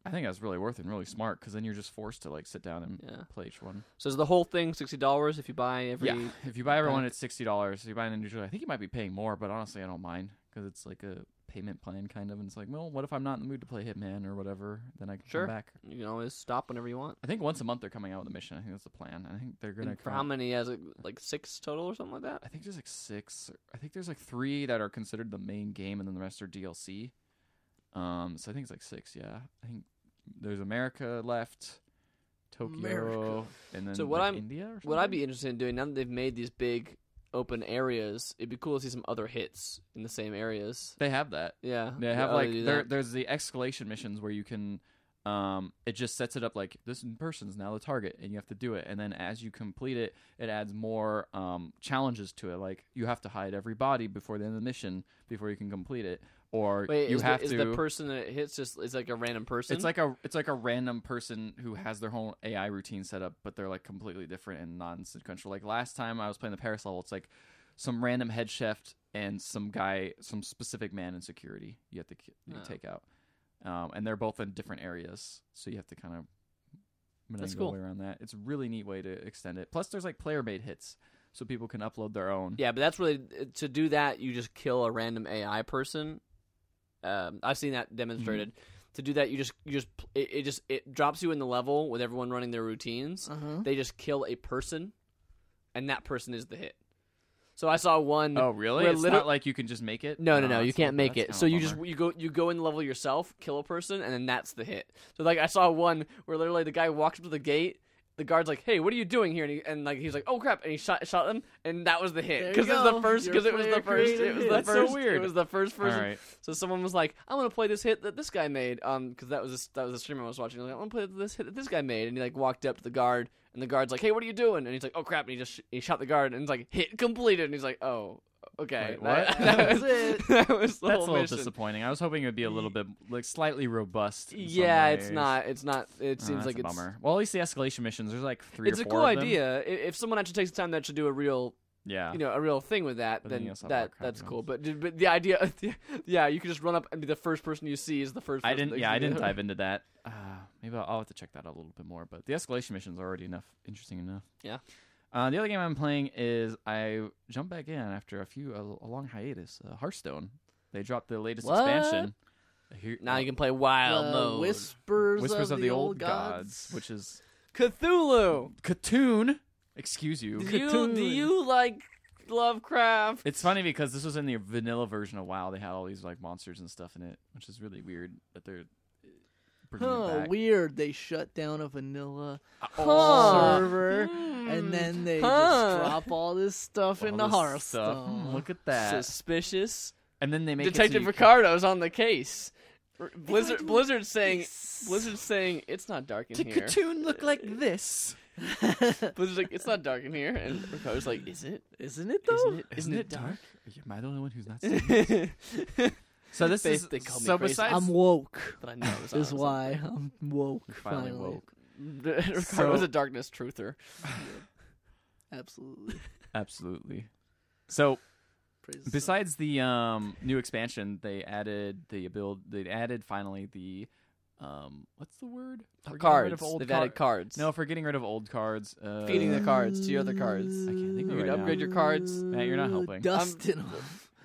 Speaker 3: I think that's really worth it and really smart because then you're just forced to like sit down and
Speaker 2: Yeah.
Speaker 3: play each one.
Speaker 2: So is the whole thing sixty dollars if you buy every?
Speaker 3: yeah, if you buy everyone,
Speaker 2: pack.
Speaker 3: it's sixty dollars. If you buy an individual, I think you might be paying more, but honestly, I don't mind because it's like a payment plan kind of, and it's like, well, what if I'm not in the mood to play Hitman or whatever? Then I can
Speaker 2: Sure.
Speaker 3: come back.
Speaker 2: You can always stop whenever you want.
Speaker 3: I think once a month they're coming out with a mission. I think that's the plan. I think they're gonna.
Speaker 2: And for
Speaker 3: come
Speaker 2: how
Speaker 3: out-
Speaker 2: many? As like, like six total or something like that.
Speaker 3: I think there's like six. or- I think there's like three that are considered the main game, and then the rest are DLC. Um, so I think it's like six. Yeah, I think there's America left, Tokyo,
Speaker 1: America.
Speaker 3: and then
Speaker 2: So what
Speaker 3: like,
Speaker 2: I'm-
Speaker 3: India. Or something?
Speaker 2: What I'd be interested in doing now that they've made these big open areas, it'd be cool to see some other hits in the same areas.
Speaker 3: They have that.
Speaker 2: Yeah,
Speaker 3: They have
Speaker 2: oh,
Speaker 3: like
Speaker 2: do
Speaker 3: there,
Speaker 2: that.
Speaker 3: there's the escalation missions where you can. Um, it just sets it up like this person's now the target, and you have to do it. And then as you complete it, it adds more um, challenges to it. Like you have to hide every body before the end of the mission before you can complete it, or
Speaker 2: Wait,
Speaker 3: you
Speaker 2: is
Speaker 3: have
Speaker 2: the,
Speaker 3: to.
Speaker 2: Is the person that it hits just is like a random person?
Speaker 3: It's like a it's like a random person who has their whole AI routine set up, but they're like completely different and non-sequential. Like last time I was playing the Paris level, it's like some random head chef and some guy, some specific man in security you have to ki- you
Speaker 2: Oh.
Speaker 3: take out, um, and they're both in different areas, so you have to kind of
Speaker 2: That's
Speaker 3: maneuver
Speaker 2: cool.
Speaker 3: way around that. It's a really neat way to extend it. Plus, there's like player-made hits, so people can upload their own.
Speaker 2: yeah, but that's really uh, to do that. You just kill a random AI person. Um, I've seen that demonstrated.
Speaker 3: Mm-hmm.
Speaker 2: To do that, you just you just it, it just it drops you in the level with everyone running their routines.
Speaker 1: Uh-huh.
Speaker 2: They just kill a person, and that person is the hit. So I saw one.
Speaker 3: Oh, really?
Speaker 2: Where
Speaker 3: It's
Speaker 2: liter-
Speaker 3: not like you can just make it. Oh,
Speaker 2: No, no, no!
Speaker 3: that's
Speaker 2: You can't
Speaker 3: kinda-
Speaker 2: make
Speaker 3: that's
Speaker 2: it.
Speaker 3: kinda
Speaker 2: So you
Speaker 3: bummer.
Speaker 2: just you go you go in the level yourself, kill a person, and then that's the hit. So like I saw one where literally the guy walks up to the gate. The guard's like, "Hey, what are you doing here?" And, he, and like he's like, "Oh crap!" And he shot shot him, and that was the hit
Speaker 1: There
Speaker 2: because
Speaker 1: you
Speaker 2: it was the
Speaker 1: go.
Speaker 2: first
Speaker 1: Your
Speaker 2: because it was the
Speaker 1: player
Speaker 2: first it
Speaker 1: created
Speaker 2: was
Speaker 1: hit.
Speaker 2: the
Speaker 3: That's so
Speaker 2: first it
Speaker 3: weird.
Speaker 2: was the first
Speaker 3: All
Speaker 2: person.
Speaker 3: right.
Speaker 2: So someone was like, "I'm gonna play this hit that this guy made," um, because that was a, that was a streamer I was watching. He was Like, I'm gonna play this hit that this guy made, and he like walked up to the guard, and the guard's like, "Hey, what are you doing?" And he's like, "Oh crap!" And he just sh- he shot the guard, and he's like, "Hit completed," and he's like, "Oh." Okay,
Speaker 3: Wait,
Speaker 2: That,
Speaker 3: what?
Speaker 2: that
Speaker 1: That was it.
Speaker 2: was That was the
Speaker 3: That's a
Speaker 2: whole
Speaker 3: little
Speaker 2: mission.
Speaker 3: disappointing. I was hoping it would be a little bit like slightly robust. in some
Speaker 2: Yeah, it's
Speaker 3: ways.
Speaker 2: not. It's not. It
Speaker 3: Oh,
Speaker 2: seems
Speaker 3: that's
Speaker 2: like
Speaker 3: a
Speaker 2: it's.
Speaker 3: bummer. Well, at least the escalation missions. There's like three.
Speaker 2: it's
Speaker 3: or
Speaker 2: a
Speaker 3: four
Speaker 2: cool
Speaker 3: of them.
Speaker 2: idea. I- If someone actually takes the time to actually do a real,
Speaker 3: Yeah.
Speaker 2: you know, a real thing with that,
Speaker 3: But then you
Speaker 2: then
Speaker 3: also have
Speaker 2: that
Speaker 3: archive
Speaker 2: that's cool.
Speaker 3: ones.
Speaker 2: But but the idea, yeah, you could just run up and be the first person you see is the first.
Speaker 3: I
Speaker 2: person
Speaker 3: didn't.
Speaker 2: that
Speaker 3: Yeah, I
Speaker 2: you-
Speaker 3: didn't dive into that. Uh, maybe I'll, I'll have to check that out a little bit more. But the escalation missions are already enough, interesting enough.
Speaker 2: Yeah.
Speaker 3: Uh, the other game I'm playing is I jumped back in after a few a, a long hiatus. Uh, Hearthstone. They dropped the latest
Speaker 2: What?
Speaker 3: expansion. Here-
Speaker 2: Now you can play wild
Speaker 1: Uh,
Speaker 2: mode.
Speaker 1: Whispers,
Speaker 3: Whispers
Speaker 1: of, the, Old Gods.
Speaker 3: which is
Speaker 2: Cthulhu.
Speaker 3: Cthulhu. Excuse you.
Speaker 2: Do you do
Speaker 1: Cthulhu.
Speaker 2: you like Lovecraft?
Speaker 3: It's funny because this was in the vanilla version of WoW. They had all these like monsters and stuff in it, which is really weird that they're uh, bringing
Speaker 2: Oh,
Speaker 3: it
Speaker 1: Huh,
Speaker 3: back.
Speaker 1: weird. They shut down a vanilla
Speaker 2: Huh.
Speaker 1: server,
Speaker 2: Hmm.
Speaker 1: and then they
Speaker 2: Huh.
Speaker 1: just drop all this stuff
Speaker 3: All
Speaker 1: into
Speaker 3: this stuff.
Speaker 1: Hearthstone.
Speaker 3: Hmm, Look at that.
Speaker 2: Suspicious.
Speaker 3: and then they make it so
Speaker 2: Detective
Speaker 3: you can-
Speaker 2: Ricardo's on the case. R- Blizzard
Speaker 1: do
Speaker 2: Blizzard's saying
Speaker 1: this.
Speaker 2: Blizzard's saying it's not dark in
Speaker 3: Did
Speaker 2: here.
Speaker 3: Cthulhu look like this?
Speaker 2: Blizzard's like it's not dark in here, and Ricardo's like, is it?
Speaker 1: Isn't it though?
Speaker 2: Isn't it?
Speaker 3: Isn't it dark? Am I the only one who's not seeing?
Speaker 2: dark?
Speaker 3: so this
Speaker 2: They-
Speaker 3: is
Speaker 2: they call me
Speaker 3: so
Speaker 2: crazy. Um,
Speaker 3: besides
Speaker 1: I'm woke.
Speaker 2: but I know it was
Speaker 1: Is
Speaker 2: on
Speaker 1: why I'm woke.
Speaker 3: You're finally woke.
Speaker 2: Ricardo's
Speaker 3: So-
Speaker 2: a darkness truther.
Speaker 1: Absolutely.
Speaker 3: absolutely. So
Speaker 1: Praise the sun.
Speaker 3: besides the um, new expansion, they added the build. They added finally the um, what's the word? We're getting rid
Speaker 2: Cards.
Speaker 3: of old
Speaker 2: They've
Speaker 3: car-
Speaker 2: added cards.
Speaker 3: No, if we're getting rid of old cards, uh,
Speaker 2: feeding the cards to your other cards.
Speaker 3: I can't think
Speaker 2: You can
Speaker 3: of it right
Speaker 2: upgrade your cards.
Speaker 3: Matt, you're not helping.
Speaker 1: Dustin.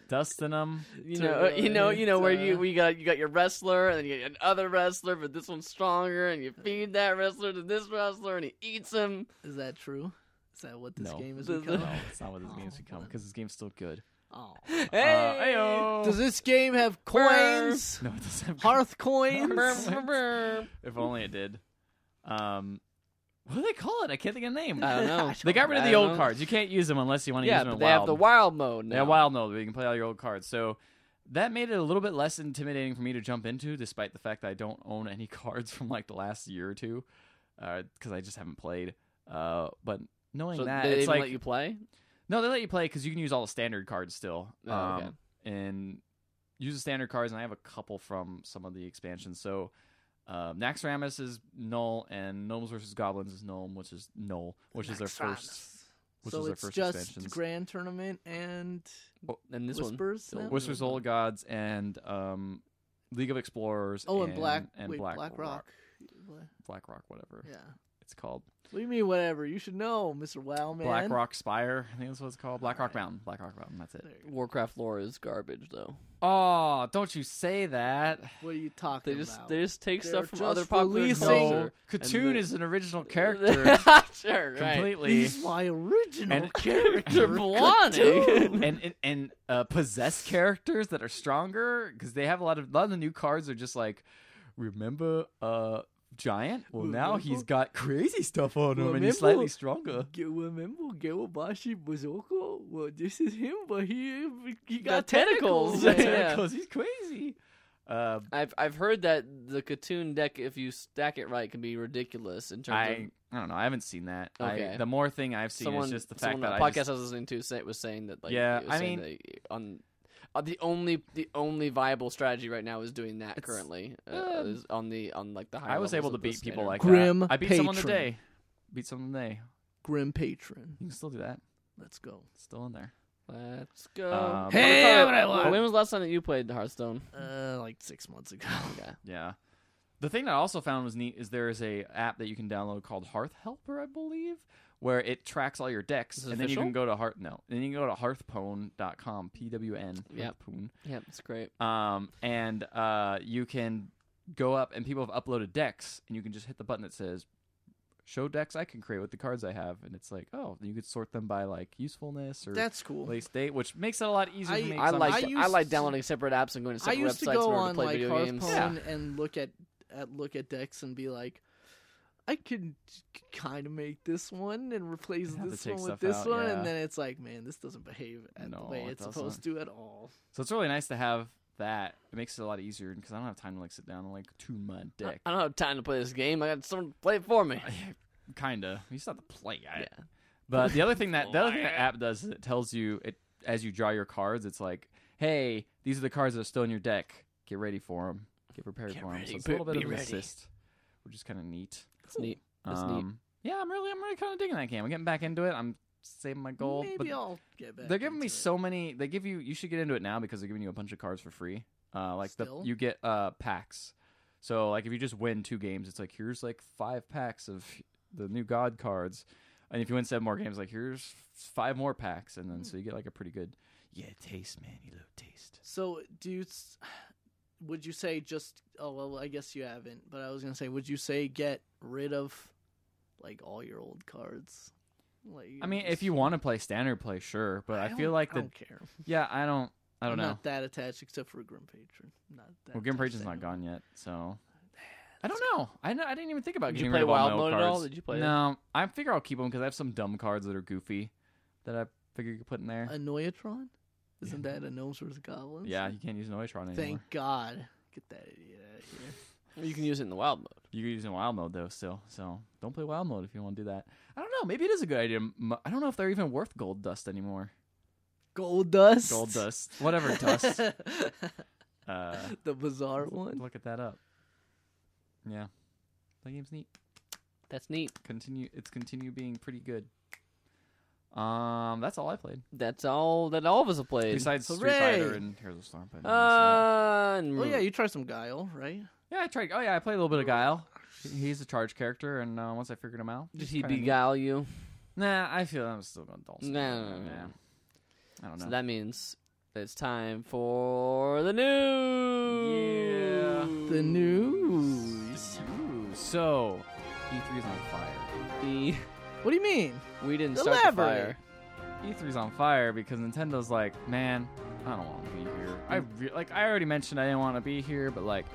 Speaker 3: Dusting them.
Speaker 2: You
Speaker 1: To
Speaker 2: know, uh, you know, you know where you
Speaker 1: it, uh,
Speaker 2: we got you got your wrestler, and then you got another wrestler, but this one's stronger, and you feed that wrestler to this wrestler, and he eats him.
Speaker 1: is that true? Is that what this
Speaker 3: No.
Speaker 1: game is
Speaker 2: The- the-
Speaker 1: becoming?
Speaker 3: No, it's not what this game's
Speaker 1: Oh,
Speaker 3: become
Speaker 1: what?
Speaker 3: because this game's still good.
Speaker 1: Oh.
Speaker 3: Uh,
Speaker 2: Hey,
Speaker 3: ayo.
Speaker 1: Does this game have coins?
Speaker 3: No, it doesn't. have-
Speaker 1: Hearth coins?
Speaker 3: Hearth- If only it did. Um, what do they call it? I can't think of the name.
Speaker 2: I don't know.
Speaker 3: They got rid of
Speaker 2: Uh, I
Speaker 3: the
Speaker 2: don't
Speaker 3: old
Speaker 2: know.
Speaker 3: cards. You can't use them unless you want to
Speaker 2: Yeah,
Speaker 3: use them.
Speaker 2: but
Speaker 3: in
Speaker 2: they have the wild
Speaker 3: wild.
Speaker 2: mode now.
Speaker 3: Yeah, wild mode where you can play all your old cards. So that made it a little bit less intimidating for me to jump into, despite the fact that I don't own any cards from like the last year or two, because I uh, just haven't played. Uh, but knowing
Speaker 2: So
Speaker 3: that,
Speaker 2: they
Speaker 3: it's
Speaker 2: even
Speaker 3: like
Speaker 2: let you play.
Speaker 3: no, they let you play because you can use all the standard cards still.
Speaker 2: Oh, okay.
Speaker 3: Um, and use the standard cards, and I have a couple from some of the expansions. So uh, Naxxramas is null, and Gnomes versus Goblins is gnome, which is null, which is their first.
Speaker 1: Naxxramas.
Speaker 3: which
Speaker 1: so
Speaker 3: is their
Speaker 1: it's
Speaker 3: first
Speaker 1: just
Speaker 3: expansions.
Speaker 1: Grand Tournament and
Speaker 2: And this one.
Speaker 1: Whispers.
Speaker 2: Still
Speaker 1: now?
Speaker 3: Whispers of Old
Speaker 2: Mm-hmm.
Speaker 3: Gods and um, League of Explorers.
Speaker 1: Oh, and, Black
Speaker 3: and
Speaker 1: wait,
Speaker 3: Black,
Speaker 1: Rock.
Speaker 3: Black Rock, whatever
Speaker 1: Yeah.
Speaker 3: it's called.
Speaker 1: What do you mean? Whatever. You should know, Mister Wow Man.
Speaker 3: Black Rock Spire, I think that's what it's called. Black Rock
Speaker 1: Alright.
Speaker 3: Mountain. Black Rock Mountain. That's it.
Speaker 1: There you go.
Speaker 2: Warcraft lore is garbage, though.
Speaker 3: Oh, don't you say that.
Speaker 1: What are you talking
Speaker 2: They just
Speaker 1: about?
Speaker 2: they just take
Speaker 1: They're
Speaker 2: stuff from
Speaker 1: just
Speaker 2: other popular
Speaker 1: releasing-
Speaker 2: culture.
Speaker 3: No,
Speaker 2: and
Speaker 3: Katoon
Speaker 2: they-
Speaker 3: is an original character
Speaker 2: sure, right.
Speaker 3: completely.
Speaker 1: He's my original
Speaker 3: And-
Speaker 1: character.
Speaker 2: They're blonding.
Speaker 3: and and, and uh, possess characters that are stronger because they have a lot of a lot of the new cards are just like remember uh giant well now
Speaker 1: Remember?
Speaker 3: he's got crazy stuff on him and he's
Speaker 1: Remember?
Speaker 3: slightly stronger
Speaker 1: Ge- Remember Gewabashi Bozoko? Well, this is him, but he he got,
Speaker 2: Got tentacles.
Speaker 1: man.
Speaker 2: Yeah.
Speaker 3: because he's crazy uh
Speaker 2: I've I've heard that the Katoon deck, if you stack it right, can be ridiculous in terms of
Speaker 3: i i don't know i haven't seen that
Speaker 2: Okay.
Speaker 3: I, the more thing i've seen
Speaker 2: someone.
Speaker 3: is just the fact
Speaker 2: someone
Speaker 3: that
Speaker 2: on
Speaker 3: i
Speaker 2: a podcast
Speaker 3: just-
Speaker 2: I was listening to say, was saying that like
Speaker 3: Yeah,
Speaker 2: it was
Speaker 3: I
Speaker 2: saying
Speaker 3: mean-
Speaker 2: that on uh, the only the only viable strategy right now is doing that
Speaker 3: It's-
Speaker 2: currently uh,
Speaker 3: um,
Speaker 2: is on the on like the higher
Speaker 3: I
Speaker 2: levels
Speaker 3: was able
Speaker 2: of
Speaker 3: to
Speaker 2: the
Speaker 3: beat people
Speaker 2: standard.
Speaker 3: like
Speaker 1: Grim
Speaker 3: that. I beat someone
Speaker 1: patron.
Speaker 3: today. Beat someone today.
Speaker 1: Grim patron.
Speaker 3: You can still do that.
Speaker 1: Let's go.
Speaker 3: It's still in there.
Speaker 2: Let's go.
Speaker 3: Um,
Speaker 1: Hey,
Speaker 2: Probably-
Speaker 1: what I want.
Speaker 2: When was the last time that you played Hearthstone?
Speaker 1: Uh, like six months ago.
Speaker 2: Okay.
Speaker 3: Yeah. The thing that I also found was neat is there is a app that you can download called Hearth Helper, I believe, where it tracks all your decks,
Speaker 2: Is
Speaker 3: and
Speaker 2: it
Speaker 3: then you
Speaker 2: official?
Speaker 3: can go to Hearth. No, then you can go to hearthpwn.com, p w n,
Speaker 2: Yep.
Speaker 3: Hearthpwn.
Speaker 2: Yeah, it's great.
Speaker 3: Um, and uh, you can go up, and people have uploaded decks, and you can just hit the button that says "Show decks I can create with the cards I have," and it's like, oh, you could sort them by like usefulness or
Speaker 1: That's cool.
Speaker 3: place date, which makes it a lot easier
Speaker 1: I-
Speaker 3: for me.
Speaker 2: I
Speaker 3: 'cause I'm
Speaker 2: like
Speaker 1: I
Speaker 3: just-
Speaker 2: I,
Speaker 1: used
Speaker 2: like
Speaker 1: to-
Speaker 2: downloading separate apps and going to
Speaker 1: I
Speaker 2: separate
Speaker 1: used to
Speaker 2: websites in
Speaker 1: go
Speaker 2: order
Speaker 1: on
Speaker 2: to play
Speaker 1: like
Speaker 2: video games.
Speaker 1: Hearthstone and look at, at look at decks and be like, I can kind of make this one and replace
Speaker 3: Have to
Speaker 1: this
Speaker 3: take
Speaker 1: one
Speaker 3: stuff
Speaker 1: with this
Speaker 3: out,
Speaker 1: one,
Speaker 3: yeah.
Speaker 1: and then it's like, man, this doesn't behave at the
Speaker 3: No,
Speaker 1: way
Speaker 3: it
Speaker 1: it's supposed to at all.
Speaker 3: So it's really nice to have that. It makes it a lot easier because I don't have time to like sit down and like tune my deck.
Speaker 2: I don't have time to play this game. I got someone to play it for me.
Speaker 3: Kinda. You still have to play
Speaker 2: uh, Yeah.
Speaker 3: it. But the other thing that the other thing that app does is it tells you it as you draw your cards. It's like, hey, these are the cards that are still in your deck. Get ready for them. Get prepared
Speaker 2: Get
Speaker 3: for them.
Speaker 2: ready.
Speaker 3: So it's a little
Speaker 2: Be-
Speaker 3: bit of
Speaker 2: be
Speaker 3: an
Speaker 2: ready.
Speaker 3: assist, which is kind of neat.
Speaker 2: It's neat. That's neat.
Speaker 3: um, Yeah, I'm really, I'm really kind of digging that game. I'm getting back into it. I'm saving my gold.
Speaker 1: Maybe
Speaker 3: but
Speaker 1: I'll get back.
Speaker 3: They're giving
Speaker 1: into
Speaker 3: me
Speaker 1: it.
Speaker 3: so many. They give you. You should get into it now because they're giving you a bunch of cards for free. Uh, like
Speaker 1: Still?
Speaker 3: the you get uh packs. So like if you just win two games, it's like here's like five packs of the new God cards, and if you win seven more games, like here's five more packs, and then so you get like a pretty good yeah taste, man. You love taste.
Speaker 1: So do you? s- Would you say just? Oh well, I guess you haven't. But I was gonna say, would you say get rid of like all your old cards? Like
Speaker 3: I mean, if
Speaker 1: just-
Speaker 3: you want to play standard play, sure, but I, feel
Speaker 1: don't-
Speaker 3: like
Speaker 1: I
Speaker 3: the
Speaker 1: don't care.
Speaker 3: yeah I don't I don't
Speaker 1: I'm
Speaker 3: know.
Speaker 1: Not that attached, except for Grim Patron. Not that.
Speaker 3: well, Grim
Speaker 1: attached
Speaker 3: Preacher's
Speaker 1: to
Speaker 3: not
Speaker 1: him.
Speaker 3: gone yet, so. I don't know. I know. I didn't even think about.
Speaker 2: Did you
Speaker 3: getting
Speaker 2: play
Speaker 3: rid of all
Speaker 2: Wild
Speaker 3: my old
Speaker 2: Mode at all?
Speaker 3: cards.
Speaker 2: Did you play it?
Speaker 3: No, I figure I'll keep them because I have some dumb cards that are goofy that I figure you could put in there.
Speaker 1: Annoyatron? Isn't that a gnomes versus goblins?
Speaker 3: yeah, you can't use Noitron anymore.
Speaker 1: Thank God. Get that idiot out of here.
Speaker 2: You can use it in the wild mode.
Speaker 3: You can use it in Wild Mode though, still. So don't play Wild Mode if you want to do that. I don't know. Maybe it is a good idea. M- I don't know if they're even worth gold dust anymore.
Speaker 1: Gold dust.
Speaker 3: Gold dust, whatever dust. Uh,
Speaker 1: the bizarre one.
Speaker 3: look at that up. Yeah, that game's neat.
Speaker 2: That's neat.
Speaker 3: Continue. It's continue being pretty good. Um, that's all I played.
Speaker 2: That's all that all of us have played.
Speaker 3: Besides Street
Speaker 1: Hooray!
Speaker 3: Fighter and Heroes of Storm. But no, that's
Speaker 2: uh, and
Speaker 1: Oh yeah, you try some guile, right?
Speaker 3: it. yeah, I tried. Oh yeah, I played a little bit of Guile. He- He's a charge character, and uh, once I figured him out,
Speaker 2: did
Speaker 3: he's
Speaker 2: he
Speaker 3: kinda neat.
Speaker 2: beguile you?
Speaker 3: Nah, I feel I'm still going Dulce.
Speaker 2: No, no, no, no.
Speaker 3: I don't know.
Speaker 2: So that means that it's time for the news.
Speaker 1: The news.
Speaker 3: Ooh, so E3's on fire.
Speaker 2: The-
Speaker 1: What do you mean?
Speaker 2: we didn't start the fire.
Speaker 3: E3's E on fire because Nintendo's like, man, I don't want to be here. I
Speaker 2: Mm.
Speaker 3: re- like I already mentioned I didn't want to be here, but like,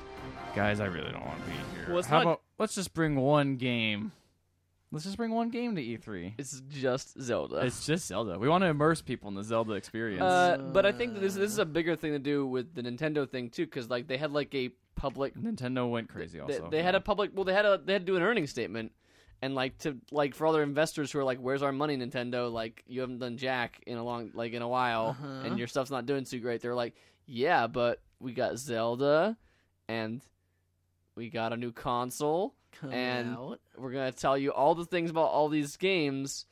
Speaker 3: guys, I really don't want to be here.
Speaker 2: Well, it's
Speaker 3: How
Speaker 2: not-
Speaker 3: about let's just bring one game. Let's just bring one game to E3.
Speaker 2: It's just Zelda.
Speaker 3: It's just Zelda. We want to immerse people in the Zelda experience.
Speaker 2: Uh, but I think that this this is a bigger thing to do with the Nintendo thing too, because like they had like a public
Speaker 3: Nintendo went crazy.
Speaker 2: they,
Speaker 3: Also,
Speaker 2: they had a public well they had a they had to do an earnings statement, and like to like for other investors who are like, "Where's our money, Nintendo? Like you haven't done jack in a long like in a while,
Speaker 1: Uh-huh.
Speaker 2: and your stuff's not doing too great." They're like, "Yeah, but we got Zelda, and we got a new console.
Speaker 1: Come
Speaker 2: And-
Speaker 1: out.
Speaker 2: We're gonna tell you all the things about all these games,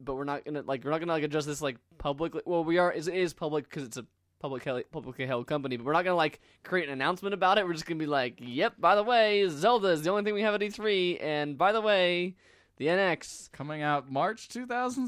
Speaker 2: but we're not gonna like we're not gonna like address this like publicly. Well, we are. It is public because it's a public held, publicly held company, but we're not gonna like create an announcement about it. We're just gonna be like, "Yep, by the way, Zelda is the only thing we have at E3, and by the way." The NX
Speaker 3: Coming out March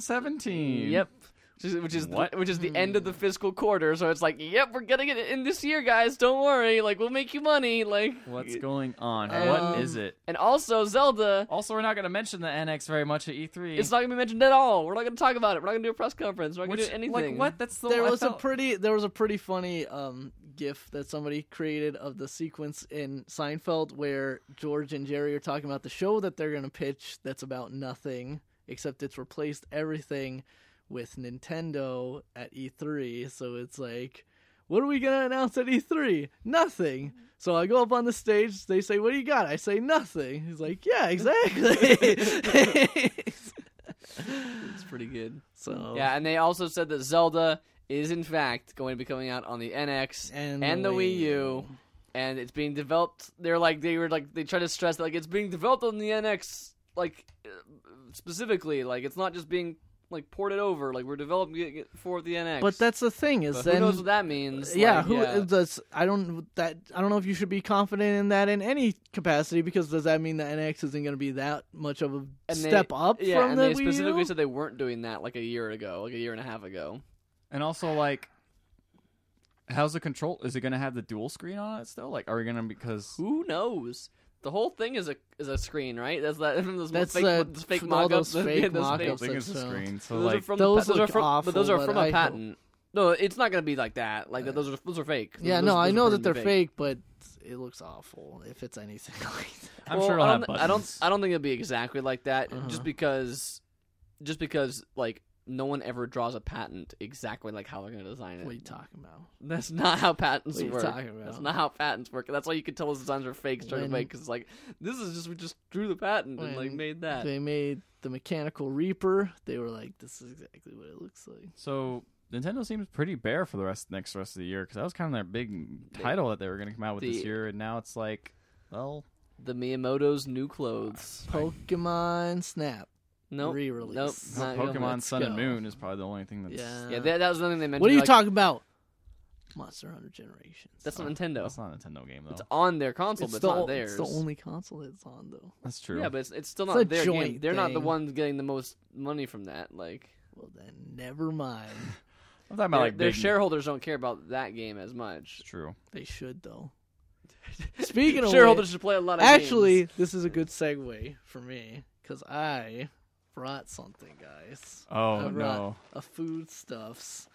Speaker 3: 2017.
Speaker 2: Yep. Which is, which is the,
Speaker 3: Hmm. What? Hmm.
Speaker 2: which is the end of the fiscal quarter, so it's like, yep, we're getting it in this year, guys. Don't worry, like we'll make you money, like.
Speaker 3: What's going on?
Speaker 1: Um,
Speaker 3: what is it?
Speaker 2: And also Zelda,
Speaker 3: Also, we're not going to mention the NX very much at E E3.
Speaker 2: it's not gonna be mentioned at all. We're not gonna talk about it. We're not gonna do a press conference. We're not
Speaker 3: Which-
Speaker 2: gonna do anything.
Speaker 3: Like, what? That's the
Speaker 1: there
Speaker 3: I
Speaker 1: was a
Speaker 3: felt-
Speaker 1: pretty there was a pretty funny um gif that somebody created of the sequence in Seinfeld where George and Jerry are talking about the show that they're going to pitch that's about nothing except it's replaced everything with Nintendo at E3 so it's like what are we going to announce at E3 nothing so I go up on the stage they say what do you got I say nothing he's like yeah exactly
Speaker 2: It's pretty good.
Speaker 1: so
Speaker 2: Yeah, and they also said that Zelda is in fact going to be coming out on the NX
Speaker 1: and,
Speaker 2: and the Wii U, and it's being developed. They're like they were like they try to stress that like it's being developed on the NX like uh, specifically. Like it's not just being like ported over. Like we're developing it for the NX.
Speaker 1: But that's the thing is
Speaker 2: But
Speaker 1: then
Speaker 2: who knows what that means?
Speaker 1: yeah,
Speaker 2: Like,
Speaker 1: who does I don't that I don't know if you should be confident in that in any capacity because does that mean the NX isn't going to be that much of a
Speaker 2: And they-
Speaker 1: step up
Speaker 2: Yeah,
Speaker 1: from
Speaker 2: and
Speaker 1: the
Speaker 2: they
Speaker 1: Wii
Speaker 2: specifically
Speaker 1: U?
Speaker 2: said they weren't doing that like a year ago, like a year and a half ago.
Speaker 3: And also, like, how's the control? Is it going to have the dual screen on it still? Like, are we going to because
Speaker 2: Who knows? The whole thing is a is a screen, right? That's that. Those
Speaker 1: That's
Speaker 2: fake,
Speaker 1: the-
Speaker 2: those fake
Speaker 1: all
Speaker 2: mock-ups.
Speaker 1: those fake
Speaker 2: yeah, those
Speaker 1: mock-ups.
Speaker 2: fake-
Speaker 1: think it's a so- screen,
Speaker 3: screen? So
Speaker 2: those are
Speaker 3: like,
Speaker 2: from
Speaker 1: Those
Speaker 2: the, those are
Speaker 1: look
Speaker 2: from,
Speaker 1: awful,
Speaker 2: but those are
Speaker 1: but
Speaker 2: from
Speaker 1: I
Speaker 2: a
Speaker 1: hope-
Speaker 2: patent. No, it's not gonna be like that. Like those are those are fake. Those-
Speaker 1: yeah,
Speaker 2: those-
Speaker 1: no,
Speaker 2: those
Speaker 1: I
Speaker 2: are
Speaker 1: know that they're
Speaker 2: permanently
Speaker 1: fake. but it looks awful if it's anything like that.
Speaker 3: I'm
Speaker 2: Well,
Speaker 3: sure it'll
Speaker 2: I
Speaker 3: have
Speaker 2: don't, thi- I don't.
Speaker 3: buttons.
Speaker 2: I don't think it'll be exactly like that.
Speaker 1: Uh-huh.
Speaker 2: Just because, just because, like no one ever draws a patent exactly like how they're gonna design it.
Speaker 1: What are you talking about?
Speaker 2: That's not how patents
Speaker 1: What are you
Speaker 2: work.
Speaker 1: talking about?
Speaker 2: That's not how patents work. That's why you could tell those designs are fake straight
Speaker 1: When-
Speaker 2: away because like this is just we just drew the patent and like
Speaker 1: When
Speaker 2: made that.
Speaker 1: They made the mechanical reaper. They were like, this is exactly what it looks like.
Speaker 3: So Nintendo seems pretty bare for the rest next rest of the year because that was kind of their big title that they were going to come out with this
Speaker 2: the-
Speaker 3: year, and now it's like, well,
Speaker 2: The Miyamoto's new clothes.
Speaker 1: Pokemon Snap
Speaker 2: No,
Speaker 1: re-release.
Speaker 2: Nope. not gonna-
Speaker 3: Pokemon Sun and
Speaker 1: go.
Speaker 3: Moon is probably the only thing that's
Speaker 1: Yeah.
Speaker 2: Yeah, that, that was something they mentioned.
Speaker 1: what are you
Speaker 2: like,
Speaker 1: talking about? Monster Hunter Generations.
Speaker 2: That's not Nintendo.
Speaker 3: that's not a Nintendo game though.
Speaker 2: It's on their console, but it's
Speaker 1: the,
Speaker 2: not
Speaker 1: o-
Speaker 2: theirs.
Speaker 1: it's the only console it's on though.
Speaker 3: that's true.
Speaker 2: Yeah, but it's, it's still
Speaker 1: It's
Speaker 2: not
Speaker 1: a
Speaker 2: their game.
Speaker 1: joint
Speaker 2: They're not the
Speaker 1: thing.
Speaker 2: ones getting the most money from that. Like,
Speaker 1: Well, then never mind.
Speaker 3: I'm talking
Speaker 2: their,
Speaker 3: about like
Speaker 2: their
Speaker 3: big-
Speaker 2: shareholders don't care about that game as much.
Speaker 3: It's true.
Speaker 1: they should though. Speaking of
Speaker 2: shareholders
Speaker 1: which,
Speaker 2: should play a lot of
Speaker 1: actually,
Speaker 2: games.
Speaker 1: this is a good segue for me because I brought something, guys.
Speaker 3: Oh
Speaker 2: Uh,
Speaker 1: I brought
Speaker 3: no,
Speaker 1: a foodstuffs,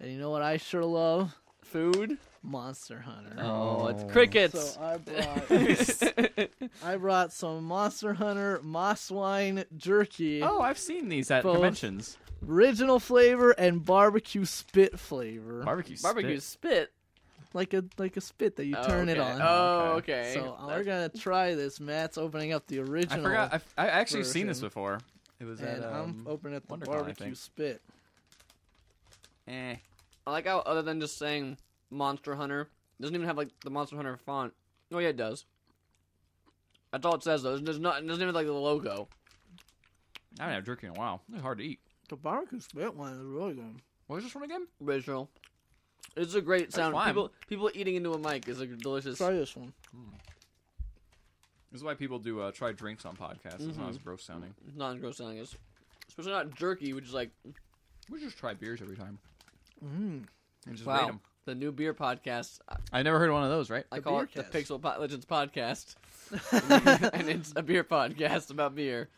Speaker 1: and you know what I sure love?
Speaker 2: food.
Speaker 1: Monster Hunter.
Speaker 2: Oh, it's
Speaker 3: Oh.
Speaker 2: crickets.
Speaker 1: So uh, I brought I brought some Monster Hunter Moss Wine Jerky,
Speaker 3: oh I've seen these at
Speaker 1: Both.
Speaker 3: conventions.
Speaker 1: original flavor and barbecue spit flavor,
Speaker 3: Barbecue,
Speaker 2: Barbecue
Speaker 3: spit.
Speaker 2: spit.
Speaker 1: like a like a spit that you
Speaker 2: Oh,
Speaker 1: turn it
Speaker 2: okay.
Speaker 1: on.
Speaker 2: Oh,
Speaker 3: Okay.
Speaker 2: okay.
Speaker 1: So
Speaker 2: That's-
Speaker 1: we're gonna try this. Matt's opening up the
Speaker 3: I
Speaker 1: original.
Speaker 3: forgot. I've, i actually seen this
Speaker 1: version.
Speaker 3: before. It was
Speaker 1: and
Speaker 3: at
Speaker 1: I'm
Speaker 2: oh.
Speaker 3: um,
Speaker 1: opening up the
Speaker 3: WonderCon, I
Speaker 1: barbecue
Speaker 3: think.
Speaker 1: spit.
Speaker 3: eh.
Speaker 2: I like how other than just saying Monster Hunter, it doesn't even have like the Monster Hunter font. Oh yeah, it does. That's all it says though. It does not. It doesn't even have, like the logo.
Speaker 3: I haven't had jerky in a while. It's hard to eat.
Speaker 1: The barbecue spit one is really good.
Speaker 3: What was this one again?
Speaker 2: Rachel, it's a great sound.
Speaker 3: fine.
Speaker 2: People people eating into a mic is a delicious.
Speaker 1: Try this one.
Speaker 3: This is why people do uh, try drinks on podcasts. It's not as
Speaker 2: Mm-hmm.
Speaker 3: gross sounding.
Speaker 2: non-gross sounding is, especially not jerky, which is like
Speaker 3: We just try beers every time. Mm. And just rate 'em.
Speaker 2: wow. The new beer podcast. I,
Speaker 3: I never heard one of those, right?
Speaker 2: I
Speaker 1: The
Speaker 2: call
Speaker 1: beer
Speaker 2: it the
Speaker 1: cast.
Speaker 2: Pixel po- Legends podcast, and it's a beer podcast about beer.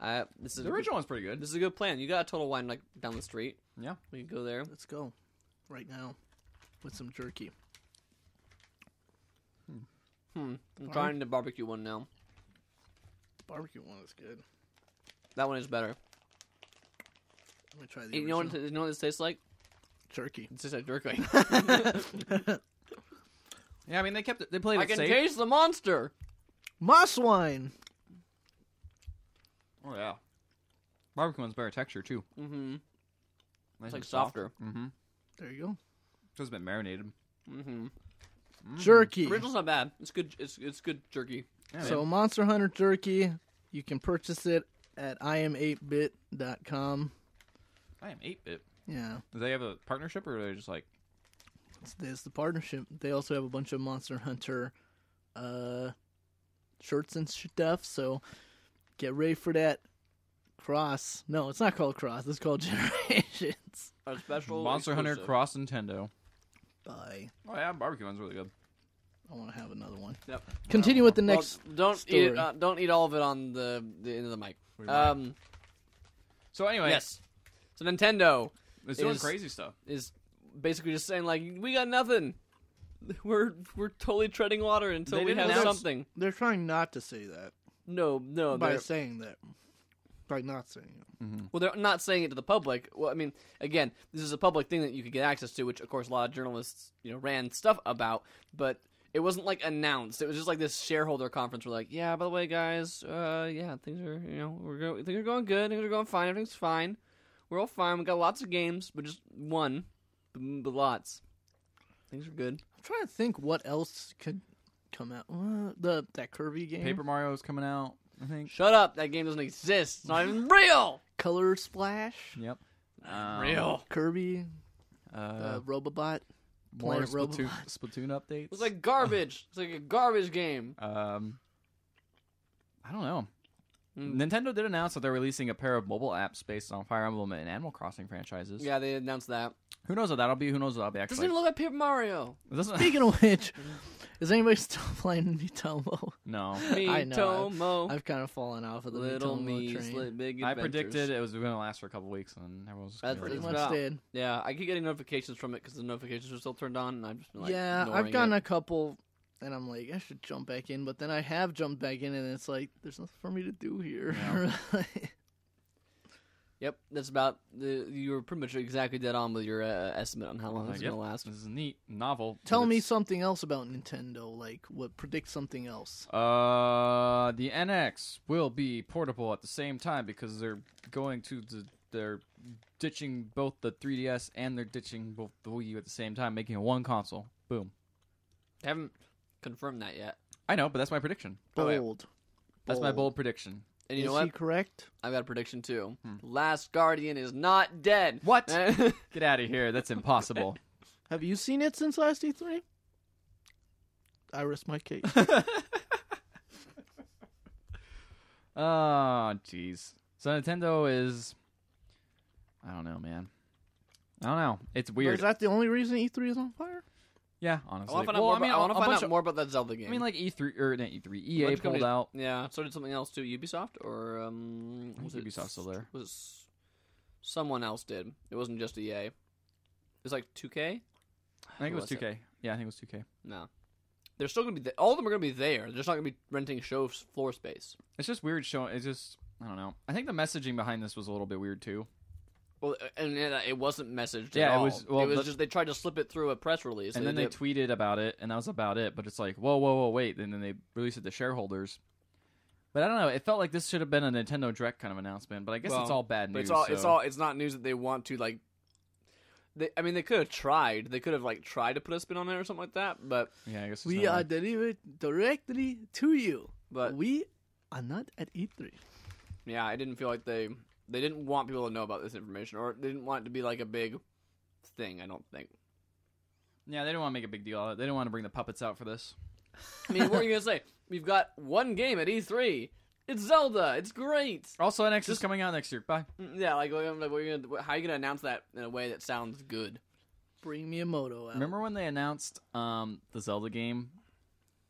Speaker 2: I this is
Speaker 3: Hmm. the
Speaker 2: a good-
Speaker 3: original one's pretty good.
Speaker 2: This is a good plan. You got a total wine like down the street.
Speaker 3: yeah.
Speaker 2: We can go there.
Speaker 1: Let's go, right now, with some jerky.
Speaker 2: Hmm. I'm trying the barbecue one now.
Speaker 1: The barbecue one is good.
Speaker 2: That one is better.
Speaker 1: Let me try the
Speaker 2: You know, what, you know what this tastes like?
Speaker 1: jerky.
Speaker 2: It tastes like jerky.
Speaker 3: Yeah, I mean they kept it. They played
Speaker 2: I
Speaker 3: it
Speaker 2: can
Speaker 3: safe.
Speaker 2: taste the monster.
Speaker 1: Moss wine.
Speaker 3: Oh yeah. Barbecue one's better texture too.
Speaker 2: Mm-hmm.
Speaker 3: Nice
Speaker 2: It's like
Speaker 3: and
Speaker 2: softer.
Speaker 3: Mm-hmm.
Speaker 1: There you go.
Speaker 3: Just been marinated.
Speaker 2: Mm-hmm.
Speaker 3: Mm.
Speaker 1: Jerky.
Speaker 2: Original's not bad. It's good. It's it's good jerky.
Speaker 3: Yeah,
Speaker 1: So
Speaker 3: man.
Speaker 1: Monster Hunter Turkey, you can purchase it at im8bit.com.
Speaker 3: I am eight bit.
Speaker 1: Yeah,
Speaker 3: Do they have a partnership or are they just like
Speaker 1: it's, it's the partnership. They also have a bunch of Monster Hunter uh, shirts and stuff. So get ready for that cross. No, it's not called cross. It's called Generations.
Speaker 2: A special
Speaker 3: Monster Hunter
Speaker 2: exclusive.
Speaker 3: Cross Nintendo?
Speaker 1: Bye.
Speaker 3: Oh yeah, barbecue one's really good.
Speaker 1: I want to have another one.
Speaker 2: Yep.
Speaker 1: Continue with the next.
Speaker 2: Well, don't eat.
Speaker 1: story.
Speaker 2: it- Uh, don't eat all of it on the the end of the mic. Um.
Speaker 3: So anyway,
Speaker 2: Yes. So Nintendo
Speaker 3: it's doing
Speaker 2: Is- Mm-hmm.
Speaker 3: crazy stuff.
Speaker 2: is basically just saying like we got nothing. We're we're totally treading water until
Speaker 3: They
Speaker 2: we
Speaker 3: didn't
Speaker 2: have
Speaker 3: announce-
Speaker 2: something.
Speaker 1: They're trying not to say that
Speaker 2: No, no.
Speaker 1: by
Speaker 2: they're-
Speaker 1: saying that. By not saying it.
Speaker 2: Well, they're not saying it to the public. Well, I mean, again, this is a public thing that you could get access to, which of course a lot of journalists, you know, ran stuff about. But it wasn't like announced. It was just like this shareholder conference. Where like, yeah, by the way, guys, uh, yeah, things are, you know, we're go- things are going good. Things are going fine. Everything's fine. We're all fine. We got lots of games, but just one, but, but lots. Things are good.
Speaker 1: I'm trying to think what else could come out. Uh, the that curvy game,
Speaker 3: Paper Mario's coming out, I think.
Speaker 2: Shut up! That game doesn't exist. It's not even real.
Speaker 1: Color Splash,
Speaker 3: Yep. Um,
Speaker 2: real.
Speaker 1: Kirby,
Speaker 3: Uh,
Speaker 1: uh, Robobot.
Speaker 3: more
Speaker 1: Planet
Speaker 3: Splatoon,
Speaker 1: Robot.
Speaker 3: Splatoon updates.
Speaker 2: It's like garbage. it's like a garbage game.
Speaker 3: um, I don't know.
Speaker 2: Mm.
Speaker 3: Nintendo did announce that they're releasing a pair of mobile apps based on Fire Emblem and Animal Crossing franchises.
Speaker 2: Yeah, they announced that.
Speaker 3: Who knows what that'll be? Who knows what that'll be?
Speaker 2: Doesn't
Speaker 3: Actually,
Speaker 2: even look like Paper Mario.
Speaker 3: It doesn't-
Speaker 1: Speaking of which, is anybody still playing Nitomo?
Speaker 3: no.
Speaker 2: Me,
Speaker 1: I know,
Speaker 2: Tomo.
Speaker 1: I've kind of fallen off of the
Speaker 2: little
Speaker 1: Nitomo
Speaker 2: me,
Speaker 1: train.
Speaker 2: sli- big
Speaker 3: I
Speaker 2: adventures.
Speaker 3: predicted it was going to last for a couple weeks, and everyone was just
Speaker 2: That's
Speaker 3: gonna
Speaker 1: Pretty
Speaker 2: It's
Speaker 3: be like,
Speaker 1: much
Speaker 2: about-
Speaker 1: did.
Speaker 2: Yeah, I keep getting notifications from it because the notifications are still turned on, and I've just been like,
Speaker 1: yeah,
Speaker 2: ignoring
Speaker 1: I've gotten
Speaker 2: it.
Speaker 1: a couple, and I'm like, I should jump back in, but then I have jumped back in, and it's like, there's nothing for me to do here.
Speaker 2: Yep, that's about the. You were pretty much exactly dead on with your uh, estimate on how long
Speaker 3: like,
Speaker 2: this is
Speaker 3: yep,
Speaker 2: gonna last.
Speaker 3: This is neat, novel.
Speaker 1: Tell
Speaker 3: but
Speaker 1: me
Speaker 3: it's-
Speaker 1: something else about Nintendo, like what predict something else.
Speaker 3: Uh, the NX will be portable at the same time because they're going to the, they're ditching both the 3DS and they're ditching both the Wii U at the same time, making it one console. Boom.
Speaker 2: They haven't confirmed that yet.
Speaker 3: I know, but that's my prediction.
Speaker 2: Oh, yeah.
Speaker 1: Bold.
Speaker 3: That's my bold prediction.
Speaker 2: And you
Speaker 1: is
Speaker 2: know what?
Speaker 1: he correct?
Speaker 2: I've got a prediction too. Last Guardian is not dead.
Speaker 3: What?
Speaker 2: I
Speaker 3: Get out of here. That's impossible.
Speaker 1: Have you seen it since last E3? I rest my case.
Speaker 3: oh, jeez. So Nintendo is, I don't know, man. I don't know. It's weird.
Speaker 1: Is that the only reason E3 is on fire?
Speaker 3: yeah, honestly.
Speaker 2: want to find out
Speaker 3: Well,
Speaker 2: more.
Speaker 3: I mean,
Speaker 2: about- I want
Speaker 3: a-
Speaker 2: to
Speaker 3: a
Speaker 2: find
Speaker 3: bunch
Speaker 2: out
Speaker 3: of-
Speaker 2: more about that Zelda game.
Speaker 3: I mean, like E3 or not E E3,
Speaker 2: A bunch
Speaker 3: EA
Speaker 2: of
Speaker 3: pulled
Speaker 2: companies-
Speaker 3: out.
Speaker 2: Yeah, so did something else too. Ubisoft or um,
Speaker 3: I
Speaker 2: was
Speaker 3: think
Speaker 2: it
Speaker 3: Ubisoft's still there.
Speaker 2: Was it s- someone else did? It wasn't just EA. It was like 2K.
Speaker 3: I think it
Speaker 2: Who
Speaker 3: was
Speaker 2: was it?
Speaker 3: 2K. Yeah, I think it was 2K.
Speaker 2: No, they're still gonna be. Th- all of them are gonna be there. They're just not gonna be renting show f- floor space.
Speaker 3: It's just weird showing. It's just I don't know. I think the messaging behind this was a little bit weird too.
Speaker 2: Well, and it, it wasn't messaged.
Speaker 3: Yeah,
Speaker 2: at
Speaker 3: it
Speaker 2: all.
Speaker 3: was- well,
Speaker 2: it was
Speaker 3: the-
Speaker 2: just they tried to slip it through a press release.
Speaker 3: and then they
Speaker 2: did-
Speaker 3: tweeted about it, and that was about it. But it's like, whoa, whoa, whoa, wait. And then they released it to shareholders. But I don't know. It felt like this should have been a Nintendo Direct kind of announcement. But I guess it's
Speaker 2: Well,
Speaker 3: all bad
Speaker 2: but
Speaker 3: news.
Speaker 2: it's all. It's
Speaker 3: so-
Speaker 2: all. It's not news that they want to like. They, I mean, they could have tried. They could have like tried to put a spin on it or something like that. But
Speaker 3: Yeah, I guess it's
Speaker 1: We uh,
Speaker 3: not
Speaker 1: are
Speaker 3: like-
Speaker 1: delivered directly to you.
Speaker 2: but
Speaker 1: we are not at E E3.
Speaker 2: Yeah, I didn't feel like they they didn't want people to know about this information, or they didn't want it to be like a big thing. I don't think.
Speaker 3: Yeah, they didn't want to make a big deal out of it. They didn't want to bring the puppets out for this.
Speaker 2: I mean, what are you gonna say? We've got one game at E3. It's Zelda. It's great.
Speaker 3: Also, NX is coming out next year. Bye.
Speaker 2: Mm, Yeah, like, what- like what are you gonna, how are you gonna announce that in a way that sounds good?
Speaker 1: Bring Miyamoto out.
Speaker 3: Remember when they announced um, the Zelda game,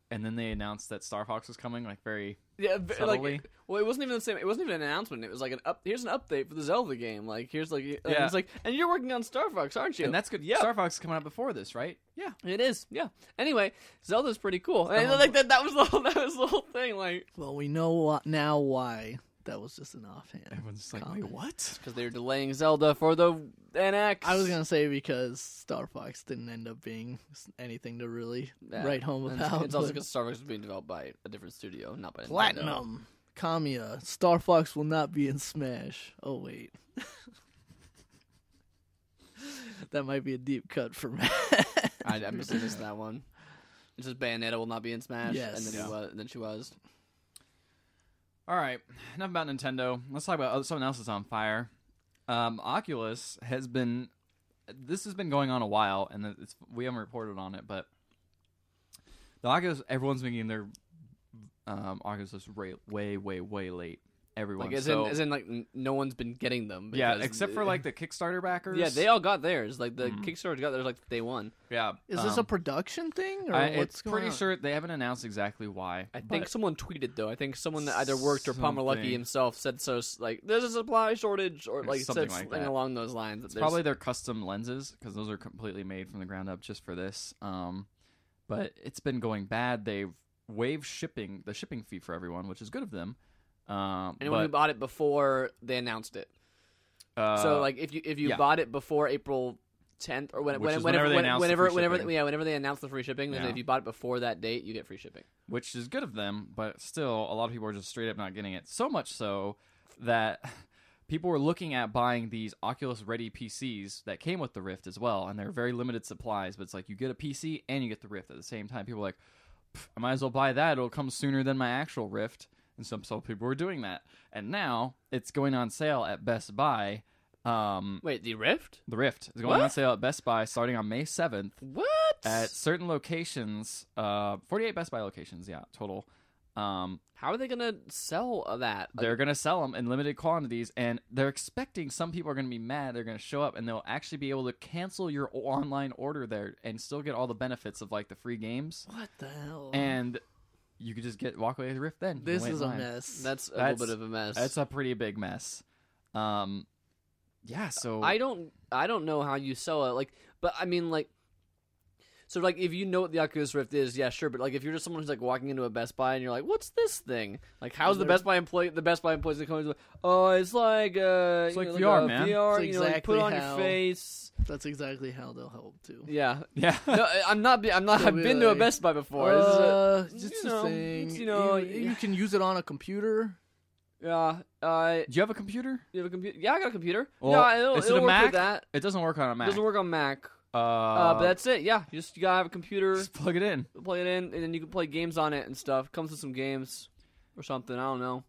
Speaker 3: and then they announced that Star Fox was coming? Like very.
Speaker 2: Yeah, v-
Speaker 3: Subtly.
Speaker 2: like well, it wasn't even the same. It wasn't even an announcement. It was like an up. Here's an update for the Zelda game. Like here's like yeah.
Speaker 3: Yeah.
Speaker 2: it's like and you're working on Star Fox, aren't you?
Speaker 3: And that's good.
Speaker 2: Yeah.
Speaker 3: Star Fox is coming out before this, right?
Speaker 2: Yeah, it is. Yeah. Anyway, Zelda's pretty cool. And like that, that was the whole, that was the whole thing. Like
Speaker 1: Well, we know wha- now why that was just an offhand.
Speaker 3: Everyone's just like,
Speaker 1: Comment.
Speaker 3: wait, what?
Speaker 2: Because they're delaying Zelda for the NX.
Speaker 1: I was gonna say because Star Fox didn't end up being s- anything to really
Speaker 2: Yeah.
Speaker 1: write home
Speaker 2: And
Speaker 1: about.
Speaker 2: It's, it's also
Speaker 1: but
Speaker 2: because Star Wars is being developed by a different studio, not by Nintendo.
Speaker 1: platinum. Kamiya, Star Fox will not be in Smash. Oh wait. that might be a deep cut for me.
Speaker 2: I, I missed, I missed that one. It says Bayonetta will not be in Smash,
Speaker 1: Yes.
Speaker 2: and then,
Speaker 1: Yeah.
Speaker 2: he was, and then she was.
Speaker 3: All right, enough about Nintendo. Let's talk about something else that's on fire. Um, Oculus has been. This has been going on a while, and it's, we haven't reported on it, but the Oculus. Everyone's been getting their um, Oculus ra- way, way, way late. Everyone,
Speaker 2: Like, as,
Speaker 3: so,
Speaker 2: in, as in, like, n- no one's been getting them.
Speaker 3: yeah,
Speaker 2: because
Speaker 3: except
Speaker 2: the-
Speaker 3: for like the Kickstarter backers.
Speaker 2: Yeah, they all got theirs. Like, the
Speaker 3: Mhm.
Speaker 2: Kickstarter got theirs, like, day one.
Speaker 3: Yeah,
Speaker 1: Is this a
Speaker 3: um,
Speaker 1: production thing or
Speaker 3: I,
Speaker 1: what's
Speaker 3: it's
Speaker 1: going
Speaker 3: pretty
Speaker 1: on?
Speaker 3: sure they haven't announced exactly why.
Speaker 2: I think
Speaker 3: but-
Speaker 2: someone tweeted though. I think someone that either worked or Palmer Lucky
Speaker 3: Something.
Speaker 2: himself said so. Like there's a supply shortage, or
Speaker 3: Or
Speaker 2: like said
Speaker 3: something like
Speaker 2: something
Speaker 3: that.
Speaker 2: along those lines. That
Speaker 3: It's
Speaker 2: there's-
Speaker 3: probably their custom lenses because those are completely made from the ground up just for this. Um, but it's been going bad. They've waived shipping the shipping fee for everyone, which is good of them. Um,
Speaker 2: anyone who
Speaker 3: but,
Speaker 2: bought it before they announced it.
Speaker 3: uh,
Speaker 2: so like if you if you
Speaker 3: yeah.
Speaker 2: bought it before April 10th or when,
Speaker 3: Which
Speaker 2: when,
Speaker 3: is
Speaker 2: whenever
Speaker 3: whenever they
Speaker 2: when-
Speaker 3: announced the
Speaker 2: whenever
Speaker 3: free
Speaker 2: whenever
Speaker 3: shipping.
Speaker 2: yeah whenever they announced the free shipping, they said
Speaker 3: Yeah.
Speaker 2: if you bought it before that date, you get free shipping.
Speaker 3: which is good of them, but still a lot of people are just straight up not getting it. So much so that people were looking at buying these Oculus ready PCs that came with the Rift as well, and they're very limited supplies, but it's like you get a PC and you get the Rift at the same time. People are like, "Pff, I might as well buy that, it'll come sooner than my actual Rift. And some so people were doing that. And now it's going on sale at Best Buy. Um,
Speaker 2: Wait, the Rift?
Speaker 3: the Rift is going on
Speaker 2: What?
Speaker 3: sale at Best Buy starting on May 7th
Speaker 2: What?
Speaker 3: at certain locations, uh, 48 Best Buy locations, yeah, total. Um,
Speaker 2: How are they gonna sell that? Like,
Speaker 3: they're going to sell them in limited quantities, and they're expecting some people are going to be mad. They're going to show up, and they'll actually be able to cancel your o- online order there and still get all the benefits of like the free games,
Speaker 1: What the hell?
Speaker 3: and you could just get walk away with the Rift. Then You
Speaker 1: this
Speaker 3: can wait
Speaker 1: is
Speaker 3: in
Speaker 1: a
Speaker 3: line.
Speaker 1: mess.
Speaker 2: that's Oh. a
Speaker 3: That's-
Speaker 2: little bit of a mess.
Speaker 3: That's a pretty big mess. Um, yeah. So
Speaker 2: I don't I don't know how you sell it. Like, but I mean, like, so like if you know what the Oculus Rift is, yeah, sure. But like if you're just someone who's like walking into a Best Buy and you're like, "What's this thing?" Like, how's the
Speaker 1: They're-
Speaker 2: Best Buy employee? The Best Buy employees that come like, "Oh, it's like uh,
Speaker 3: It's
Speaker 2: you
Speaker 3: like
Speaker 2: know,
Speaker 3: VR,
Speaker 2: a
Speaker 3: man.
Speaker 2: VR,
Speaker 1: It's
Speaker 2: you know, like, put
Speaker 1: exactly
Speaker 2: it on your
Speaker 1: how-
Speaker 2: face."
Speaker 1: That's exactly how they'll help too.
Speaker 2: Yeah.
Speaker 3: yeah.
Speaker 2: No, I- I'm not. be- I'm not.
Speaker 1: They'll
Speaker 2: I've
Speaker 1: be
Speaker 2: been to a
Speaker 1: like,
Speaker 2: Best Buy before. This is a-
Speaker 1: Uh,
Speaker 2: you
Speaker 1: just
Speaker 2: know,
Speaker 1: a thing.
Speaker 2: it's, you know,
Speaker 1: you, you can use it on a computer.
Speaker 2: yeah. Uh,
Speaker 3: Do you have a computer?
Speaker 2: you have a computer? Yeah, I got a computer.
Speaker 3: Well,
Speaker 2: yeah, it'll,
Speaker 3: is it
Speaker 2: it'll
Speaker 3: a
Speaker 2: work
Speaker 3: Mac?
Speaker 2: with that.
Speaker 3: It doesn't work on a
Speaker 2: It
Speaker 3: Mac.
Speaker 2: doesn't work on Mac.
Speaker 3: Uh,
Speaker 2: Uh, but that's it. Yeah, you just you gotta have a computer.
Speaker 3: just plug it in.
Speaker 2: play it in, and then you can play games on it and stuff. Comes with some games or something. I don't know.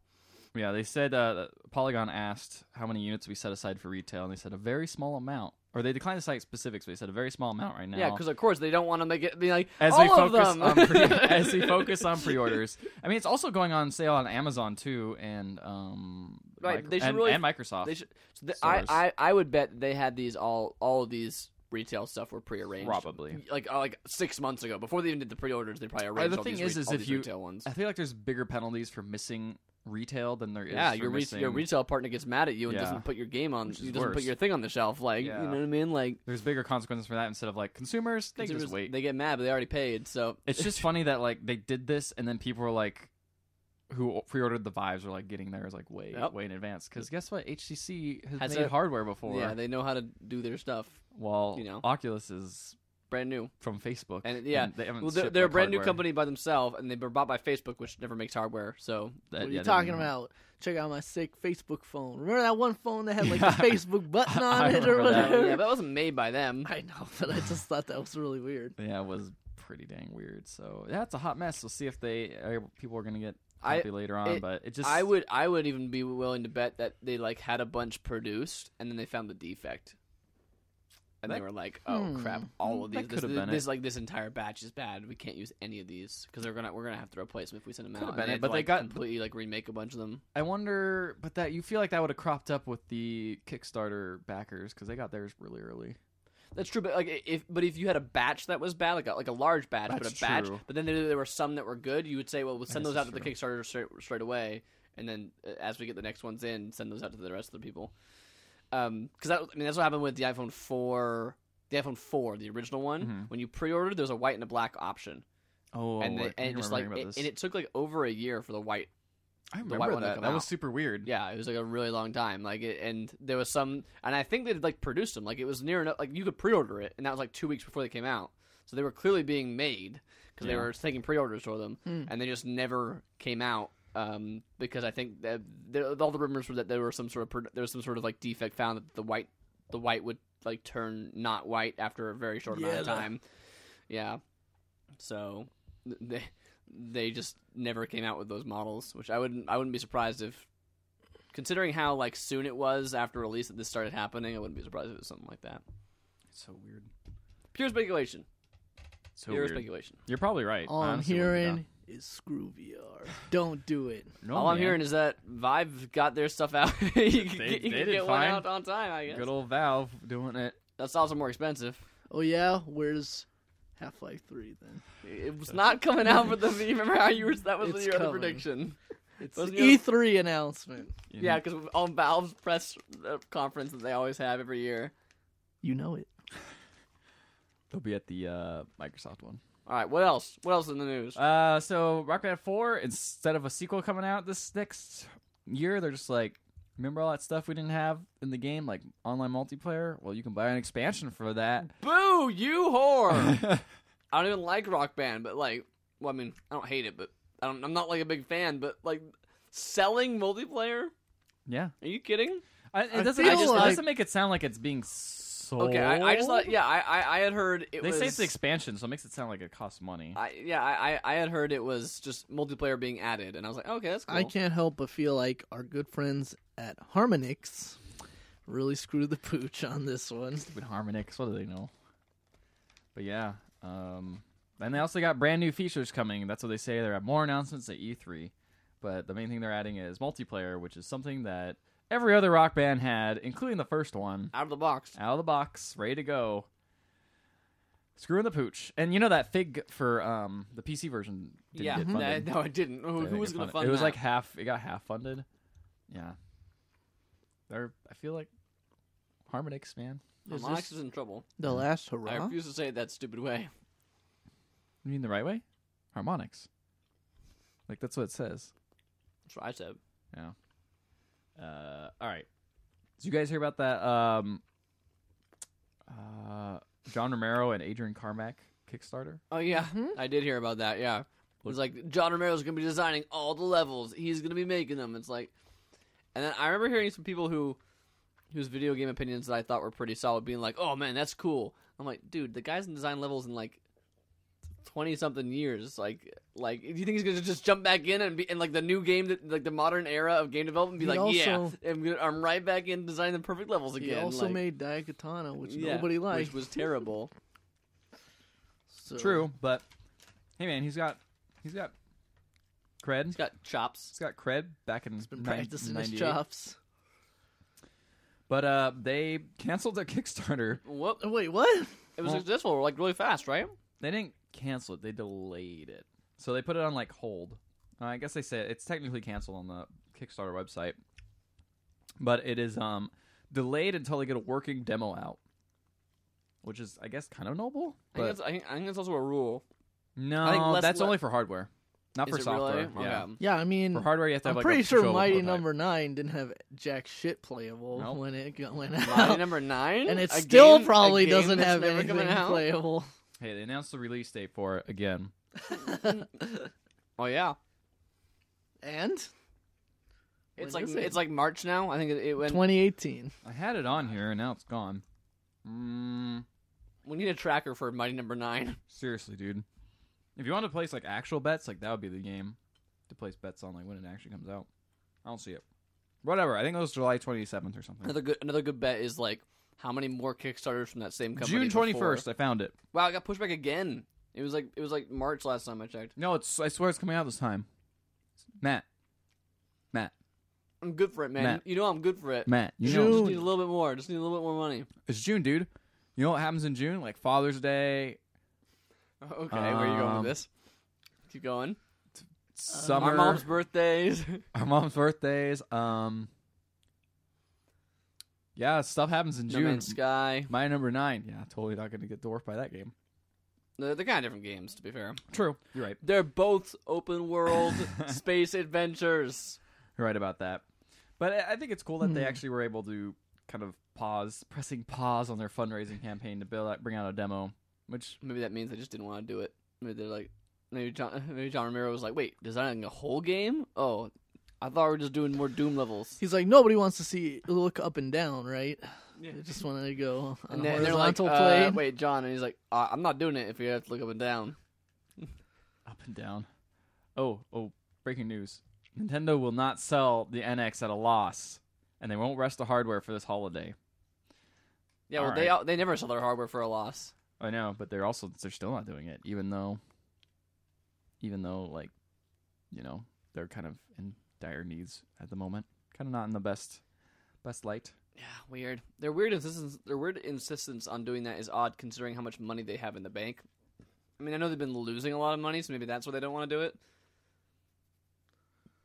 Speaker 3: Yeah, they said uh, that Polygon asked how many units we set aside for retail, and they said a very small amount. Or they declined to cite specifics, but they said a very small amount right now.
Speaker 2: Yeah, 'cause Yeah, because of course they don't want to make it be like
Speaker 3: as
Speaker 2: all
Speaker 3: we focus
Speaker 2: of them.
Speaker 3: on pre- as we focus on pre-orders, I mean it's also going on sale on Amazon too, and um,
Speaker 2: Right,
Speaker 3: micro-
Speaker 2: they should
Speaker 3: and,
Speaker 2: really-
Speaker 3: and Microsoft.
Speaker 2: they should. So the, I,
Speaker 3: Stores.
Speaker 2: I I would bet they had these all all of these retail stuff were prearranged.
Speaker 3: Probably. Uh,
Speaker 2: Like uh, like six months ago, before they even did the pre-orders, they probably arranged
Speaker 3: the
Speaker 2: all
Speaker 3: thing
Speaker 2: these,
Speaker 3: is,
Speaker 2: re-
Speaker 3: is
Speaker 2: all
Speaker 3: if
Speaker 2: these
Speaker 3: you-
Speaker 2: retail ones.
Speaker 3: I feel like there's bigger penalties for missing retail than there is.
Speaker 2: Yeah,
Speaker 3: for
Speaker 2: your re-
Speaker 3: missing,
Speaker 2: your retail partner gets mad at you and
Speaker 3: Yeah.
Speaker 2: doesn't put your game on,
Speaker 3: Which is
Speaker 2: doesn't put
Speaker 3: worse.
Speaker 2: your thing on the shelf. Like
Speaker 3: Yeah.
Speaker 2: you know what I mean? Like
Speaker 3: there's bigger consequences for that instead of like consumers. They can
Speaker 2: consumers,
Speaker 3: just wait.
Speaker 2: they get mad, but they already paid. So
Speaker 3: It's just funny that like they did this, and then people were like, who pre-ordered the vibes were like getting theirs like way
Speaker 2: Yep.
Speaker 3: way in advance. Because guess what, HTC has,
Speaker 2: Has
Speaker 3: made
Speaker 2: a-
Speaker 3: hardware before.
Speaker 2: yeah, they know how to do their stuff.
Speaker 3: while
Speaker 2: you know.
Speaker 3: Oculus is
Speaker 2: Brand new.
Speaker 3: from Facebook,
Speaker 2: And, yeah.
Speaker 3: they haven't.
Speaker 2: Well, they're,
Speaker 3: shipped,
Speaker 2: they're a
Speaker 3: like,
Speaker 2: brand new
Speaker 3: hardware.
Speaker 2: company by themselves, and they were bought by Facebook, which never makes hardware. So
Speaker 3: That-
Speaker 1: What are
Speaker 3: yeah,
Speaker 1: you
Speaker 3: they
Speaker 1: talking
Speaker 3: don't-
Speaker 1: about? Check out my sick Facebook phone. Remember that one phone that had like
Speaker 3: Yeah.
Speaker 1: the Facebook button on
Speaker 3: I
Speaker 1: it or
Speaker 3: remember that.
Speaker 1: whatever?
Speaker 2: yeah, that wasn't made by them.
Speaker 1: I know, but I just thought that was really weird.
Speaker 3: Yeah, it was pretty dang weird. So yeah, it's a hot mess. We'll see if they are, people are gonna get
Speaker 2: I-
Speaker 3: happy later on,
Speaker 2: it-
Speaker 3: but it just
Speaker 2: I would, I would even be willing to bet that they like had a bunch produced, and then they found the defect, and they
Speaker 3: That-
Speaker 2: were like, "Oh
Speaker 1: Hmm.
Speaker 2: crap! All of
Speaker 3: That
Speaker 2: these, this,
Speaker 3: could've been
Speaker 2: this,
Speaker 3: it.
Speaker 2: like this entire batch is bad. We can't use any of these because they're gonna, we're gonna have to replace them if we send them
Speaker 3: Could've
Speaker 2: out."
Speaker 3: been
Speaker 2: and
Speaker 3: it,
Speaker 2: had
Speaker 3: but
Speaker 2: to,
Speaker 3: they
Speaker 2: like,
Speaker 3: got-
Speaker 2: completely like remake a bunch of them.
Speaker 3: I wonder, but that you feel like that would have cropped up with the Kickstarter backers because they got theirs really early.
Speaker 2: That's true, but like i- if but if you had a batch that was bad, like a, like a large batch, but
Speaker 3: That's
Speaker 2: a batch,
Speaker 3: true.
Speaker 2: but then there, there were some that were good, you would say, well, we'll send
Speaker 3: This
Speaker 2: those out to
Speaker 3: is
Speaker 2: the
Speaker 3: true.
Speaker 2: Kickstarter straight, straight away, and then uh, as we get the next ones in, send those out to the rest of the people. Um, because that I mean that's what happened with the iPhone four, the iPhone four, the original one.
Speaker 3: Mhm.
Speaker 2: When you pre-ordered, there was a white and a black option,
Speaker 3: Oh,
Speaker 2: and
Speaker 3: I
Speaker 2: they, and it
Speaker 3: think I
Speaker 2: just like
Speaker 3: remember hearing
Speaker 2: it,
Speaker 3: about
Speaker 2: and
Speaker 3: this.
Speaker 2: it took like over a year for the white
Speaker 3: I
Speaker 2: the white
Speaker 3: remember
Speaker 2: one to
Speaker 3: that.
Speaker 2: come
Speaker 3: That
Speaker 2: out.
Speaker 3: was super weird.
Speaker 2: yeah, it was like a really long time. Like, it, and there was some, and I think they would like produced them. Like, it was near enough. Like, you could pre-order it, and that was like two weeks before they came out. So they were clearly being made because they
Speaker 3: Yeah.
Speaker 2: were taking pre-orders for them,
Speaker 1: Hmm.
Speaker 2: and they just never came out. um, because I think that there, all the rumors were that there were some sort of pro- there was some sort of like defect found that the white the white would like turn not white after a very short amount of
Speaker 1: Yellow.
Speaker 2: time. Yeah, so th- they they just never came out with those models, which I wouldn't I wouldn't be surprised if. Considering how like soon it was after release that this started happening, I wouldn't be surprised if it was something like that.
Speaker 3: It's so weird.
Speaker 2: Pure speculation.
Speaker 3: So
Speaker 2: Pure
Speaker 3: weird.
Speaker 2: speculation.
Speaker 3: You're probably right.
Speaker 1: All I'm
Speaker 3: honestly, when you're
Speaker 1: hearing is screw VR. Don't do it.
Speaker 3: done. No,
Speaker 2: All I'm
Speaker 3: man.
Speaker 2: hearing is that Vive got their stuff out. you can
Speaker 3: They-
Speaker 2: get, you
Speaker 3: they
Speaker 2: can
Speaker 3: did
Speaker 2: get one
Speaker 3: fine.
Speaker 2: out on time, I guess.
Speaker 3: good old Valve doing it.
Speaker 2: That's also more expensive.
Speaker 1: Oh yeah, where's Half Life Three then?
Speaker 2: It was not coming out with the. you Remember how you were? That was
Speaker 1: It's
Speaker 2: your other
Speaker 1: coming.
Speaker 2: prediction.
Speaker 1: It's
Speaker 2: Wasn't
Speaker 1: the
Speaker 2: your-
Speaker 1: E3 announcement.
Speaker 3: you
Speaker 2: Yeah,
Speaker 3: know?
Speaker 2: because on Valve's press uh, conference that they always have every year.
Speaker 1: You know it.
Speaker 3: they'll be at the uh, Microsoft one.
Speaker 2: All right, what else? What else in the news?
Speaker 3: Uh, so Rock Band Four, instead of a sequel coming out this next year, they're just like, remember all that stuff we didn't have in the game, like online multiplayer? Well, you can buy an expansion for that.
Speaker 2: Boo, you whore! I don't even like Rock Band, but like, well, I mean, I don't hate it, but I don't, I'm not like a big fan. But like, selling multiplayer?
Speaker 3: yeah,
Speaker 2: Are you kidding?
Speaker 3: I, it
Speaker 1: I
Speaker 3: doesn't.
Speaker 1: feel
Speaker 3: it just- it
Speaker 1: like-
Speaker 3: doesn't make it sound like it's being sold.
Speaker 2: Okay, I, I just thought. Yeah, I, I, I had heard it
Speaker 3: they
Speaker 2: was.
Speaker 3: say it's an expansion, so it makes it sound like it costs money.
Speaker 2: I, yeah, I, I I had heard it was just multiplayer being added, and I was like, okay, that's cool.
Speaker 1: I can't help but feel like our good friends at Harmonix really screwed the pooch on this one.
Speaker 3: Stupid Harmonix, what do they know? But yeah, um, and they also got brand new features coming. That's what they say. There are more announcements at E3, but the main thing they're adding is multiplayer, which is something that every other rock band had, including the first one,
Speaker 2: Out of the box.
Speaker 3: out of the box, ready to go. Screwing the pooch, and you know that fig for um, the PC version. Didn't
Speaker 2: yeah,
Speaker 3: get funded.
Speaker 2: that- no, I didn't. Who,
Speaker 3: They
Speaker 2: who
Speaker 3: didn't
Speaker 2: was
Speaker 3: get
Speaker 2: going to
Speaker 3: funded.
Speaker 2: fund
Speaker 3: It was
Speaker 2: that?
Speaker 3: like half. It got half funded. Yeah, they're. I feel like Harmonix, man.
Speaker 1: Is
Speaker 2: Alex
Speaker 1: this
Speaker 2: is in trouble.
Speaker 1: the last
Speaker 2: I
Speaker 1: hurrah?
Speaker 2: refuse to say it that stupid way.
Speaker 3: You mean the right way? Harmonics. Like that's what it says.
Speaker 2: That's what I said.
Speaker 3: Yeah. Uh, all right. Did you guys hear about that? Um, uh, John Romero and Adrian Carmack Kickstarter.
Speaker 2: Oh yeah,
Speaker 1: Mm-hmm.
Speaker 2: I did hear about that. Yeah, it was like John Romero's going to be designing all the levels. He's going to be making them. It's like, and then I remember hearing some people who, whose video game opinions that I thought were pretty solid, being like, "Oh man, that's cool." I'm like, dude, the guy's in design levels in like twenty something years. Like, like, do you think he's going to just jump back in and be and like the new game, that, like the modern era of game development, be
Speaker 1: He
Speaker 2: like,
Speaker 1: also-
Speaker 2: "Yeah, I'm, gonna, I'm right back in designing the perfect levels
Speaker 1: He
Speaker 2: again."
Speaker 1: also
Speaker 2: like,
Speaker 1: made Daikatana, which
Speaker 2: yeah,
Speaker 1: nobody liked.
Speaker 2: which was terrible.
Speaker 1: So-
Speaker 3: True, but hey, man, he's got he's got cred.
Speaker 2: He's got chops.
Speaker 3: He's got cred back in. He's
Speaker 1: Been practicing his chops.
Speaker 3: But uh, they canceled their Kickstarter.
Speaker 2: What?
Speaker 1: Oh, wait, what?
Speaker 2: It was
Speaker 3: Well-
Speaker 2: successful, like really fast, right?
Speaker 3: They didn't cancel it. They delayed it. So they put it on like hold. Uh, I guess they said it's technically canceled on the Kickstarter website, but it is um delayed until they get a working demo out, which is I guess kind of noble.
Speaker 2: I, think
Speaker 3: But
Speaker 2: that's, I, think, I think that's also a rule.
Speaker 3: no,
Speaker 2: I think less-
Speaker 3: that's
Speaker 2: le-
Speaker 3: only for hardware, not
Speaker 2: Is
Speaker 3: for
Speaker 2: it
Speaker 3: software.
Speaker 2: really?
Speaker 3: Yeah.
Speaker 2: Okay.
Speaker 1: Yeah, I mean,
Speaker 3: For hardware, you have to
Speaker 1: I'm
Speaker 3: have like
Speaker 1: pretty
Speaker 3: a
Speaker 1: sure
Speaker 3: controllable
Speaker 1: Mighty
Speaker 3: prototype.
Speaker 1: Number Nine didn't have jack shit playable
Speaker 3: Nope.
Speaker 1: when it got- went out.
Speaker 2: Line number nine,
Speaker 1: and it
Speaker 2: A
Speaker 1: still
Speaker 2: game- a
Speaker 1: probably
Speaker 2: game
Speaker 1: doesn't
Speaker 2: that's
Speaker 1: have
Speaker 2: never
Speaker 1: anything
Speaker 2: coming out?
Speaker 1: playable.
Speaker 3: Hey, they announced the release date for it again.
Speaker 2: Oh yeah,
Speaker 1: and
Speaker 2: it's
Speaker 1: When
Speaker 2: like
Speaker 1: is it?
Speaker 2: it's like March now. I think it, it went.
Speaker 1: 2018.
Speaker 3: I had it on here, and now it's gone. Mm,
Speaker 2: We need a tracker for Mighty Number Nine.
Speaker 3: Seriously, dude. If you want to place like actual bets, like that would be the game to place bets on, like when it actually comes out. I don't see it. Whatever. I think it was July 27th or something.
Speaker 2: Another good another good bet is like how many more Kickstarters from that same company.
Speaker 3: June
Speaker 2: before.
Speaker 3: 21st. I found it.
Speaker 2: Wow, it got pushed back again. It was like it was like March last time I checked.
Speaker 3: No, it's. I swear it's coming out this time. Matt. Matt.
Speaker 2: I'm good for it, man.
Speaker 3: Matt.
Speaker 2: You know I'm good for it.
Speaker 3: Matt. You
Speaker 2: Just
Speaker 3: know
Speaker 1: June.
Speaker 2: need a little bit more. Just need a little bit more money.
Speaker 3: it's June, dude. You know what happens in June? Like Father's
Speaker 2: Uh,
Speaker 3: Day,
Speaker 2: Okay, where are you going
Speaker 3: Um,
Speaker 2: with this? Keep going.
Speaker 3: summer,
Speaker 2: My mom's birthdays.
Speaker 3: our mom's birthdays. Um. Yeah, stuff happens in
Speaker 2: No
Speaker 3: June.
Speaker 2: Man's Sky.
Speaker 3: My number nine. Yeah, totally not going to get dwarfed by that game.
Speaker 2: They're, they're kind of different games, to be fair.
Speaker 3: True. You're right.
Speaker 2: They're both open world space adventures.
Speaker 3: You're right about that. But I- I think it's cool that they actually were able to kind of pause, pressing pause on their fundraising campaign to build out, bring out a demo, which
Speaker 2: Maybe that means they just didn't want to do it. Maybe they're like, Maybe John, maybe John Romero was like, wait, designing a whole game? Oh, I thought we were just doing more Doom levels.
Speaker 1: He's like, nobody wants to see look up and down, right?
Speaker 2: Yeah.
Speaker 1: They just want to go on
Speaker 2: And
Speaker 1: a
Speaker 2: then they're like,
Speaker 1: horizontal
Speaker 2: uh,
Speaker 1: plane.
Speaker 2: wait, John. And he's like, uh, I'm not doing it if you have to look up and down.
Speaker 3: Up and down. Oh, oh, breaking news. Nintendo will not sell the NX at a loss, and they won't rush the hardware for this holiday.
Speaker 2: Yeah, well,
Speaker 3: All
Speaker 2: they
Speaker 3: right.
Speaker 2: all, they never sell their hardware for a loss.
Speaker 3: I know, but they're also they're still not doing it, even though, even though like, you know, they're kind of in dire needs at the moment. Kind of not in the best, best light.
Speaker 2: Yeah, weird. Their weird insistence, their weird insistence on doing that is odd, considering how much money they have in the bank. I mean, I know they've been losing a lot of money, so maybe that's why they don't want to do it.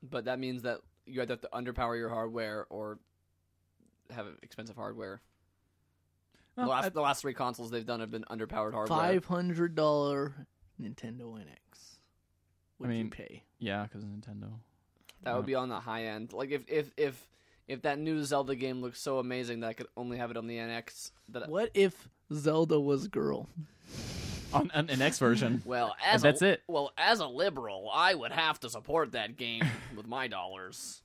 Speaker 2: But that means that you either have to underpower your hardware or have expensive hardware. The
Speaker 3: Well,
Speaker 2: last,
Speaker 3: I-
Speaker 2: the last three consoles they've done have been underpowered hardware.
Speaker 1: Five hundred dollar Nintendo NX. Would you
Speaker 3: mean-
Speaker 1: pay?
Speaker 3: yeah, because Nintendo.
Speaker 2: That would be on the high end. Like if if if if that new Zelda game looks so amazing that I could only have it on the NX. That
Speaker 1: What if Zelda was girl?
Speaker 3: on an NX version.
Speaker 2: well, as
Speaker 3: that's
Speaker 2: a,
Speaker 3: it.
Speaker 2: Well, as a liberal, I would have to support that game with my dollars,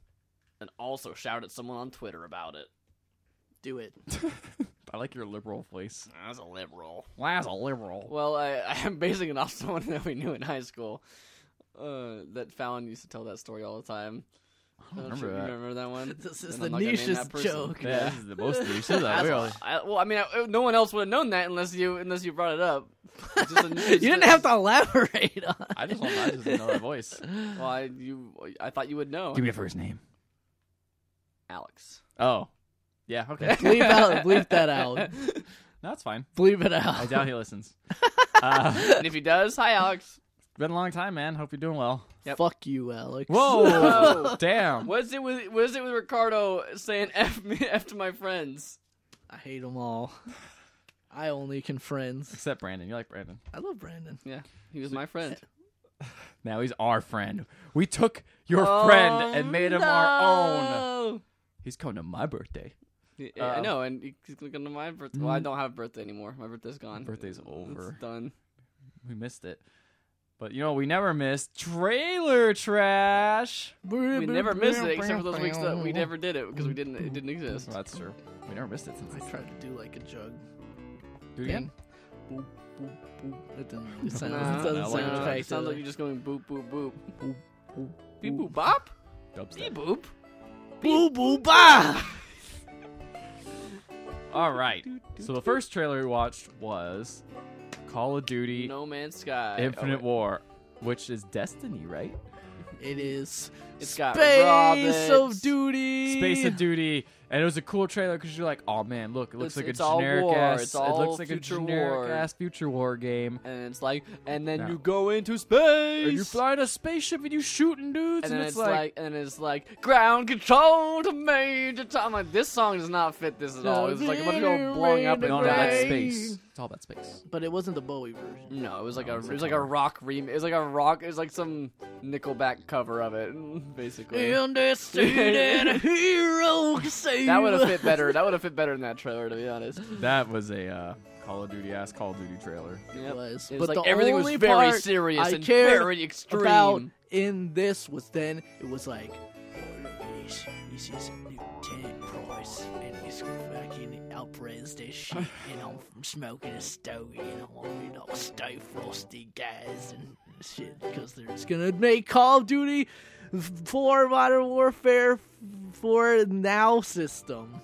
Speaker 2: and also shout at someone on Twitter about it.
Speaker 1: Do it.
Speaker 3: I like your liberal voice.
Speaker 2: As a liberal.
Speaker 3: Well, as a liberal.
Speaker 2: Well, I I'm basing it off someone that we knew in high school. Uh, that Fallon used to tell that story all the time.
Speaker 3: I don't
Speaker 2: I'm sure
Speaker 3: remember
Speaker 2: you
Speaker 3: that.
Speaker 2: remember that one?
Speaker 1: This is
Speaker 2: Then
Speaker 1: the
Speaker 2: I'm not gonna name
Speaker 1: nichest
Speaker 2: that person.
Speaker 1: joke.
Speaker 3: Yeah,
Speaker 2: Yeah.
Speaker 3: this is the most you said that.
Speaker 2: That's
Speaker 3: really.
Speaker 2: all- I, well, I mean, I, no one else would have known that unless you unless you brought it up. It's just a- it's
Speaker 1: you didn't
Speaker 2: just-
Speaker 1: have to elaborate on.
Speaker 3: I just want I just didn't know that voice.
Speaker 2: Well, I, you, I thought you would know,
Speaker 3: me a first name.
Speaker 2: Alex.
Speaker 3: Oh. Yeah, okay.
Speaker 1: bleep out. Bleep that out.
Speaker 3: no, that's fine.
Speaker 1: Bleep it
Speaker 3: I
Speaker 1: out.
Speaker 3: doubt he listens. Uh,
Speaker 2: And if he does, hi, Alex.
Speaker 3: been a long time, man. Hope you're doing well.
Speaker 2: Yep.
Speaker 1: Fuck you, Alex.
Speaker 3: Whoa.
Speaker 2: Whoa.
Speaker 3: Damn.
Speaker 2: What is it with What is it with Ricardo saying "f me, f to my friends"?
Speaker 1: I hate them all. I only can friends.
Speaker 3: Except Brandon. You like Brandon.
Speaker 1: I love Brandon.
Speaker 2: Yeah, he was my friend.
Speaker 3: Now he's our friend. We took your friend and made him our own.
Speaker 2: Oh, no.
Speaker 3: He's coming to my birthday.
Speaker 2: Yeah, yeah, I
Speaker 3: Uh, Mm-hmm.
Speaker 2: know, and he's going to my birthday. Well, I don't have a birthday anymore. My birthday's gone.
Speaker 3: Birthday's
Speaker 2: It's
Speaker 3: over.
Speaker 2: done.
Speaker 3: We missed it. But you know, we never missed trailer trash.
Speaker 2: We never missed it except for those weeks that we never did it because we didn't. It didn't exist.
Speaker 3: Well, that's true. We never missed it since
Speaker 1: I
Speaker 3: it's-
Speaker 1: tried to do like a jug.
Speaker 3: Do
Speaker 1: thing.
Speaker 3: it again.
Speaker 1: Boop, boop, boop. It didn't really sound.
Speaker 2: Nah,
Speaker 1: it doesn't
Speaker 3: I like
Speaker 1: sound
Speaker 3: it.
Speaker 2: it
Speaker 1: effective.
Speaker 2: sounds like you're just going boop boop boop.
Speaker 1: Boop, boop,
Speaker 2: Beep
Speaker 1: boop.
Speaker 2: boop bop. Beep
Speaker 3: Dubstep.
Speaker 2: boop.
Speaker 1: Boo boo ba.
Speaker 3: All right. So the first trailer we watched was Call of Duty
Speaker 2: No Man's Sky.
Speaker 3: Infinite
Speaker 2: Oh,
Speaker 3: War, which is Destiny, right?
Speaker 1: It is.
Speaker 2: It's got
Speaker 1: space
Speaker 2: Robin.
Speaker 1: of duty.
Speaker 3: Space of Duty, and it was a cool trailer because you're like, oh man, look, it
Speaker 2: It's-
Speaker 3: looks like
Speaker 2: it's
Speaker 3: a
Speaker 2: all
Speaker 3: generic
Speaker 2: war.
Speaker 3: ass,
Speaker 2: It's
Speaker 3: it
Speaker 2: all
Speaker 3: looks like a
Speaker 2: future
Speaker 3: generic
Speaker 2: war.
Speaker 3: ass future war game.
Speaker 2: and it's like, and then
Speaker 3: No.
Speaker 2: you go into space.
Speaker 3: And you fly in a spaceship and you shooting dudes,
Speaker 2: And
Speaker 3: and,
Speaker 2: then
Speaker 3: it's,
Speaker 2: it's like, and then it's like ground control to Major Tom. I'm like, this song does not fit this at all. It's like a bunch of people blowing up and
Speaker 3: no,
Speaker 1: No,
Speaker 3: no, that's
Speaker 1: Right.
Speaker 3: space. It's all about space.
Speaker 1: But it wasn't the Bowie version.
Speaker 2: No, it was like
Speaker 3: No,
Speaker 2: a
Speaker 3: it's
Speaker 2: it
Speaker 3: a
Speaker 2: was like a
Speaker 3: cover.
Speaker 2: rock remake. It was like a rock. It was like some Nickelback cover of it, basically.
Speaker 1: And this that a hero can save
Speaker 2: That would have
Speaker 1: us.
Speaker 2: fit better. That would have fit better in that trailer, to be honest.
Speaker 3: That was a uh, Call of Duty ass Call of Duty trailer.
Speaker 1: It
Speaker 2: Yep.
Speaker 1: was.
Speaker 2: It
Speaker 1: but
Speaker 2: was like
Speaker 1: the
Speaker 2: everything was
Speaker 1: only
Speaker 2: very
Speaker 1: part
Speaker 2: serious
Speaker 1: I
Speaker 2: and
Speaker 1: cared
Speaker 2: very extreme.
Speaker 1: about in this was then it was like this, this is Lieutenant Price and he's fucking outbreaks this shit and I'm from smoking a stogie and I'm only like stay frosty guys and shit because they're just gonna make Call of Duty for Modern Warfare for now system.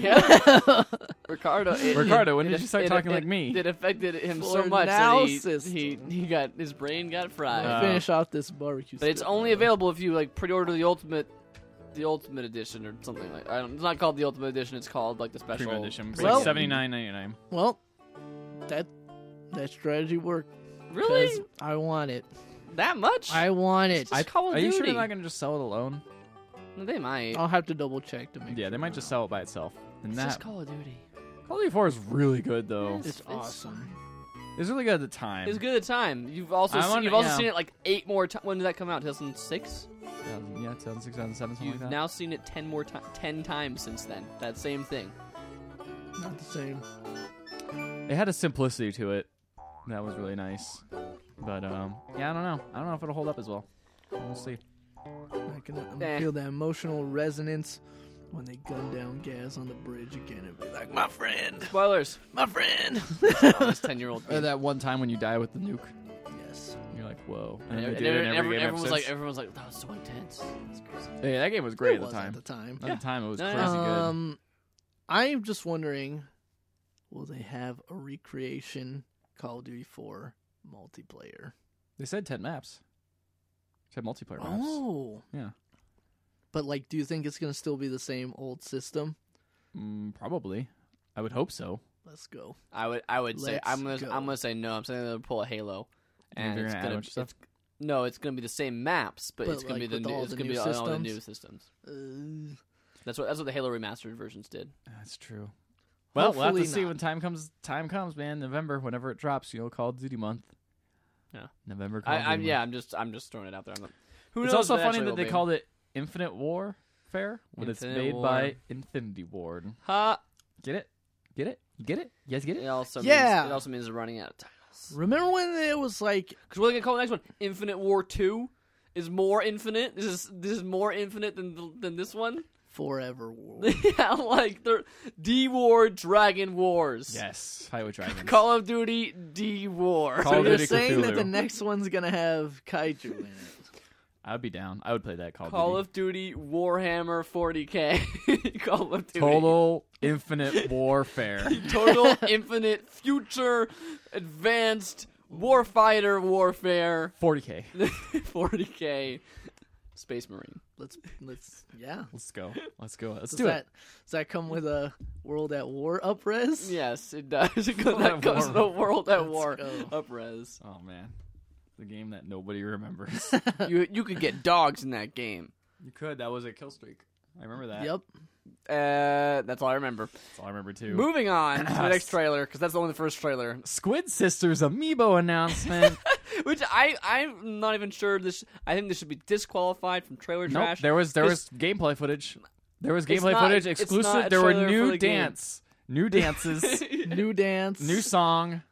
Speaker 2: Yeah. Ricardo. It,
Speaker 3: Ricardo, when
Speaker 2: it-
Speaker 3: did you start
Speaker 2: it-
Speaker 3: talking
Speaker 2: it-
Speaker 3: like me?
Speaker 2: It affected him
Speaker 1: For
Speaker 2: so much
Speaker 1: now,
Speaker 2: that he,
Speaker 1: system.
Speaker 2: he he got his brain got fried.
Speaker 3: Uh,
Speaker 1: finish off this barbecue.
Speaker 2: but it's
Speaker 1: strip,
Speaker 2: only
Speaker 1: by the way.
Speaker 2: available if you like pre-order the ultimate, the ultimate edition or something like. I don't, it's not called the ultimate edition. It's called like the special
Speaker 3: Premium edition, it's
Speaker 1: Well-
Speaker 3: like seventy nine ninety nine.
Speaker 1: Well, that that strategy worked. 'cause
Speaker 2: Really?
Speaker 1: I want it.
Speaker 2: That much?
Speaker 1: I want it.
Speaker 2: It's Call of
Speaker 3: Are you sure they're
Speaker 2: Duty.
Speaker 3: not gonna just sell it alone?
Speaker 2: They might.
Speaker 1: I'll have to double check to make.
Speaker 3: Yeah,
Speaker 1: sure.
Speaker 3: they might just sell it by itself. And
Speaker 2: it's
Speaker 3: that
Speaker 2: just Call of Duty.
Speaker 3: Call of Duty Four is really good though.
Speaker 1: It's,
Speaker 2: It's- it's
Speaker 1: awesome.
Speaker 3: It's really good at the time.
Speaker 2: It's a good time. You've also
Speaker 3: I
Speaker 2: seen,
Speaker 3: wonder-
Speaker 2: you've also
Speaker 3: yeah.
Speaker 2: seen it like eight more times. When did that come out? 2006.
Speaker 3: Um, yeah, 2006, 2007, something
Speaker 2: You've
Speaker 3: like that.
Speaker 2: now seen it ten more times, ten times since then. That same thing.
Speaker 1: Not the same.
Speaker 3: It had a simplicity to it that was really nice. But um, yeah, I don't know. I don't know if it'll hold up as well. We'll see.
Speaker 1: I can I can
Speaker 2: Eh.
Speaker 1: feel that emotional resonance when they gun down Gaz on the bridge again and be like, "My friend,
Speaker 2: Spoilers.
Speaker 1: my friend."
Speaker 2: This ten-year-old.
Speaker 3: Or Uh, that one time when you die with the nuke,
Speaker 1: yes.
Speaker 3: you're like, whoa.
Speaker 2: And
Speaker 3: And then they
Speaker 2: every-
Speaker 3: did it in every
Speaker 2: every-
Speaker 3: game
Speaker 2: everyone was
Speaker 3: ever
Speaker 2: like,
Speaker 3: since.
Speaker 2: everyone was like, that was so intense. That's crazy.
Speaker 3: yeah, that game was great
Speaker 1: It
Speaker 3: at the
Speaker 1: was
Speaker 3: time.
Speaker 1: At the time.
Speaker 3: At the time, it was
Speaker 2: Yeah.
Speaker 3: crazy good.
Speaker 1: Um, I'm just wondering, will they have a recreation Call of Duty 4 multiplayer?
Speaker 3: They said ten maps. Said multiplayer maps.
Speaker 1: Oh,
Speaker 3: Yeah.
Speaker 1: But like, do you think it's gonna still be the same old system?
Speaker 3: Mm, probably. I would hope so.
Speaker 1: Let's go.
Speaker 2: I would I would say
Speaker 1: Let's
Speaker 2: I'm gonna
Speaker 1: go.
Speaker 2: I'm gonna say no. I'm saying they'll pull a Halo,
Speaker 3: You think
Speaker 2: and
Speaker 3: they're
Speaker 2: it's
Speaker 3: gonna add
Speaker 2: gonna
Speaker 3: a bunch of stuff?
Speaker 2: it's- no, it's gonna be the same maps, but,
Speaker 1: But,
Speaker 2: it's gonna
Speaker 1: like,
Speaker 2: be the
Speaker 1: with
Speaker 2: new,
Speaker 1: all
Speaker 2: it's
Speaker 1: the
Speaker 2: gonna
Speaker 1: new
Speaker 2: be all the new
Speaker 1: systems? Uh,
Speaker 2: systems. That's what that's what the Halo remastered versions did.
Speaker 3: That's true. Well, we'll have
Speaker 1: Hopefully
Speaker 3: to see
Speaker 1: not.
Speaker 3: when time comes. Time comes, man. November, whenever it drops, you know, Call of Duty month.
Speaker 2: Yeah.
Speaker 3: November. Call
Speaker 2: I,
Speaker 3: of
Speaker 2: I'm
Speaker 3: Duty
Speaker 2: yeah.
Speaker 3: month.
Speaker 2: I'm just I'm just throwing it out there. I'm not, who
Speaker 3: It's
Speaker 2: knows
Speaker 3: also
Speaker 2: what it
Speaker 3: funny
Speaker 2: actually
Speaker 3: that
Speaker 2: will
Speaker 3: they
Speaker 2: be.
Speaker 3: called it Infinite Warfare, but it's
Speaker 2: Infinite
Speaker 3: made
Speaker 2: War.
Speaker 3: by Infinity Ward.
Speaker 2: Ha!
Speaker 3: Get it? Get it? Get it? You guys get
Speaker 2: It
Speaker 3: it?
Speaker 2: also
Speaker 1: Yeah.
Speaker 2: means, it also means they're running out of titles.
Speaker 1: remember when it was like,
Speaker 2: Because what are they gonna call the next one? Infinite War Two is more infinite. This is this is more infinite than the- than this one.
Speaker 1: Forever War?
Speaker 2: yeah, like they're D War Dragon Wars.
Speaker 3: Yes. Highway Dragon.
Speaker 2: Call of Duty D War.
Speaker 3: Call
Speaker 1: so
Speaker 3: of
Speaker 1: you're
Speaker 3: Duty
Speaker 1: saying that the
Speaker 3: Cthulhu.
Speaker 1: next one's gonna have kaiju in it?
Speaker 3: I would be down. I would play that Call,
Speaker 2: Call
Speaker 3: of
Speaker 2: of Duty Warhammer 40k. Call of Duty.
Speaker 3: Duty. Total Infinite Warfare.
Speaker 2: Total infinite future advanced warfighter warfare
Speaker 3: 40k.
Speaker 2: 40k space marine.
Speaker 1: Let's let's yeah.
Speaker 3: Let's go. Let's go. Let's
Speaker 1: Does
Speaker 3: do
Speaker 1: that
Speaker 3: it.
Speaker 1: does that come with a World at War upres?
Speaker 2: Yes, it does. It goes, that
Speaker 3: at
Speaker 2: goes
Speaker 3: war.
Speaker 2: to the world at
Speaker 1: Let's
Speaker 2: war.
Speaker 1: go.
Speaker 2: Upres.
Speaker 3: Oh man. The game that nobody remembers.
Speaker 2: You you could get dogs in that game.
Speaker 3: you could. That was a kill streak. I remember that.
Speaker 1: Yep.
Speaker 2: Uh, that's all I remember.
Speaker 3: That's all I remember too.
Speaker 2: Moving on to the next trailer because that's only the first trailer.
Speaker 3: Squid Sisters amiibo announcement.
Speaker 2: Which I I'm not even sure this. I think this should be disqualified from trailer
Speaker 3: nope.
Speaker 2: trash.
Speaker 3: There was there was
Speaker 2: It's-
Speaker 3: gameplay footage. There was
Speaker 2: It's
Speaker 3: gameplay
Speaker 2: not-
Speaker 3: footage
Speaker 2: it's
Speaker 3: exclusive.
Speaker 2: not a
Speaker 3: there were
Speaker 2: trailer for
Speaker 3: new
Speaker 2: the game.
Speaker 3: dance, new dances,
Speaker 1: New dance.
Speaker 3: new song.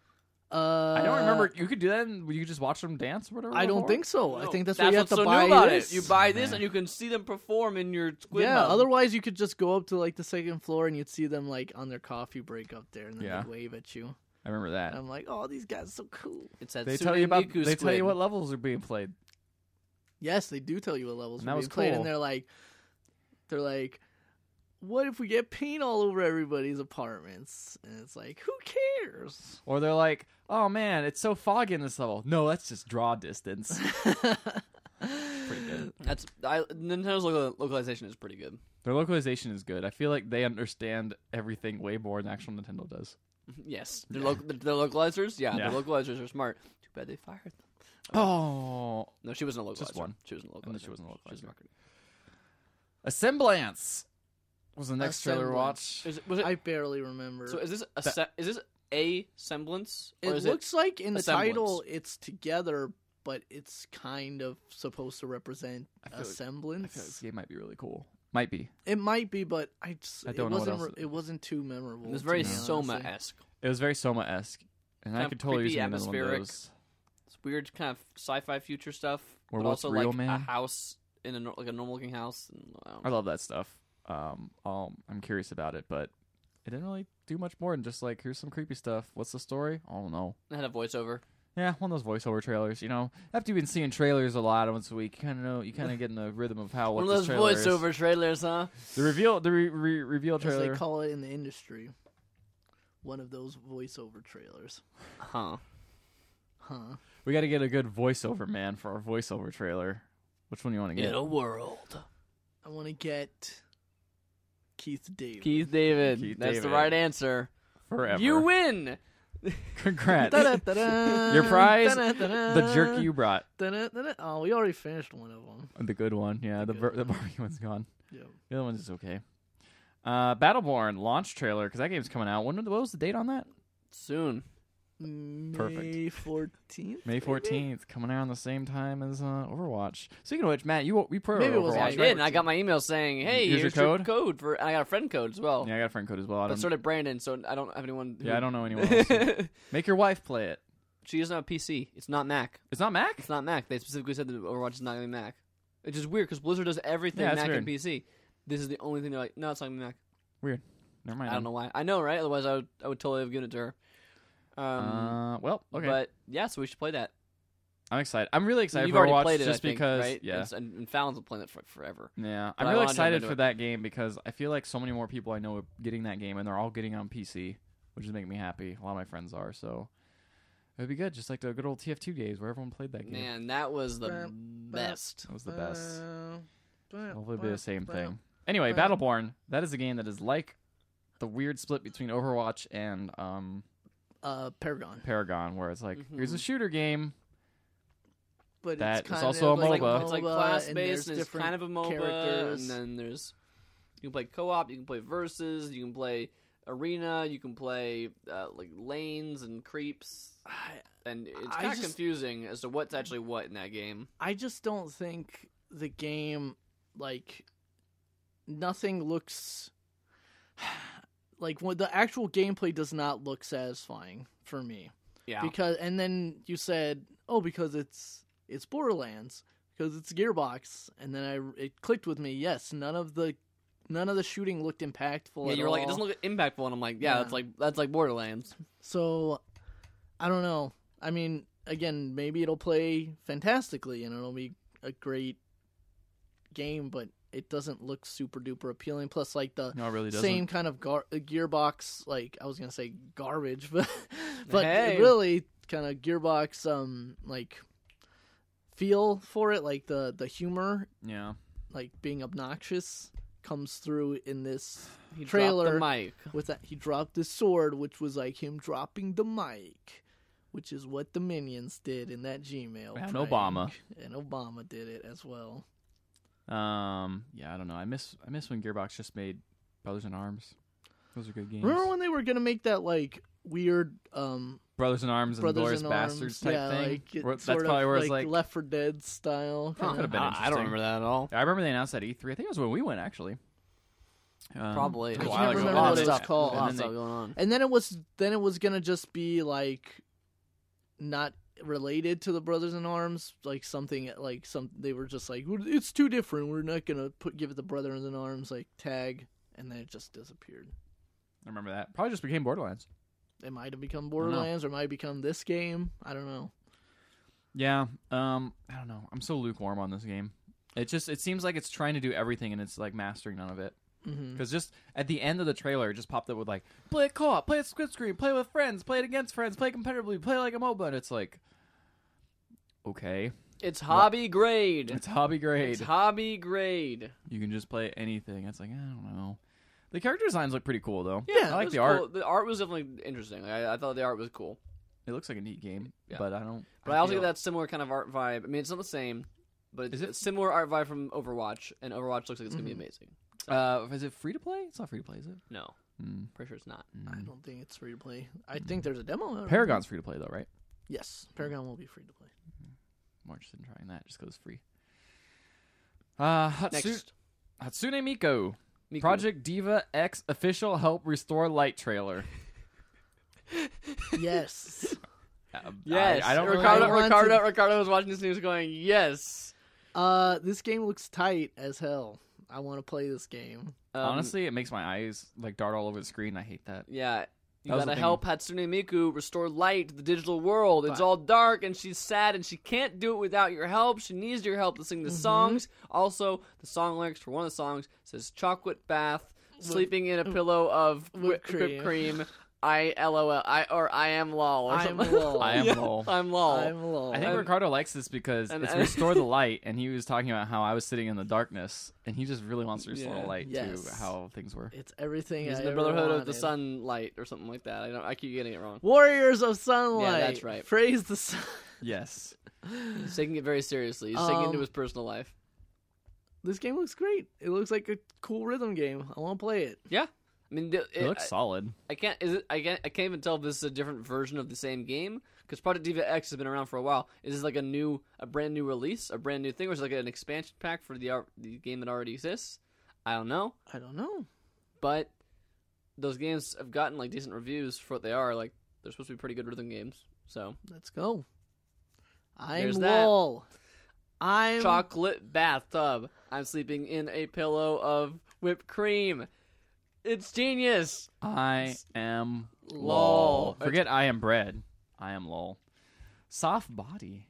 Speaker 1: Uh,
Speaker 3: I don't remember. You could do that, and you could just watch them dance or whatever.
Speaker 1: I don't
Speaker 3: before?
Speaker 1: think so. I
Speaker 2: No,
Speaker 1: think that's, what you have
Speaker 2: what's
Speaker 1: to
Speaker 2: so
Speaker 1: buy.
Speaker 2: new about
Speaker 1: this.
Speaker 2: it. You buy this
Speaker 3: Yeah.
Speaker 2: and you can see them perform in your squid.
Speaker 1: yeah.
Speaker 2: Hub.
Speaker 1: Otherwise, you could just go up to like the second floor and you'd see them like on their coffee break up there, and then
Speaker 3: Yeah.
Speaker 1: they wave at you.
Speaker 3: I remember that.
Speaker 1: And
Speaker 2: Um,
Speaker 1: I'm like, oh, these guys are so cool.
Speaker 2: it's that
Speaker 3: they
Speaker 2: Tsune
Speaker 3: tell you about.
Speaker 2: Miku
Speaker 3: They tell
Speaker 2: squid.
Speaker 3: you what levels are being played.
Speaker 1: Yes, they do tell you what levels
Speaker 3: And
Speaker 1: are
Speaker 3: that
Speaker 1: being
Speaker 3: was
Speaker 1: played,
Speaker 3: cool.
Speaker 1: and they're like, they're like, what if we get paint all over everybody's apartments? And it's like, who cares?
Speaker 3: Or they're like, "Oh man, it's so foggy in this level." No, that's just draw distance. Pretty good.
Speaker 2: That's I, Nintendo's local, localization is pretty good.
Speaker 3: Their localization is good. I feel like they understand everything way more than actual Nintendo does.
Speaker 2: Yes, they're loc the, the localizers. Yeah,
Speaker 3: Yeah.
Speaker 2: the localizers are smart. Too bad they fired them.
Speaker 3: Oh,
Speaker 2: No, she wasn't a localizer.
Speaker 3: Just one.
Speaker 2: She wasn't a localizer.
Speaker 3: And then she wasn't a
Speaker 2: was
Speaker 3: localizer.
Speaker 2: marketing.
Speaker 3: A Semblance was the next trailer
Speaker 1: Semblance.
Speaker 3: watch.
Speaker 2: Is it, was it,
Speaker 1: I barely remember.
Speaker 2: so? Is this a se- is this a semblance?
Speaker 1: it
Speaker 2: Or is
Speaker 1: looks like in
Speaker 2: a
Speaker 1: the title it's together, but it's kind of supposed to represent
Speaker 3: I
Speaker 1: a
Speaker 3: feel like- I
Speaker 1: semblance.
Speaker 3: feel like this game might be really cool. Might be.
Speaker 1: It might be, but I just
Speaker 3: I
Speaker 1: it
Speaker 3: don't know what
Speaker 1: wasn't
Speaker 3: else
Speaker 1: re- it wasn't too memorable.
Speaker 2: It, it's
Speaker 1: to
Speaker 2: very
Speaker 1: me,
Speaker 2: Soma
Speaker 1: honestly.
Speaker 2: esque.
Speaker 3: It was very Soma esque, and
Speaker 2: Kind
Speaker 3: I
Speaker 2: of
Speaker 3: could totally use
Speaker 2: creepy,
Speaker 3: another one of
Speaker 2: atmospheric.
Speaker 3: those.
Speaker 2: It's weird, kind of sci-fi future stuff,
Speaker 3: Where
Speaker 2: but
Speaker 3: what's
Speaker 2: also
Speaker 3: real,
Speaker 2: like a
Speaker 3: man?
Speaker 2: house in a nor- like a normal looking house. And, I don't
Speaker 3: I
Speaker 2: know.
Speaker 3: love that stuff. Um, I'll, I'm curious about it, but it didn't really do much more than just like here's some creepy stuff. What's the story? I don't know.
Speaker 2: It had a voiceover.
Speaker 3: Yeah, one of those voiceover trailers. You know, after you've been seeing trailers a lot once a week, you kind of know you kind of get in the rhythm of how what
Speaker 2: One of
Speaker 3: this
Speaker 2: those
Speaker 3: trailer is.
Speaker 2: voiceover trailers, huh?
Speaker 3: The reveal, the re- re- reveal
Speaker 1: as they
Speaker 3: trailer.
Speaker 1: call it in the industry. One of those voiceover trailers,
Speaker 2: Huh.
Speaker 1: huh?
Speaker 3: we got to get a good voiceover man for our voiceover trailer. Which one you want to get?
Speaker 2: In a world.
Speaker 1: I want to get Keith David.
Speaker 2: Keith David.
Speaker 3: Keith
Speaker 2: That's the
Speaker 3: David.
Speaker 2: right answer.
Speaker 3: Forever.
Speaker 2: You win.
Speaker 3: Congrats.
Speaker 1: Da-da-da-da,
Speaker 3: Your prize,
Speaker 1: da-da-da-da,
Speaker 3: the jerky you brought.
Speaker 1: da-da-da-da. Oh, we already finished one of them.
Speaker 3: The good one, yeah. The
Speaker 1: good
Speaker 3: bur- the
Speaker 1: one.
Speaker 3: barbecue one's gone.
Speaker 1: Yep.
Speaker 3: The other one's just okay. Uh, Battleborn launch trailer because that game's coming out. When what was the date on that?
Speaker 2: Soon.
Speaker 3: Perfect.
Speaker 1: May fourteenth.
Speaker 3: May fourteenth, coming out on the same time as uh, Overwatch. Speaking of which, Matt, you we pre
Speaker 1: Maybe it was
Speaker 3: Overwatch.
Speaker 2: Yeah, I
Speaker 1: Watch
Speaker 3: right?
Speaker 2: did, and I got my email saying, "Hey,
Speaker 3: Here's your
Speaker 2: here's
Speaker 3: code?
Speaker 2: for." And I got a friend code as well.
Speaker 3: Yeah, I got a friend code as well. I
Speaker 2: but
Speaker 3: don't,
Speaker 2: so did Brandon, so I don't have anyone. Who,
Speaker 3: yeah, I don't know anyone else. Make your wife play it.
Speaker 2: She is not PC. It's not Mac.
Speaker 3: It's not Mac.
Speaker 2: It's not Mac. They specifically said that Overwatch is not going to be Mac. Which is weird because Blizzard does everything
Speaker 3: Yeah, it's
Speaker 2: Mac and
Speaker 3: weird.
Speaker 2: PC. This is the only thing they're like, no, it's not going to be Mac.
Speaker 3: Never
Speaker 2: I,
Speaker 3: mind.
Speaker 2: don't know why. I know, right? Otherwise, I would I would totally have given it to her. Um,
Speaker 3: uh, well, okay.
Speaker 2: But yeah, so we should play that.
Speaker 3: I'm excited. I'm really excited
Speaker 2: You've
Speaker 3: for
Speaker 2: already
Speaker 3: Overwatch
Speaker 2: played it,
Speaker 3: just
Speaker 2: I think,
Speaker 3: because
Speaker 2: right?
Speaker 3: yeah.
Speaker 2: And, and, and Fallon's been playing it for forever.
Speaker 3: Yeah,
Speaker 2: I
Speaker 3: I'm really
Speaker 2: wanna jump
Speaker 3: excited
Speaker 2: into
Speaker 3: for
Speaker 2: it.
Speaker 3: that game because I feel like so many more people I know are getting that game, and they're all getting on PC, which is making me happy. A lot of my friends are, so it would be good, just like the good old TF2 days where everyone played that game.
Speaker 2: Man, that was the
Speaker 1: Bam, bam.
Speaker 2: best.
Speaker 3: That was the best.
Speaker 1: Uh,
Speaker 3: Hopefully, it'll be the same
Speaker 1: bam,
Speaker 3: thing. Anyway,
Speaker 1: bam.
Speaker 3: Battleborn. That is a game that is like the weird split between Overwatch and um,
Speaker 1: Uh, Paragon,
Speaker 3: Paragon, where it's like here's a
Speaker 2: Mhm.
Speaker 3: shooter game.
Speaker 1: but
Speaker 3: That
Speaker 1: it's
Speaker 3: is
Speaker 1: kind
Speaker 3: also
Speaker 1: of
Speaker 3: a
Speaker 1: like
Speaker 2: It's
Speaker 3: MOBA.
Speaker 2: like, it's like
Speaker 1: MOBA,
Speaker 2: class
Speaker 1: and
Speaker 2: based,
Speaker 1: there's
Speaker 2: and, it's
Speaker 1: different
Speaker 2: kind of a MOBA,
Speaker 1: characters.
Speaker 2: and then there's you can play co-op, you can play versus, you can play arena, you can play uh, like lanes and creeps,
Speaker 1: I-
Speaker 2: and it's
Speaker 1: I
Speaker 2: kind of
Speaker 1: just-
Speaker 2: confusing as to what's actually what in that game.
Speaker 1: I just don't think the game like nothing looks like when the actual gameplay does not look satisfying for me
Speaker 2: Yeah,
Speaker 1: because and then you said oh because it's it's Borderlands because it's Gearbox and then I it clicked with me yes none of the none of the shooting looked impactful
Speaker 2: yeah,
Speaker 1: at
Speaker 2: you were like it
Speaker 1: all.
Speaker 2: doesn't look impactful, and I'm like, yeah,
Speaker 1: Yeah.
Speaker 2: that's like that's like Borderlands.
Speaker 1: So I don't know. I mean, again, maybe it'll play fantastically and it'll be a great game, but it doesn't look super duper appealing. Plus, like the
Speaker 3: No, it really doesn't.
Speaker 1: same kind of gar- uh, gearbox, like I was gonna say garbage, but but
Speaker 2: Hey.
Speaker 1: really kind of gearbox, um, like feel for it, like the the humor,
Speaker 3: Yeah,
Speaker 1: like being obnoxious, comes through in this
Speaker 2: He dropped
Speaker 1: Trailer.
Speaker 2: the mic.
Speaker 1: with that he dropped his sword which was like him dropping the mic which is what the minions did in that gmail
Speaker 3: And
Speaker 1: prank.
Speaker 3: Obama.
Speaker 1: and obama did it as well
Speaker 3: um, yeah. I don't know. I miss I miss when Gearbox just made Brothers in Arms. Those are good games.
Speaker 1: remember when they were gonna make that like weird um
Speaker 3: Brothers in Arms and
Speaker 1: brothers
Speaker 3: Glorious
Speaker 1: in
Speaker 3: Bastards
Speaker 1: arms
Speaker 3: type
Speaker 1: yeah,
Speaker 3: thing.
Speaker 1: like, it
Speaker 3: Where- that's
Speaker 1: sort
Speaker 3: probably
Speaker 1: of
Speaker 3: where
Speaker 1: like,
Speaker 3: it's like.
Speaker 1: left for dead style
Speaker 3: Huh.
Speaker 1: kinda.
Speaker 3: Could've been
Speaker 2: I- I don't
Speaker 3: interesting.
Speaker 2: remember that at all.
Speaker 3: I remember they announced that E3. I think it was when we went actually. Um,
Speaker 2: Probably.
Speaker 3: it
Speaker 1: I
Speaker 3: was a
Speaker 1: can't
Speaker 3: while ago.
Speaker 1: remember
Speaker 2: Lots
Speaker 1: what
Speaker 2: of
Speaker 1: it was
Speaker 2: stuff-
Speaker 1: called.
Speaker 2: lots
Speaker 3: And
Speaker 2: of
Speaker 3: then
Speaker 2: stuff
Speaker 3: they-
Speaker 2: going on.
Speaker 1: and then it was then it was gonna just be like not related to the brothers in arms like something like some they were just like "Well, it's too different we're not gonna put give it the brothers in arms like tag and then it just disappeared
Speaker 3: I remember that. Probably just became Borderlands.
Speaker 1: it might have become borderlands or it might have become this game i don't know
Speaker 3: Yeah. Um. I don't know. I'm so lukewarm on this game. It just it seems like it's trying to do everything and it's like mastering none of it.
Speaker 1: hmm
Speaker 3: Because just at the end of the trailer, it just popped up with like play it co-op, play it split screen, play with friends, play it against friends, play competitively, play like a MOBA. And it's like, okay,
Speaker 2: It's hobby grade.
Speaker 3: it's hobby grade.
Speaker 2: It's hobby grade.
Speaker 3: you can just play anything. It's like I don't know. The character designs look pretty cool though.
Speaker 1: Yeah,
Speaker 3: I like
Speaker 2: It
Speaker 3: the
Speaker 2: was
Speaker 3: art.
Speaker 2: cool. The art was definitely interesting. I, I thought the art was cool.
Speaker 3: It looks like a neat game,
Speaker 2: Yeah.
Speaker 3: but I don't.
Speaker 2: But I also
Speaker 3: feel-
Speaker 2: get that similar kind of art vibe. I mean, it's not the same, but it's,
Speaker 3: Is it- Mm-hmm.
Speaker 2: it's similar art vibe from Overwatch, and Overwatch looks like it's gonna be amazing.
Speaker 3: Uh, is it free to play? It's not free to play, is it?
Speaker 2: No,
Speaker 3: Mm.
Speaker 2: pretty sure it's not.
Speaker 1: i don't think it's free to play i think there's a demo out.
Speaker 3: Paragon's free to play though, right?
Speaker 1: yes paragon will be free to play
Speaker 3: More interested in trying that just because it's free. Uh,
Speaker 2: Next,
Speaker 3: Hatsu- Hatsune Miku,
Speaker 2: Miku.
Speaker 3: Project Diva X official help restore light trailer.
Speaker 1: yes
Speaker 3: Uh,
Speaker 2: Yes,
Speaker 3: I, I don't really
Speaker 2: Ricardo,
Speaker 1: I want
Speaker 2: Ricardo,
Speaker 1: to-
Speaker 2: Ricardo was watching this news, going, "Yes."
Speaker 1: uh this game looks tight as hell i want to play this game
Speaker 2: Um,
Speaker 3: Honestly, it makes my eyes like dart all over the screen. I hate that.
Speaker 2: yeah. You
Speaker 3: That was
Speaker 2: gotta
Speaker 3: the thing.
Speaker 2: help Hatsune Miku restore light to the digital world. It's
Speaker 1: But-
Speaker 2: all dark and she's sad and she can't do it without your help. She needs your help to sing the songs. Also, the song lyrics for one of the songs says chocolate bath, sleeping in a pillow of
Speaker 1: whipped cream."
Speaker 2: whipped cream. I lol I or I am lol or
Speaker 1: I'm
Speaker 2: something.
Speaker 1: lol.
Speaker 3: I am
Speaker 1: Yeah.
Speaker 3: lol.
Speaker 2: I'm lol.
Speaker 1: i'm low
Speaker 3: Oh, I think
Speaker 2: and-
Speaker 3: Ricardo likes this because
Speaker 2: and-
Speaker 3: it's
Speaker 2: and-
Speaker 3: restore the light, and he was talking about how I was sitting in the darkness, and he just really wants to restore
Speaker 2: Yeah.
Speaker 3: the light to
Speaker 1: Yes.
Speaker 3: how things were.
Speaker 1: It's everything.
Speaker 2: He's
Speaker 1: I
Speaker 2: in the
Speaker 1: ever
Speaker 2: Brotherhood of the
Speaker 1: wanted.
Speaker 2: Sunlight or something like that. I don't. I keep getting it wrong.
Speaker 1: Warriors of sunlight.
Speaker 2: that's right.
Speaker 1: Praise the sun.
Speaker 3: Yes,
Speaker 2: He's taking it very seriously. He's taking it into
Speaker 1: Um,
Speaker 2: his personal life.
Speaker 1: This game looks great. It looks like a cool rhythm game. I want to play it.
Speaker 2: Yeah. I mean, the-
Speaker 3: it,
Speaker 2: it-
Speaker 3: looks
Speaker 2: I-
Speaker 3: solid.
Speaker 2: I can't. Is it? I can't. I can't even tell if this is a different version of the same game because Project Diva X has been around for a while. Is this like a new, a brand new release, a brand new thing, or is it like an expansion pack for the ar- the game that already exists? I don't know,
Speaker 1: I don't know.
Speaker 2: but those games have gotten like decent reviews for what they are. Like they're supposed to be pretty good rhythm games. So
Speaker 1: Let's go. I'm
Speaker 2: There's that.
Speaker 1: Wool. I'm
Speaker 2: chocolate bathtub. I'm sleeping in a pillow of whipped cream. It's genius.
Speaker 3: I am
Speaker 2: Lol.
Speaker 3: lol. Forget I am bread. I am lol. Soft body.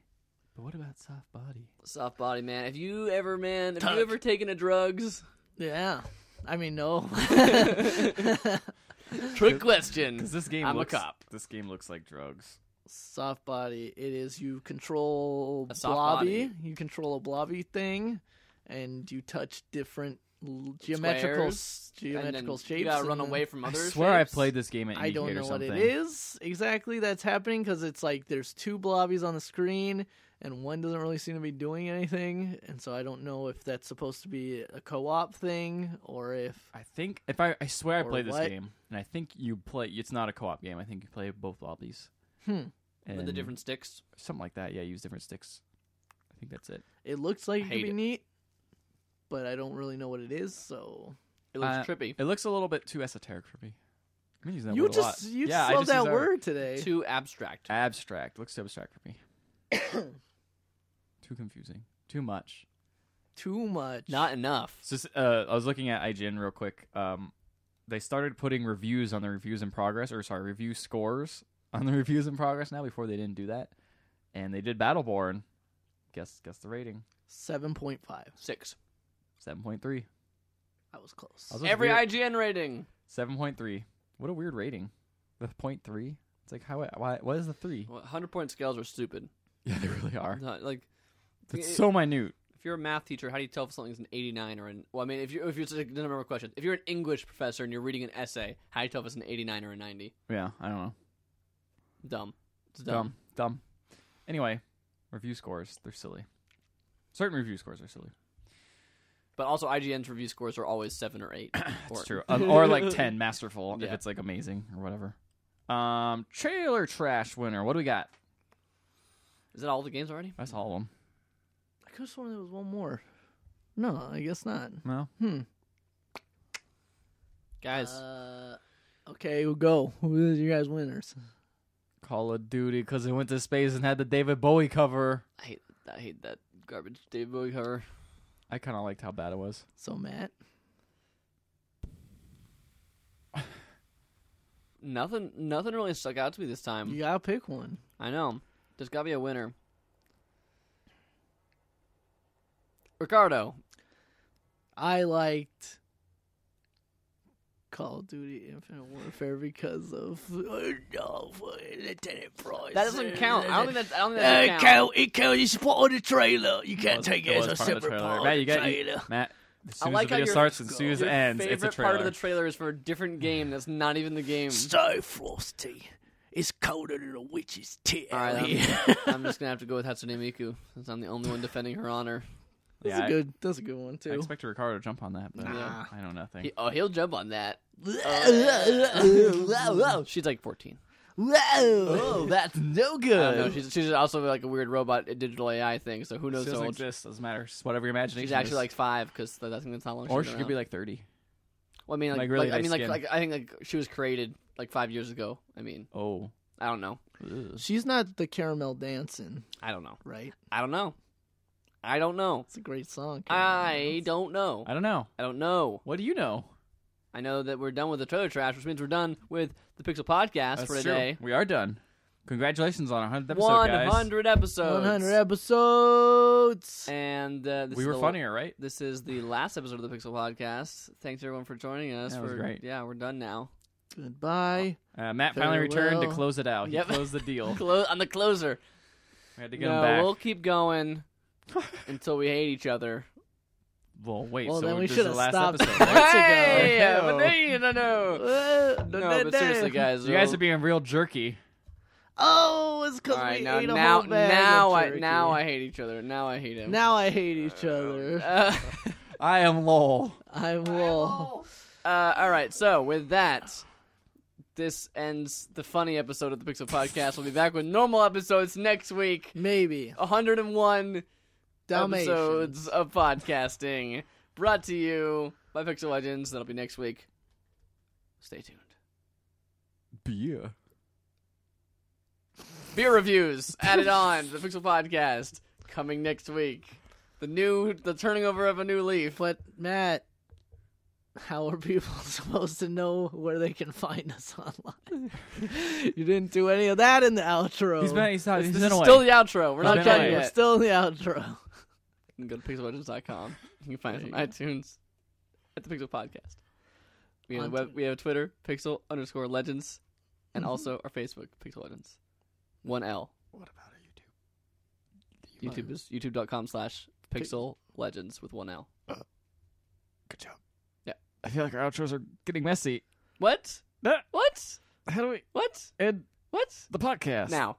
Speaker 3: But what about soft body?
Speaker 2: Soft body, man. If you ever, man, if
Speaker 1: Tuck.
Speaker 2: you ever taken to drugs,
Speaker 1: Yeah. I mean, no.
Speaker 2: trick question.
Speaker 3: Because this game
Speaker 2: I'm
Speaker 3: looks,
Speaker 2: a cop.
Speaker 3: This game looks like drugs.
Speaker 1: soft body. It is you control
Speaker 2: A soft
Speaker 1: blobby. You control a blobby thing, and you touch different l- geometrical s-
Speaker 2: And then
Speaker 1: geometrical shapes.
Speaker 2: You gotta
Speaker 1: and
Speaker 2: run
Speaker 1: then-
Speaker 2: away from
Speaker 3: I
Speaker 2: others.
Speaker 3: swear I played this game at
Speaker 1: I don't
Speaker 3: Indicate
Speaker 1: know
Speaker 3: or
Speaker 1: what
Speaker 3: something.
Speaker 1: it is exactly that's happening because it's like there's two blobbies on the screen and one doesn't really seem to be doing anything, and so I don't know if that's supposed to be a co-op thing or if
Speaker 3: I think if I I swear I
Speaker 1: Or
Speaker 3: played this
Speaker 1: what?
Speaker 3: game, and I think you play. It's not a co-op game. I think you play both lobbies.
Speaker 1: Hmm.
Speaker 2: with the
Speaker 3: And
Speaker 2: different sticks.
Speaker 3: something like that. Yeah, use different sticks. I think that's it.
Speaker 1: it looks like it could
Speaker 2: Hate
Speaker 1: be
Speaker 2: it.
Speaker 1: neat, but I don't really know what it is. So
Speaker 2: It looks
Speaker 3: Uh,
Speaker 2: trippy.
Speaker 3: It looks a little bit too esoteric for me. I've been using that
Speaker 1: you
Speaker 3: word a
Speaker 1: just
Speaker 3: lot.
Speaker 1: you just
Speaker 3: yeah, I
Speaker 1: love
Speaker 3: use
Speaker 1: that
Speaker 3: that
Speaker 1: word today.
Speaker 2: Too abstract.
Speaker 3: Abstract looks too abstract for me. too confusing. Too much.
Speaker 1: Too much.
Speaker 2: Not enough.
Speaker 3: So s- uh, I was looking at IGN real quick. Um, they started putting reviews on the reviews in progress, or sorry, review scores on the reviews in progress now. Before they didn't do that, and they did Battleborn. Guess guess the rating
Speaker 1: Seven point five.
Speaker 2: Six.
Speaker 3: seven point three.
Speaker 1: I was close.
Speaker 3: I was
Speaker 2: Every
Speaker 3: weird.
Speaker 2: IGN rating.
Speaker 3: Seven point three. What a weird rating. The point three. It's like how why what is the three?
Speaker 2: Well, Hundred point scales are stupid.
Speaker 3: Yeah, they really are.
Speaker 2: Not, like
Speaker 3: It's so minute.
Speaker 2: if you're a math teacher, how do you tell if something's an 89 or an? Well, I mean, if you if you're just a number question, if you're an English professor and you're reading an essay, how do you tell if it's an 89 or a 90?
Speaker 3: Yeah, I don't know.
Speaker 2: Dumb. It's dumb.
Speaker 3: Dumb. Dumb. Anyway, review scores, they're silly. Certain review scores are silly.
Speaker 2: But also, IGN's review scores are always seven or eight.
Speaker 3: That's
Speaker 2: Or-
Speaker 3: true. Um, or like 10 masterful if
Speaker 2: Yeah.
Speaker 3: it's like amazing or whatever. Um trailer trash winner. What do we got?
Speaker 2: Is that all the games already?
Speaker 3: That's all of them.
Speaker 1: I could have sworn there was one more. No, I guess not.
Speaker 3: No.
Speaker 1: Hmm.
Speaker 2: Guys,
Speaker 1: Uh, okay, we'll go. Who is you guys winners?
Speaker 3: Call of Duty cuz it went to space and had the David Bowie cover.
Speaker 2: I hate I hate that garbage David Bowie cover.
Speaker 3: I kind of liked how bad it was.
Speaker 1: So Matt,
Speaker 2: Nothing nothing really stuck out to me this time.
Speaker 1: you gotta pick one.
Speaker 2: I know. There's got to be a winner. Ricardo,
Speaker 1: I liked Call of Duty Infinite Warfare because of oh, no, Lieutenant Price.
Speaker 2: that doesn't count. I don't think that I don't think that
Speaker 1: Uh,
Speaker 2: should
Speaker 1: it
Speaker 2: count.
Speaker 1: count. It count. It's part of the trailer. You can't
Speaker 3: was-
Speaker 1: take
Speaker 3: it
Speaker 1: it as a
Speaker 3: was part of the
Speaker 1: separate
Speaker 3: trailer.
Speaker 1: part
Speaker 3: Matt,
Speaker 1: of
Speaker 3: you
Speaker 1: the
Speaker 3: got- you-
Speaker 1: trailer.
Speaker 3: Matt, as soon
Speaker 2: like
Speaker 3: as the
Speaker 2: how
Speaker 3: video
Speaker 2: your-
Speaker 3: starts and as soon as it
Speaker 2: Your
Speaker 3: ends,
Speaker 2: favorite
Speaker 3: it's a trailer.
Speaker 2: part of the trailer is for a different game that's not even the game.
Speaker 1: So frosty. It's colder than a witch's tear.
Speaker 2: All right,
Speaker 1: out
Speaker 2: I'm-
Speaker 1: here.
Speaker 2: I'm just gonna have to go with Hatsune Miku since I'm the only one defending her honor.
Speaker 1: That's
Speaker 3: Yeah, I-
Speaker 1: a good. That's a good one
Speaker 3: I
Speaker 1: too.
Speaker 3: expected Ricardo to jump on that, but
Speaker 1: Nah.
Speaker 3: I know nothing.
Speaker 2: He, oh, he'll jump on that. She's like 14.
Speaker 1: Oh, that's no good.
Speaker 2: I don't know. She's she's also like a weird robot, a digital AI thing. So who knows?
Speaker 3: she
Speaker 2: how
Speaker 3: doesn't
Speaker 2: old
Speaker 3: exist. Doesn't matter. It's whatever your imagination.
Speaker 2: She's actually
Speaker 3: is.
Speaker 2: like five because I think that's how long.
Speaker 3: or
Speaker 2: she's
Speaker 3: she
Speaker 2: been
Speaker 3: could be
Speaker 2: around.
Speaker 3: like thirty.
Speaker 2: Well, I mean, like,
Speaker 3: like, really
Speaker 2: like, I mean, like,
Speaker 3: light skin.
Speaker 2: like, I think like she was created like five years ago. I mean,
Speaker 3: Oh,
Speaker 2: I don't know.
Speaker 1: She's not the caramel dancing,
Speaker 2: I don't know.
Speaker 1: right?
Speaker 2: I don't know. I don't know.
Speaker 1: It's a great song. Caramel
Speaker 2: I
Speaker 1: Dance.
Speaker 2: don't know.
Speaker 3: I don't know.
Speaker 2: I don't know.
Speaker 3: What do you know?
Speaker 2: I know that we're done with the trailer trash, which means we're done with the Pixel Podcast for today.
Speaker 3: We are done. Congratulations on 100th episode,
Speaker 2: One
Speaker 3: guys.
Speaker 2: hundred episodes.
Speaker 1: 100 episodes.
Speaker 2: And uh, this
Speaker 3: We
Speaker 2: is
Speaker 3: were
Speaker 2: the-
Speaker 3: funnier, right?
Speaker 2: This is the last episode of the Pixel Podcast. Thanks everyone for joining us.
Speaker 3: That was
Speaker 2: We're-
Speaker 3: great.
Speaker 2: Yeah, we're done now.
Speaker 1: Goodbye.
Speaker 3: Uh, Matt finally returned to
Speaker 1: Farewell.
Speaker 3: close it out. He
Speaker 2: Yep.
Speaker 3: closed the deal.
Speaker 2: Clo- I'm the closer.
Speaker 3: We had to get
Speaker 2: no,
Speaker 3: him back.
Speaker 2: we'll keep going until we hate each other.
Speaker 3: Well, wait.
Speaker 1: Well,
Speaker 3: so
Speaker 1: then we
Speaker 3: this is the
Speaker 1: should've
Speaker 3: last
Speaker 1: stopped.
Speaker 3: episode. right?
Speaker 2: hey,
Speaker 3: ago.
Speaker 2: but they- no, no. Oh.
Speaker 1: Uh,
Speaker 2: No, but seriously, guys.
Speaker 3: you guys
Speaker 2: we'll-
Speaker 3: are being real jerky.
Speaker 1: Oh, it's because
Speaker 2: All right,
Speaker 1: we
Speaker 2: now,
Speaker 1: ate a
Speaker 2: now,
Speaker 1: whole bag
Speaker 2: now
Speaker 1: of
Speaker 2: I,
Speaker 1: jerky.
Speaker 2: now I hate each other. Now I hate him.
Speaker 1: now I hate each other.
Speaker 2: Uh,
Speaker 3: I am lol.
Speaker 1: I will.
Speaker 2: uh, all right, so with that, this ends the funny episode of the Pixel Podcast. We'll be back with normal episodes next week.
Speaker 1: Maybe.
Speaker 2: 101
Speaker 1: Dalmatian.
Speaker 2: episodes of podcasting brought to you by Pixel Legends. That'll be next week. Stay tuned.
Speaker 3: Beer.
Speaker 2: Beer reviews added on to the Pixel Podcast coming next week. The new, the turning over of a new leaf.
Speaker 1: But Matt, how are people supposed to know where they can find us online? you didn't do any of that in the outro.
Speaker 3: He's been he's, not, he's
Speaker 2: This
Speaker 3: been
Speaker 2: is
Speaker 3: away.
Speaker 2: still the outro. We're
Speaker 3: He's
Speaker 2: not
Speaker 3: been
Speaker 2: done
Speaker 3: away.
Speaker 1: We're
Speaker 2: yet.
Speaker 1: still in the outro.
Speaker 2: You can go to pixellegends.com. You can find us on
Speaker 1: There you
Speaker 2: iTunes at the Pixel Podcast. We have, a
Speaker 1: On Mm-hmm.
Speaker 2: web,
Speaker 1: Twitter.
Speaker 2: we have a Twitter, Pixel underscore Legends, and also our Facebook, Pixel Legends. One L.
Speaker 1: What about YouTube?
Speaker 2: YouTube is youtube.com slash Pixel Legends with one L.
Speaker 3: Good job.
Speaker 2: Yeah.
Speaker 3: I feel like our outros are getting messy.
Speaker 2: What?
Speaker 3: Ah,
Speaker 2: What?
Speaker 3: How do we
Speaker 2: What?
Speaker 3: end
Speaker 2: What?
Speaker 3: the podcast?
Speaker 2: Now.